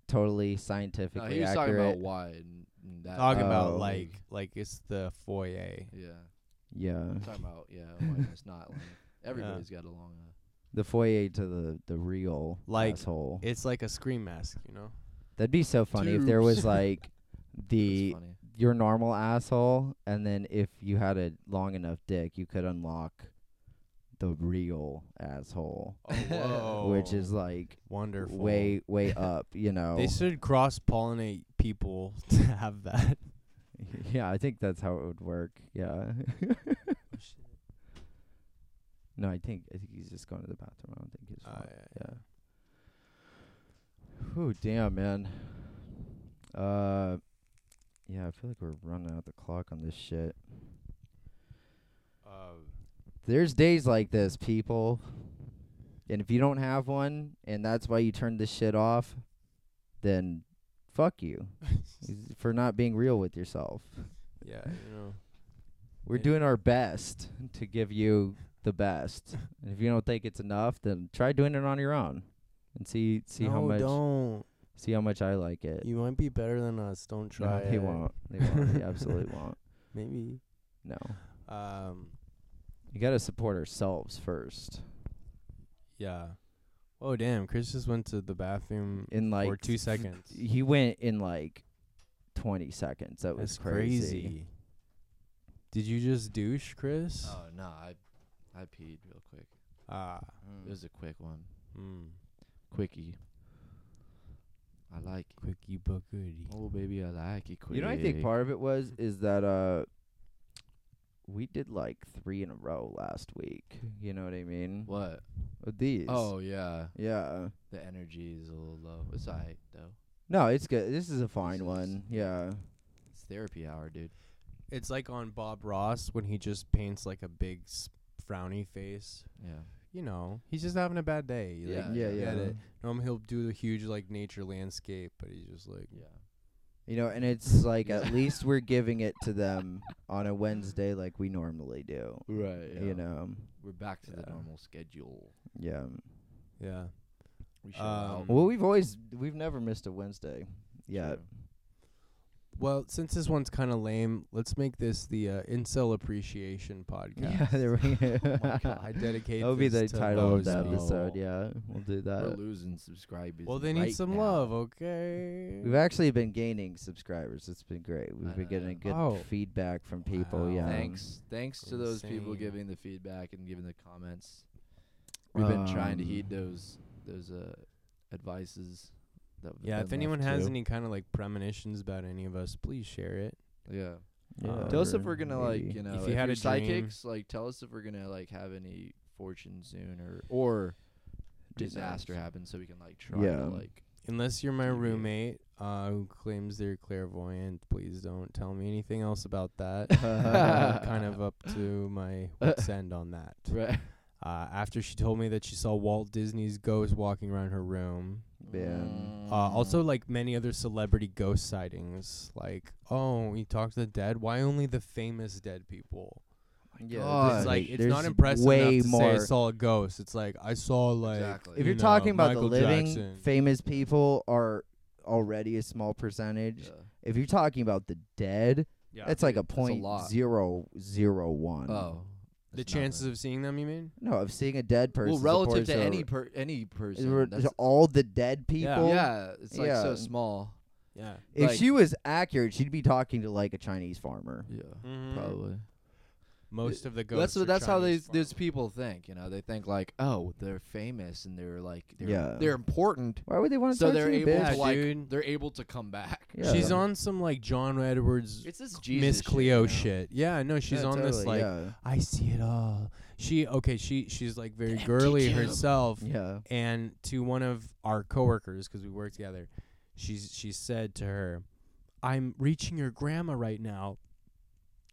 [SPEAKER 1] totally
[SPEAKER 2] No,
[SPEAKER 1] scientifically
[SPEAKER 2] he was talking
[SPEAKER 1] accurate?
[SPEAKER 2] about wide. And and that
[SPEAKER 3] Talking about
[SPEAKER 1] Oh.
[SPEAKER 3] like like it's the foyer.
[SPEAKER 2] Yeah.
[SPEAKER 1] yeah,
[SPEAKER 2] Talking about yeah. Wide, it's not like everybody's got a long. Uh,
[SPEAKER 1] the foyer to the the real
[SPEAKER 3] Like,
[SPEAKER 1] asshole.
[SPEAKER 3] It's like a scream mask, you know.
[SPEAKER 1] That'd be so funny if there was
[SPEAKER 3] tubes.
[SPEAKER 1] like
[SPEAKER 2] that's
[SPEAKER 1] the
[SPEAKER 2] funny.
[SPEAKER 1] your normal asshole, and then if you had a long enough dick, you could unlock the real asshole,
[SPEAKER 3] Oh,
[SPEAKER 1] which is like
[SPEAKER 3] wonderful.
[SPEAKER 1] way way up. You know.
[SPEAKER 3] They should cross pollinate people to have that.
[SPEAKER 1] yeah, I think that's how it would work. Yeah. Oh, No, I think I think he's just going to the bathroom. I don't think he's.
[SPEAKER 3] Oh,
[SPEAKER 1] fuck-
[SPEAKER 3] yeah,
[SPEAKER 1] Ah, yeah. Whew, damn, man. Uh, yeah, I feel like we're running out the clock on this shit.
[SPEAKER 3] Um,
[SPEAKER 1] There's days like this, people. And if you don't have one, and that's why you turned this shit off, then fuck you for not being real with yourself.
[SPEAKER 3] yeah, you know.
[SPEAKER 1] We're
[SPEAKER 3] Yeah.
[SPEAKER 1] doing our best to give you the best. and if you don't think it's enough, then try doing it on your own and see see how
[SPEAKER 3] no,
[SPEAKER 1] much
[SPEAKER 3] don't.
[SPEAKER 1] See how much I like it.
[SPEAKER 5] You might be better than us. Don't
[SPEAKER 1] No,
[SPEAKER 5] try.
[SPEAKER 1] they
[SPEAKER 5] it.
[SPEAKER 1] won't. They won't. They absolutely won't.
[SPEAKER 5] Maybe.
[SPEAKER 1] No.
[SPEAKER 3] Um,
[SPEAKER 1] You gotta support ourselves first.
[SPEAKER 3] yeah. Oh damn! Chris just went to the bathroom
[SPEAKER 1] In like
[SPEAKER 3] for two seconds.
[SPEAKER 1] he went in like twenty seconds. That was
[SPEAKER 3] That's crazy. Did you just douche, Chris?
[SPEAKER 2] Oh no, I I peed real quick.
[SPEAKER 3] Ah.
[SPEAKER 2] It was a quick one,
[SPEAKER 3] Mm.
[SPEAKER 2] quickie. I like it.
[SPEAKER 3] Quickie but goodie.
[SPEAKER 2] Oh baby, I like it quick.
[SPEAKER 1] You know what I think part of it was is that uh we did like three in a row last week. You know what I mean?
[SPEAKER 2] What?
[SPEAKER 1] With these.
[SPEAKER 2] Oh yeah,
[SPEAKER 1] Yeah.
[SPEAKER 2] the energy is a little low. It's alright though.
[SPEAKER 1] No, it's good. This is a
[SPEAKER 2] is-
[SPEAKER 1] fine one. Yeah.
[SPEAKER 2] It's therapy hour, dude.
[SPEAKER 3] It's like on Bob Ross when he just paints like a big s- frowny face.
[SPEAKER 2] Yeah.
[SPEAKER 3] You know, he's just having a bad day. like,
[SPEAKER 2] Yeah,
[SPEAKER 1] yeah,
[SPEAKER 3] you
[SPEAKER 1] yeah.
[SPEAKER 3] get it. Normally he'll do a huge like nature landscape, but he's just like,
[SPEAKER 2] Yeah.
[SPEAKER 1] You know, and it's like
[SPEAKER 2] Yeah.
[SPEAKER 1] at least we're giving it to them on a Wednesday like we normally do.
[SPEAKER 2] Right.
[SPEAKER 1] You know.
[SPEAKER 2] We're back to the
[SPEAKER 1] Yeah.
[SPEAKER 2] normal schedule.
[SPEAKER 1] Yeah.
[SPEAKER 3] yeah.
[SPEAKER 2] We show out.
[SPEAKER 3] Um,
[SPEAKER 1] Well, we've always we've never missed a Wednesday. Yeah.
[SPEAKER 2] True.
[SPEAKER 3] Well, since this one's kind of lame, let's make this the uh, Incel Appreciation Podcast. Oh
[SPEAKER 1] Yeah, there we go.
[SPEAKER 3] my God, I dedicate
[SPEAKER 1] That'll be
[SPEAKER 3] this
[SPEAKER 1] the
[SPEAKER 3] to
[SPEAKER 1] title of
[SPEAKER 3] those
[SPEAKER 1] the
[SPEAKER 3] people.
[SPEAKER 1] episode. Yeah, we'll do
[SPEAKER 3] Uh,
[SPEAKER 2] We're
[SPEAKER 1] that.
[SPEAKER 2] losing subscribers.
[SPEAKER 3] Well, they need
[SPEAKER 2] right
[SPEAKER 3] some
[SPEAKER 2] now.
[SPEAKER 3] love, okay?
[SPEAKER 1] We've actually been gaining subscribers. It's been great. We've
[SPEAKER 2] I
[SPEAKER 1] been
[SPEAKER 2] know.
[SPEAKER 1] getting good
[SPEAKER 3] Oh.
[SPEAKER 1] feedback from people.
[SPEAKER 3] Wow.
[SPEAKER 1] Yeah.
[SPEAKER 2] Thanks, thanks to those people
[SPEAKER 3] Insane.
[SPEAKER 2] giving the feedback and giving the comments. We've been trying to heed
[SPEAKER 1] Um,
[SPEAKER 2] those those uh advices. That have
[SPEAKER 3] Yeah,
[SPEAKER 2] been
[SPEAKER 3] if anyone
[SPEAKER 2] left,
[SPEAKER 3] has
[SPEAKER 2] too.
[SPEAKER 3] any kind of like premonitions about any of us, please share it.
[SPEAKER 2] yeah.
[SPEAKER 1] Yeah,
[SPEAKER 2] Tell us if
[SPEAKER 1] or
[SPEAKER 2] we're gonna like
[SPEAKER 1] maybe-
[SPEAKER 2] you know
[SPEAKER 3] you
[SPEAKER 2] if,
[SPEAKER 3] had
[SPEAKER 2] you're
[SPEAKER 3] a dream-
[SPEAKER 2] psychics like tell us if we're gonna like have any fortune soon or or disaster happen so we can like try
[SPEAKER 1] Yeah.
[SPEAKER 2] to like
[SPEAKER 3] Unless you're my
[SPEAKER 2] Deviate.
[SPEAKER 3] roommate uh, who claims they're clairvoyant, please don't tell me anything else about that. I'm kind of up to my wits end on that.
[SPEAKER 2] right
[SPEAKER 3] Uh, after she told me that she saw Walt Disney's ghost walking around her room,
[SPEAKER 1] Yeah.
[SPEAKER 3] Uh,
[SPEAKER 2] Mm.
[SPEAKER 3] also, like many other celebrity ghost sightings, like oh, you talk to the dead. Why only the famous dead people?
[SPEAKER 2] Uh,
[SPEAKER 1] Yeah,
[SPEAKER 3] it's
[SPEAKER 1] there's-
[SPEAKER 3] like it's
[SPEAKER 1] there's
[SPEAKER 3] not impressive
[SPEAKER 1] way
[SPEAKER 3] enough to say I
[SPEAKER 1] more.
[SPEAKER 3] saw a ghost. It's like I saw like
[SPEAKER 2] exactly
[SPEAKER 1] if you're
[SPEAKER 3] you know,
[SPEAKER 1] talking about
[SPEAKER 3] Michael
[SPEAKER 1] the living,
[SPEAKER 3] Jackson.
[SPEAKER 1] famous people are already a small percentage.
[SPEAKER 2] Yeah.
[SPEAKER 1] If you're talking about the dead,
[SPEAKER 3] yeah.
[SPEAKER 1] that's like a
[SPEAKER 2] dude, that's a
[SPEAKER 1] point
[SPEAKER 2] lot.
[SPEAKER 1] zero zero one.
[SPEAKER 2] oh
[SPEAKER 3] the
[SPEAKER 2] that's
[SPEAKER 3] chances
[SPEAKER 2] nothing.
[SPEAKER 3] of seeing them. You mean?
[SPEAKER 1] No, of seeing a dead person.
[SPEAKER 2] well
[SPEAKER 1] of
[SPEAKER 2] relative to
[SPEAKER 1] course,
[SPEAKER 2] any
[SPEAKER 1] or-
[SPEAKER 2] per any person
[SPEAKER 1] Were-
[SPEAKER 2] that's-
[SPEAKER 1] all the dead people.
[SPEAKER 2] yeah it's like
[SPEAKER 1] Yeah.
[SPEAKER 2] so small
[SPEAKER 3] Yeah.
[SPEAKER 1] If
[SPEAKER 2] like-
[SPEAKER 1] she was accurate, she'd be talking to like a Chinese farmer.
[SPEAKER 2] yeah
[SPEAKER 3] Mhm.
[SPEAKER 2] probably
[SPEAKER 3] Most
[SPEAKER 2] It-
[SPEAKER 3] of the
[SPEAKER 2] Well,
[SPEAKER 3] ghosts.
[SPEAKER 2] that's
[SPEAKER 3] are
[SPEAKER 2] what that's how
[SPEAKER 3] Chinese
[SPEAKER 2] these these
[SPEAKER 3] farmers.
[SPEAKER 2] people think. You know, they think like, oh, they're famous and they're like, they're,
[SPEAKER 1] Yeah.
[SPEAKER 2] they're important,
[SPEAKER 1] Why would they want to
[SPEAKER 2] so
[SPEAKER 1] talk
[SPEAKER 2] they're
[SPEAKER 1] to you,
[SPEAKER 2] able
[SPEAKER 1] bitch?
[SPEAKER 2] to like,
[SPEAKER 3] dude.
[SPEAKER 2] they're able to come back.
[SPEAKER 1] Yeah.
[SPEAKER 3] She's on some like John Edwards,
[SPEAKER 2] It's this Jesus
[SPEAKER 3] Miss Cleo
[SPEAKER 2] shit. you know?
[SPEAKER 3] shit. Yeah, no, she's
[SPEAKER 1] Yeah,
[SPEAKER 3] on this
[SPEAKER 1] totally,
[SPEAKER 3] like
[SPEAKER 1] yeah.
[SPEAKER 3] I see it all. She okay. She she's like very
[SPEAKER 2] The
[SPEAKER 3] girly
[SPEAKER 2] MTQ.
[SPEAKER 3] herself,
[SPEAKER 1] yeah.
[SPEAKER 3] and to one of our coworkers because we work together, she's she said to her, "I'm reaching your grandma right now,"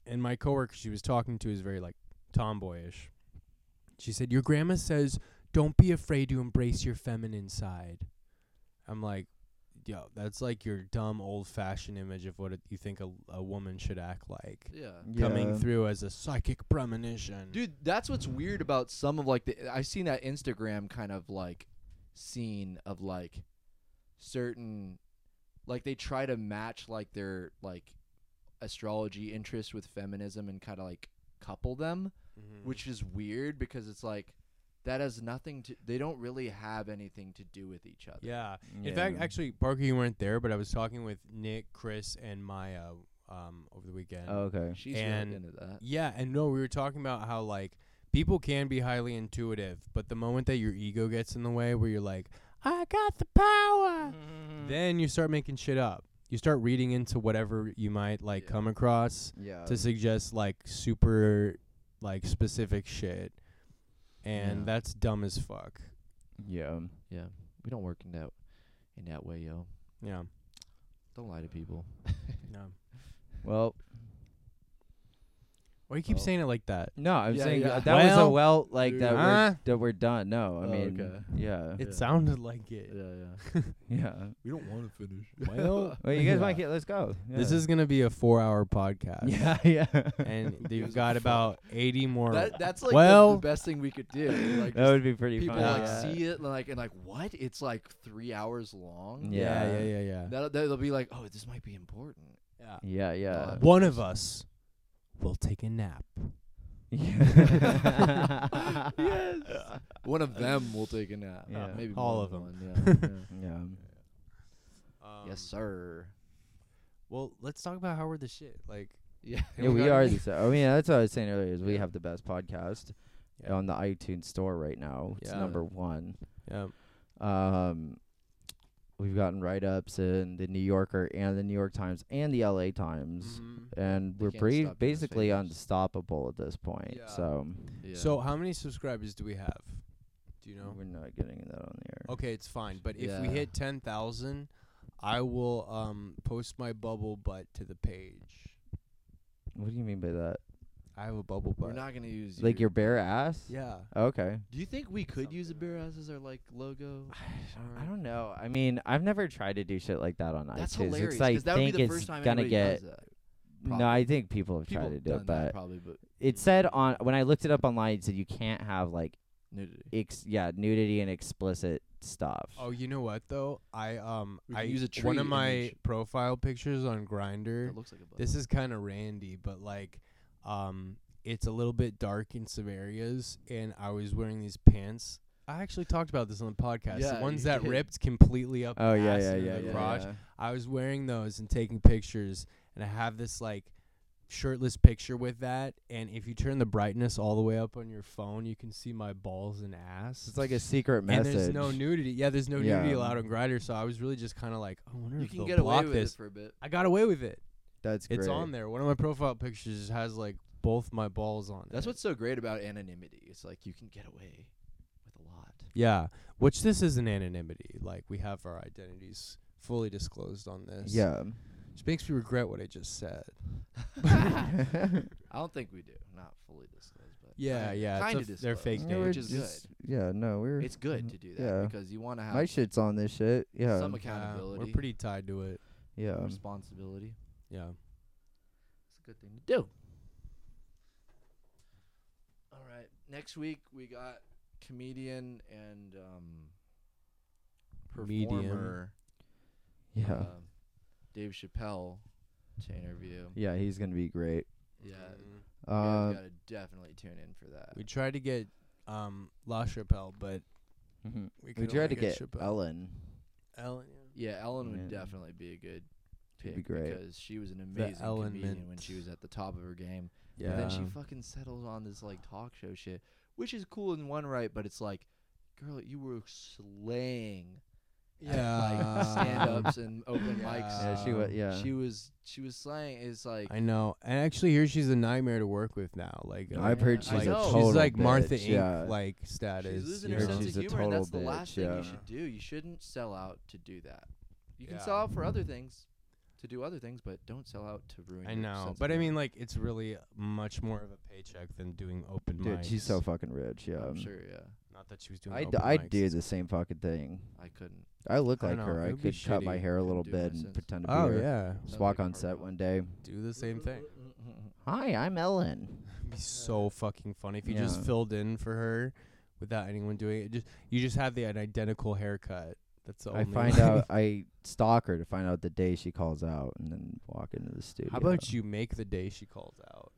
[SPEAKER 3] and my coworker she was talking to is very like tomboyish. She said, "Your grandma says don't be afraid to embrace your feminine side." I'm like, yo, that's like your dumb old fashioned image of what it, you think a, a woman should act like.
[SPEAKER 2] Yeah.
[SPEAKER 1] yeah.
[SPEAKER 3] Coming through as a psychic premonition.
[SPEAKER 2] Dude, that's what's weird about some of like the I've seen that Instagram kind of like scene of like certain like they try to match like their like astrology interest with feminism and kind of like couple them.
[SPEAKER 3] Mm-hmm.
[SPEAKER 2] which is weird because it's like that has nothing to they don't really have anything to do with each other
[SPEAKER 3] Yeah. In fact, actually, Parker, you weren't there, but I was talking with Nick, Chris, and Maya um, over the weekend.
[SPEAKER 1] Oh, okay.
[SPEAKER 2] she's
[SPEAKER 3] And-
[SPEAKER 2] really into that
[SPEAKER 3] Yeah, and no, we were talking about how like people can be highly intuitive, but the moment that your ego gets in the way, where you're like, "I got the power," then you start making shit up. You start reading into whatever you might like
[SPEAKER 2] Yeah.
[SPEAKER 3] come across
[SPEAKER 1] Yeah.
[SPEAKER 3] to suggest like super like specific shit, and
[SPEAKER 2] Yeah.
[SPEAKER 3] that's dumb as fuck.
[SPEAKER 1] yeah.
[SPEAKER 2] yeah we don't work in that in that way yo
[SPEAKER 3] Yeah.
[SPEAKER 2] don't lie to people
[SPEAKER 3] No.
[SPEAKER 1] Well,
[SPEAKER 3] Why you keep
[SPEAKER 2] Oh.
[SPEAKER 3] saying it like that?
[SPEAKER 1] No, I'm
[SPEAKER 2] Yeah,
[SPEAKER 1] saying
[SPEAKER 2] yeah.
[SPEAKER 1] that was a
[SPEAKER 3] Well, uh-huh.
[SPEAKER 1] well like
[SPEAKER 2] dude.
[SPEAKER 1] that
[SPEAKER 3] Huh?
[SPEAKER 1] we're that we're done. No, I
[SPEAKER 2] Oh,
[SPEAKER 1] mean
[SPEAKER 2] okay.
[SPEAKER 1] yeah.
[SPEAKER 3] It
[SPEAKER 2] Yeah.
[SPEAKER 3] sounded like it.
[SPEAKER 2] Yeah, yeah.
[SPEAKER 1] Yeah.
[SPEAKER 2] We don't want to finish.
[SPEAKER 3] Well,
[SPEAKER 1] Well you guys
[SPEAKER 3] yeah.
[SPEAKER 1] might get let's go.
[SPEAKER 3] This
[SPEAKER 1] Yeah.
[SPEAKER 3] is gonna be a four-hour podcast.
[SPEAKER 1] Yeah, yeah.
[SPEAKER 3] and
[SPEAKER 2] Gives
[SPEAKER 3] you've
[SPEAKER 2] a
[SPEAKER 3] got
[SPEAKER 2] fuck.
[SPEAKER 3] about 80 more.
[SPEAKER 2] That, that's like the-
[SPEAKER 3] Well-
[SPEAKER 2] the, best thing we could do. Like
[SPEAKER 1] that
[SPEAKER 2] just
[SPEAKER 1] would be pretty
[SPEAKER 2] people
[SPEAKER 1] fun.
[SPEAKER 2] like
[SPEAKER 1] yeah.
[SPEAKER 2] see it and like and like what? It's like three hours long.
[SPEAKER 1] Yeah.
[SPEAKER 3] yeah, yeah, yeah.
[SPEAKER 2] That'll, they'll be like, oh, this might be important.
[SPEAKER 3] yeah.
[SPEAKER 1] Yeah, yeah.
[SPEAKER 2] Fuck.
[SPEAKER 3] One of us will take a nap.
[SPEAKER 1] Yeah.
[SPEAKER 2] One of them will take a nap. Uh,
[SPEAKER 1] Yeah.
[SPEAKER 2] Maybe
[SPEAKER 3] All
[SPEAKER 2] more
[SPEAKER 3] of
[SPEAKER 2] than
[SPEAKER 3] them.
[SPEAKER 2] one, Yeah,
[SPEAKER 1] Yeah.
[SPEAKER 2] yeah. yes, sir.
[SPEAKER 3] Well, let's talk about how we're the shit. Like,
[SPEAKER 2] Yeah,
[SPEAKER 1] Yeah, we are
[SPEAKER 2] The,
[SPEAKER 1] the se- I mean, that's what I was saying earlier. Is we
[SPEAKER 2] Yeah.
[SPEAKER 1] have the best podcast
[SPEAKER 3] Yeah.
[SPEAKER 1] on the iTunes store right now. It's
[SPEAKER 3] Yeah.
[SPEAKER 1] number one.
[SPEAKER 3] yeah,
[SPEAKER 1] Um, we've gotten write-ups in the New Yorker and the New York Times and the LA Times. and
[SPEAKER 2] They
[SPEAKER 1] we're
[SPEAKER 2] can't
[SPEAKER 1] pretty
[SPEAKER 2] stop being
[SPEAKER 1] basically
[SPEAKER 2] famous.
[SPEAKER 1] unstoppable at this point.
[SPEAKER 3] Yeah.
[SPEAKER 1] So
[SPEAKER 2] yeah.
[SPEAKER 3] So, how many subscribers do we have? Do you know?
[SPEAKER 1] we're not getting that on the air.
[SPEAKER 2] Oh.
[SPEAKER 3] Okay, it's fine. But if we
[SPEAKER 2] Yeah.
[SPEAKER 3] hit 10,000, I will um post my bubble butt to the page.
[SPEAKER 1] What do you mean by that?
[SPEAKER 3] I have a bubble
[SPEAKER 2] we're
[SPEAKER 3] butt.
[SPEAKER 2] not gonna use
[SPEAKER 1] Like your bare ass?
[SPEAKER 3] yeah.
[SPEAKER 1] Okay.
[SPEAKER 2] Do you think we could use a bear ass as our like logo?
[SPEAKER 1] I don't know. I mean, I've never tried to do shit like that on
[SPEAKER 2] That's
[SPEAKER 1] iTunes.
[SPEAKER 2] hilarious.
[SPEAKER 1] it's like
[SPEAKER 2] that would
[SPEAKER 1] think
[SPEAKER 2] be the
[SPEAKER 1] it's
[SPEAKER 2] first time
[SPEAKER 1] gonna
[SPEAKER 2] anybody
[SPEAKER 1] get.
[SPEAKER 2] does that.
[SPEAKER 1] No,
[SPEAKER 2] probably.
[SPEAKER 1] I think people have
[SPEAKER 2] People
[SPEAKER 1] tried to
[SPEAKER 2] have
[SPEAKER 1] do
[SPEAKER 2] done
[SPEAKER 1] it,
[SPEAKER 2] that
[SPEAKER 1] but
[SPEAKER 2] probably, but
[SPEAKER 1] it said on when I looked it up online, it said you can't have like
[SPEAKER 2] nudity.
[SPEAKER 1] ex yeah nudity and explicit stuff.
[SPEAKER 3] Oh, you know what though? I um
[SPEAKER 2] We
[SPEAKER 3] I
[SPEAKER 2] could use a
[SPEAKER 3] one of
[SPEAKER 2] tree
[SPEAKER 3] my
[SPEAKER 2] image.
[SPEAKER 3] profile pictures on Grinder.
[SPEAKER 2] It looks like a butt.
[SPEAKER 3] This is kind of randy, but like um it's a little bit dark in some areas and I was wearing these pants. I actually talked about this on the podcast.
[SPEAKER 2] Yeah,
[SPEAKER 3] the ones
[SPEAKER 2] you
[SPEAKER 3] that
[SPEAKER 2] did.
[SPEAKER 3] ripped completely up
[SPEAKER 1] Oh,
[SPEAKER 3] the
[SPEAKER 1] yeah,
[SPEAKER 3] ass
[SPEAKER 1] yeah,
[SPEAKER 3] and
[SPEAKER 1] yeah,
[SPEAKER 3] the
[SPEAKER 1] yeah,
[SPEAKER 3] crotch. I was wearing those and taking pictures, and I have this like shirtless picture with that. And if you turn the brightness all the way up on your phone, you can see my balls and ass.
[SPEAKER 1] It's like a secret
[SPEAKER 3] and
[SPEAKER 1] message.
[SPEAKER 3] there's no nudity. Yeah, there's no nudity
[SPEAKER 1] Yeah.
[SPEAKER 3] allowed on Grinder, so I was really just kind of like, I wonder
[SPEAKER 2] You
[SPEAKER 3] if
[SPEAKER 2] can
[SPEAKER 3] they'll
[SPEAKER 2] get away
[SPEAKER 3] block
[SPEAKER 2] with
[SPEAKER 3] this.
[SPEAKER 2] it for a bit.
[SPEAKER 3] I got away with it.
[SPEAKER 1] That's
[SPEAKER 3] It's
[SPEAKER 1] great.
[SPEAKER 3] on there. One of my profile pictures has like both my balls on
[SPEAKER 2] That's
[SPEAKER 3] it.
[SPEAKER 2] what's so great about anonymity. It's like you can get away with a lot.
[SPEAKER 3] Yeah, which this is an anonymity. Like we have our identities fully disclosed on this.
[SPEAKER 1] Yeah.
[SPEAKER 3] which makes me regret what I just said.
[SPEAKER 2] I don't think we do. Not fully disclosed, but
[SPEAKER 3] Yeah,
[SPEAKER 2] kind-
[SPEAKER 3] yeah, it's
[SPEAKER 2] kinda
[SPEAKER 3] a f- they're
[SPEAKER 2] disclosed,
[SPEAKER 3] fake
[SPEAKER 1] Yeah,
[SPEAKER 3] names.
[SPEAKER 1] we're
[SPEAKER 2] which is
[SPEAKER 1] just- Yeah, no, we're
[SPEAKER 2] good. It's good to do that
[SPEAKER 1] yeah.
[SPEAKER 2] because you want to have
[SPEAKER 1] my shit's on this shit. Yeah. um,
[SPEAKER 2] some
[SPEAKER 3] Yeah,
[SPEAKER 2] accountability.
[SPEAKER 3] we're pretty tied to it.
[SPEAKER 1] yeah. um,
[SPEAKER 2] responsibility.
[SPEAKER 3] Yeah.
[SPEAKER 2] It's a good thing to do. All right, next week we got comedian and um,
[SPEAKER 3] Medium.
[SPEAKER 2] performer
[SPEAKER 1] Yeah.
[SPEAKER 2] um, Dave Chappelle to interview.
[SPEAKER 1] yeah, he's going to be great.
[SPEAKER 2] Yeah, yeah,
[SPEAKER 1] Uh,
[SPEAKER 2] you gotta definitely tune in for that.
[SPEAKER 3] Mm-hmm. We tried to get um La Chappelle, but
[SPEAKER 1] mhm.
[SPEAKER 3] we,
[SPEAKER 1] we
[SPEAKER 3] could
[SPEAKER 1] tried
[SPEAKER 3] only
[SPEAKER 1] to get
[SPEAKER 3] Chappelle.
[SPEAKER 1] Ellen.
[SPEAKER 3] Ellen,
[SPEAKER 2] yeah, Ellen would
[SPEAKER 1] Yeah.
[SPEAKER 2] definitely be a good
[SPEAKER 1] She'd
[SPEAKER 2] pick
[SPEAKER 1] be great.
[SPEAKER 2] because she was an amazing
[SPEAKER 3] Ellen
[SPEAKER 2] comedian
[SPEAKER 3] Mint.
[SPEAKER 2] when she was at the top of her game.
[SPEAKER 3] yeah.
[SPEAKER 2] But then she fucking settles on this like talk show shit, which is cool in one right, but it's like, girl, you were slaying at, like stand ups and open mics.
[SPEAKER 1] Uh, yeah, she was.
[SPEAKER 3] Um,
[SPEAKER 1] Yeah.
[SPEAKER 2] She was she was slaying is like
[SPEAKER 3] I know, and actually, here she's a nightmare to work with now. Like
[SPEAKER 1] No,
[SPEAKER 3] uh,
[SPEAKER 1] I've heard
[SPEAKER 2] I
[SPEAKER 1] she's a
[SPEAKER 2] know.
[SPEAKER 1] total
[SPEAKER 3] she's like
[SPEAKER 1] bitch,
[SPEAKER 3] Martha Inc.
[SPEAKER 1] Yeah.
[SPEAKER 3] like status.
[SPEAKER 2] she's losing
[SPEAKER 3] you
[SPEAKER 2] her
[SPEAKER 1] know,
[SPEAKER 2] sense
[SPEAKER 1] she's
[SPEAKER 2] of
[SPEAKER 1] a
[SPEAKER 2] humor and that's the
[SPEAKER 1] total
[SPEAKER 2] last
[SPEAKER 1] bitch,
[SPEAKER 2] thing
[SPEAKER 1] yeah.
[SPEAKER 2] you should do. You shouldn't sell out to do that. You can
[SPEAKER 3] Yeah.
[SPEAKER 2] sell out for other things to do other things, but don't sell out to ruin
[SPEAKER 3] I
[SPEAKER 2] your
[SPEAKER 3] know,
[SPEAKER 2] sense
[SPEAKER 3] but
[SPEAKER 2] of
[SPEAKER 3] I
[SPEAKER 2] humor.
[SPEAKER 3] mean, like, it's really much more of a paycheck than doing open
[SPEAKER 1] Dude,
[SPEAKER 3] mics.
[SPEAKER 1] she's so fucking rich. Yeah. um,
[SPEAKER 2] I'm sure, yeah.
[SPEAKER 3] Not that she was doing.
[SPEAKER 1] I
[SPEAKER 3] open
[SPEAKER 1] I
[SPEAKER 3] mics.
[SPEAKER 1] do the same fucking thing.
[SPEAKER 2] I couldn't.
[SPEAKER 1] I look
[SPEAKER 3] I
[SPEAKER 1] like
[SPEAKER 3] know,
[SPEAKER 1] her.
[SPEAKER 3] it
[SPEAKER 1] I
[SPEAKER 3] would be
[SPEAKER 1] could cut my
[SPEAKER 3] shitty.
[SPEAKER 1] hair a little
[SPEAKER 2] Couldn't do
[SPEAKER 1] bit
[SPEAKER 2] my
[SPEAKER 1] and
[SPEAKER 2] sense.
[SPEAKER 1] pretend to be
[SPEAKER 3] Oh
[SPEAKER 1] her.
[SPEAKER 3] yeah,
[SPEAKER 1] Just
[SPEAKER 2] Sounds
[SPEAKER 1] walk
[SPEAKER 2] like a
[SPEAKER 1] on
[SPEAKER 2] hard
[SPEAKER 1] set
[SPEAKER 2] on.
[SPEAKER 1] one day.
[SPEAKER 3] do the same thing.
[SPEAKER 1] Hi, I'm Ellen.
[SPEAKER 3] It'd be so fucking funny if you just
[SPEAKER 1] Yeah.
[SPEAKER 3] filled in for her without anyone doing it. Just you just have the an identical haircut. That's the
[SPEAKER 1] I
[SPEAKER 3] only
[SPEAKER 1] find
[SPEAKER 3] way.
[SPEAKER 1] out. I stalk her to find out the day she calls out, and then walk into the studio.
[SPEAKER 3] How about you make the day she calls out?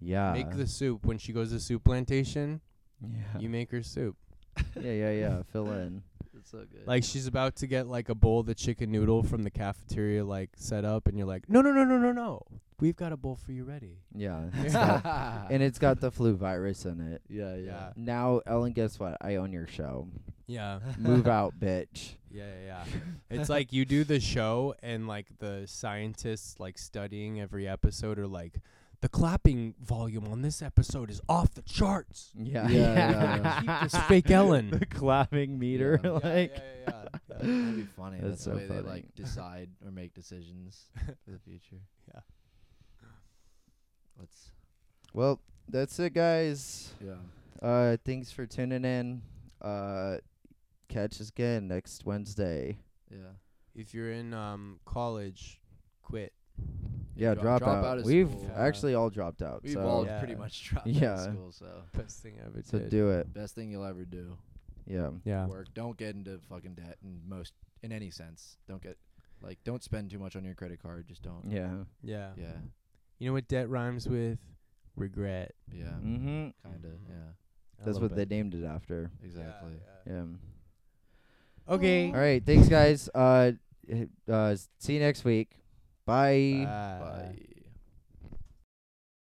[SPEAKER 1] Yeah.
[SPEAKER 3] make the soup when she goes to soup plantation.
[SPEAKER 1] Yeah.
[SPEAKER 3] You make her soup.
[SPEAKER 1] yeah, yeah, yeah. Fill in.
[SPEAKER 2] It's so good.
[SPEAKER 3] Like she's about to get like a bowl of the chicken noodle from the cafeteria like set up, and you're like, no, no, no, no, no, no. We've got a bowl for you ready.
[SPEAKER 1] Yeah. it's got-
[SPEAKER 2] yeah,
[SPEAKER 1] and it's got the flu virus in it.
[SPEAKER 2] yeah.
[SPEAKER 1] Now, Ellen, guess what? I own your show.
[SPEAKER 3] Yeah.
[SPEAKER 1] Move out, bitch.
[SPEAKER 3] Yeah, yeah, yeah. it's like you do the show and like the scientists like studying every episode are like the clapping volume on this episode is off the charts.
[SPEAKER 1] Yeah.
[SPEAKER 2] Yeah,
[SPEAKER 3] yeah, yeah. Keep this fake Ellen.
[SPEAKER 1] the clapping meter.
[SPEAKER 2] Yeah.
[SPEAKER 1] like,
[SPEAKER 3] yeah, yeah,
[SPEAKER 2] That'd be funny.
[SPEAKER 1] That's
[SPEAKER 2] That's, the
[SPEAKER 1] so
[SPEAKER 2] way
[SPEAKER 1] funny.
[SPEAKER 2] they like decide or make decisions for the future.
[SPEAKER 3] Yeah.
[SPEAKER 2] Let's
[SPEAKER 1] Well, that's it, guys.
[SPEAKER 2] Yeah.
[SPEAKER 1] Uh, thanks for tuning in. Uh, catch us again next Wednesday.
[SPEAKER 2] Yeah.
[SPEAKER 3] If you're in um college, quit.
[SPEAKER 1] Yeah,
[SPEAKER 2] drop-
[SPEAKER 1] drop,
[SPEAKER 2] drop
[SPEAKER 1] out.
[SPEAKER 2] out of
[SPEAKER 1] We've
[SPEAKER 2] school.
[SPEAKER 3] Yeah.
[SPEAKER 1] actually all dropped out.
[SPEAKER 2] We've
[SPEAKER 1] so
[SPEAKER 2] all
[SPEAKER 3] Yeah.
[SPEAKER 2] pretty much dropped out
[SPEAKER 1] Yeah.
[SPEAKER 2] of school, so
[SPEAKER 3] Best thing I ever
[SPEAKER 1] so
[SPEAKER 3] did.
[SPEAKER 1] do it.
[SPEAKER 2] best thing you'll ever do.
[SPEAKER 1] Yeah.
[SPEAKER 3] Yeah.
[SPEAKER 2] Work. Don't get into fucking debt in most in any sense. Don't get like don't spend too much on your credit card. Just don't.
[SPEAKER 1] Yeah.
[SPEAKER 3] Yeah.
[SPEAKER 2] Yeah.
[SPEAKER 3] You know what debt rhymes with? Regret.
[SPEAKER 2] Yeah.
[SPEAKER 1] Mhm.
[SPEAKER 2] Kinda. Yeah.
[SPEAKER 3] A
[SPEAKER 1] That's
[SPEAKER 3] little
[SPEAKER 1] what
[SPEAKER 3] bit.
[SPEAKER 1] they named it after.
[SPEAKER 3] Yeah,
[SPEAKER 2] Exactly.
[SPEAKER 3] yeah.
[SPEAKER 1] Yeah.
[SPEAKER 3] Okay.
[SPEAKER 1] All right. eh, Thanks, guys. Uh, uh, see you next week. Bye.
[SPEAKER 3] Bye.
[SPEAKER 2] Bye.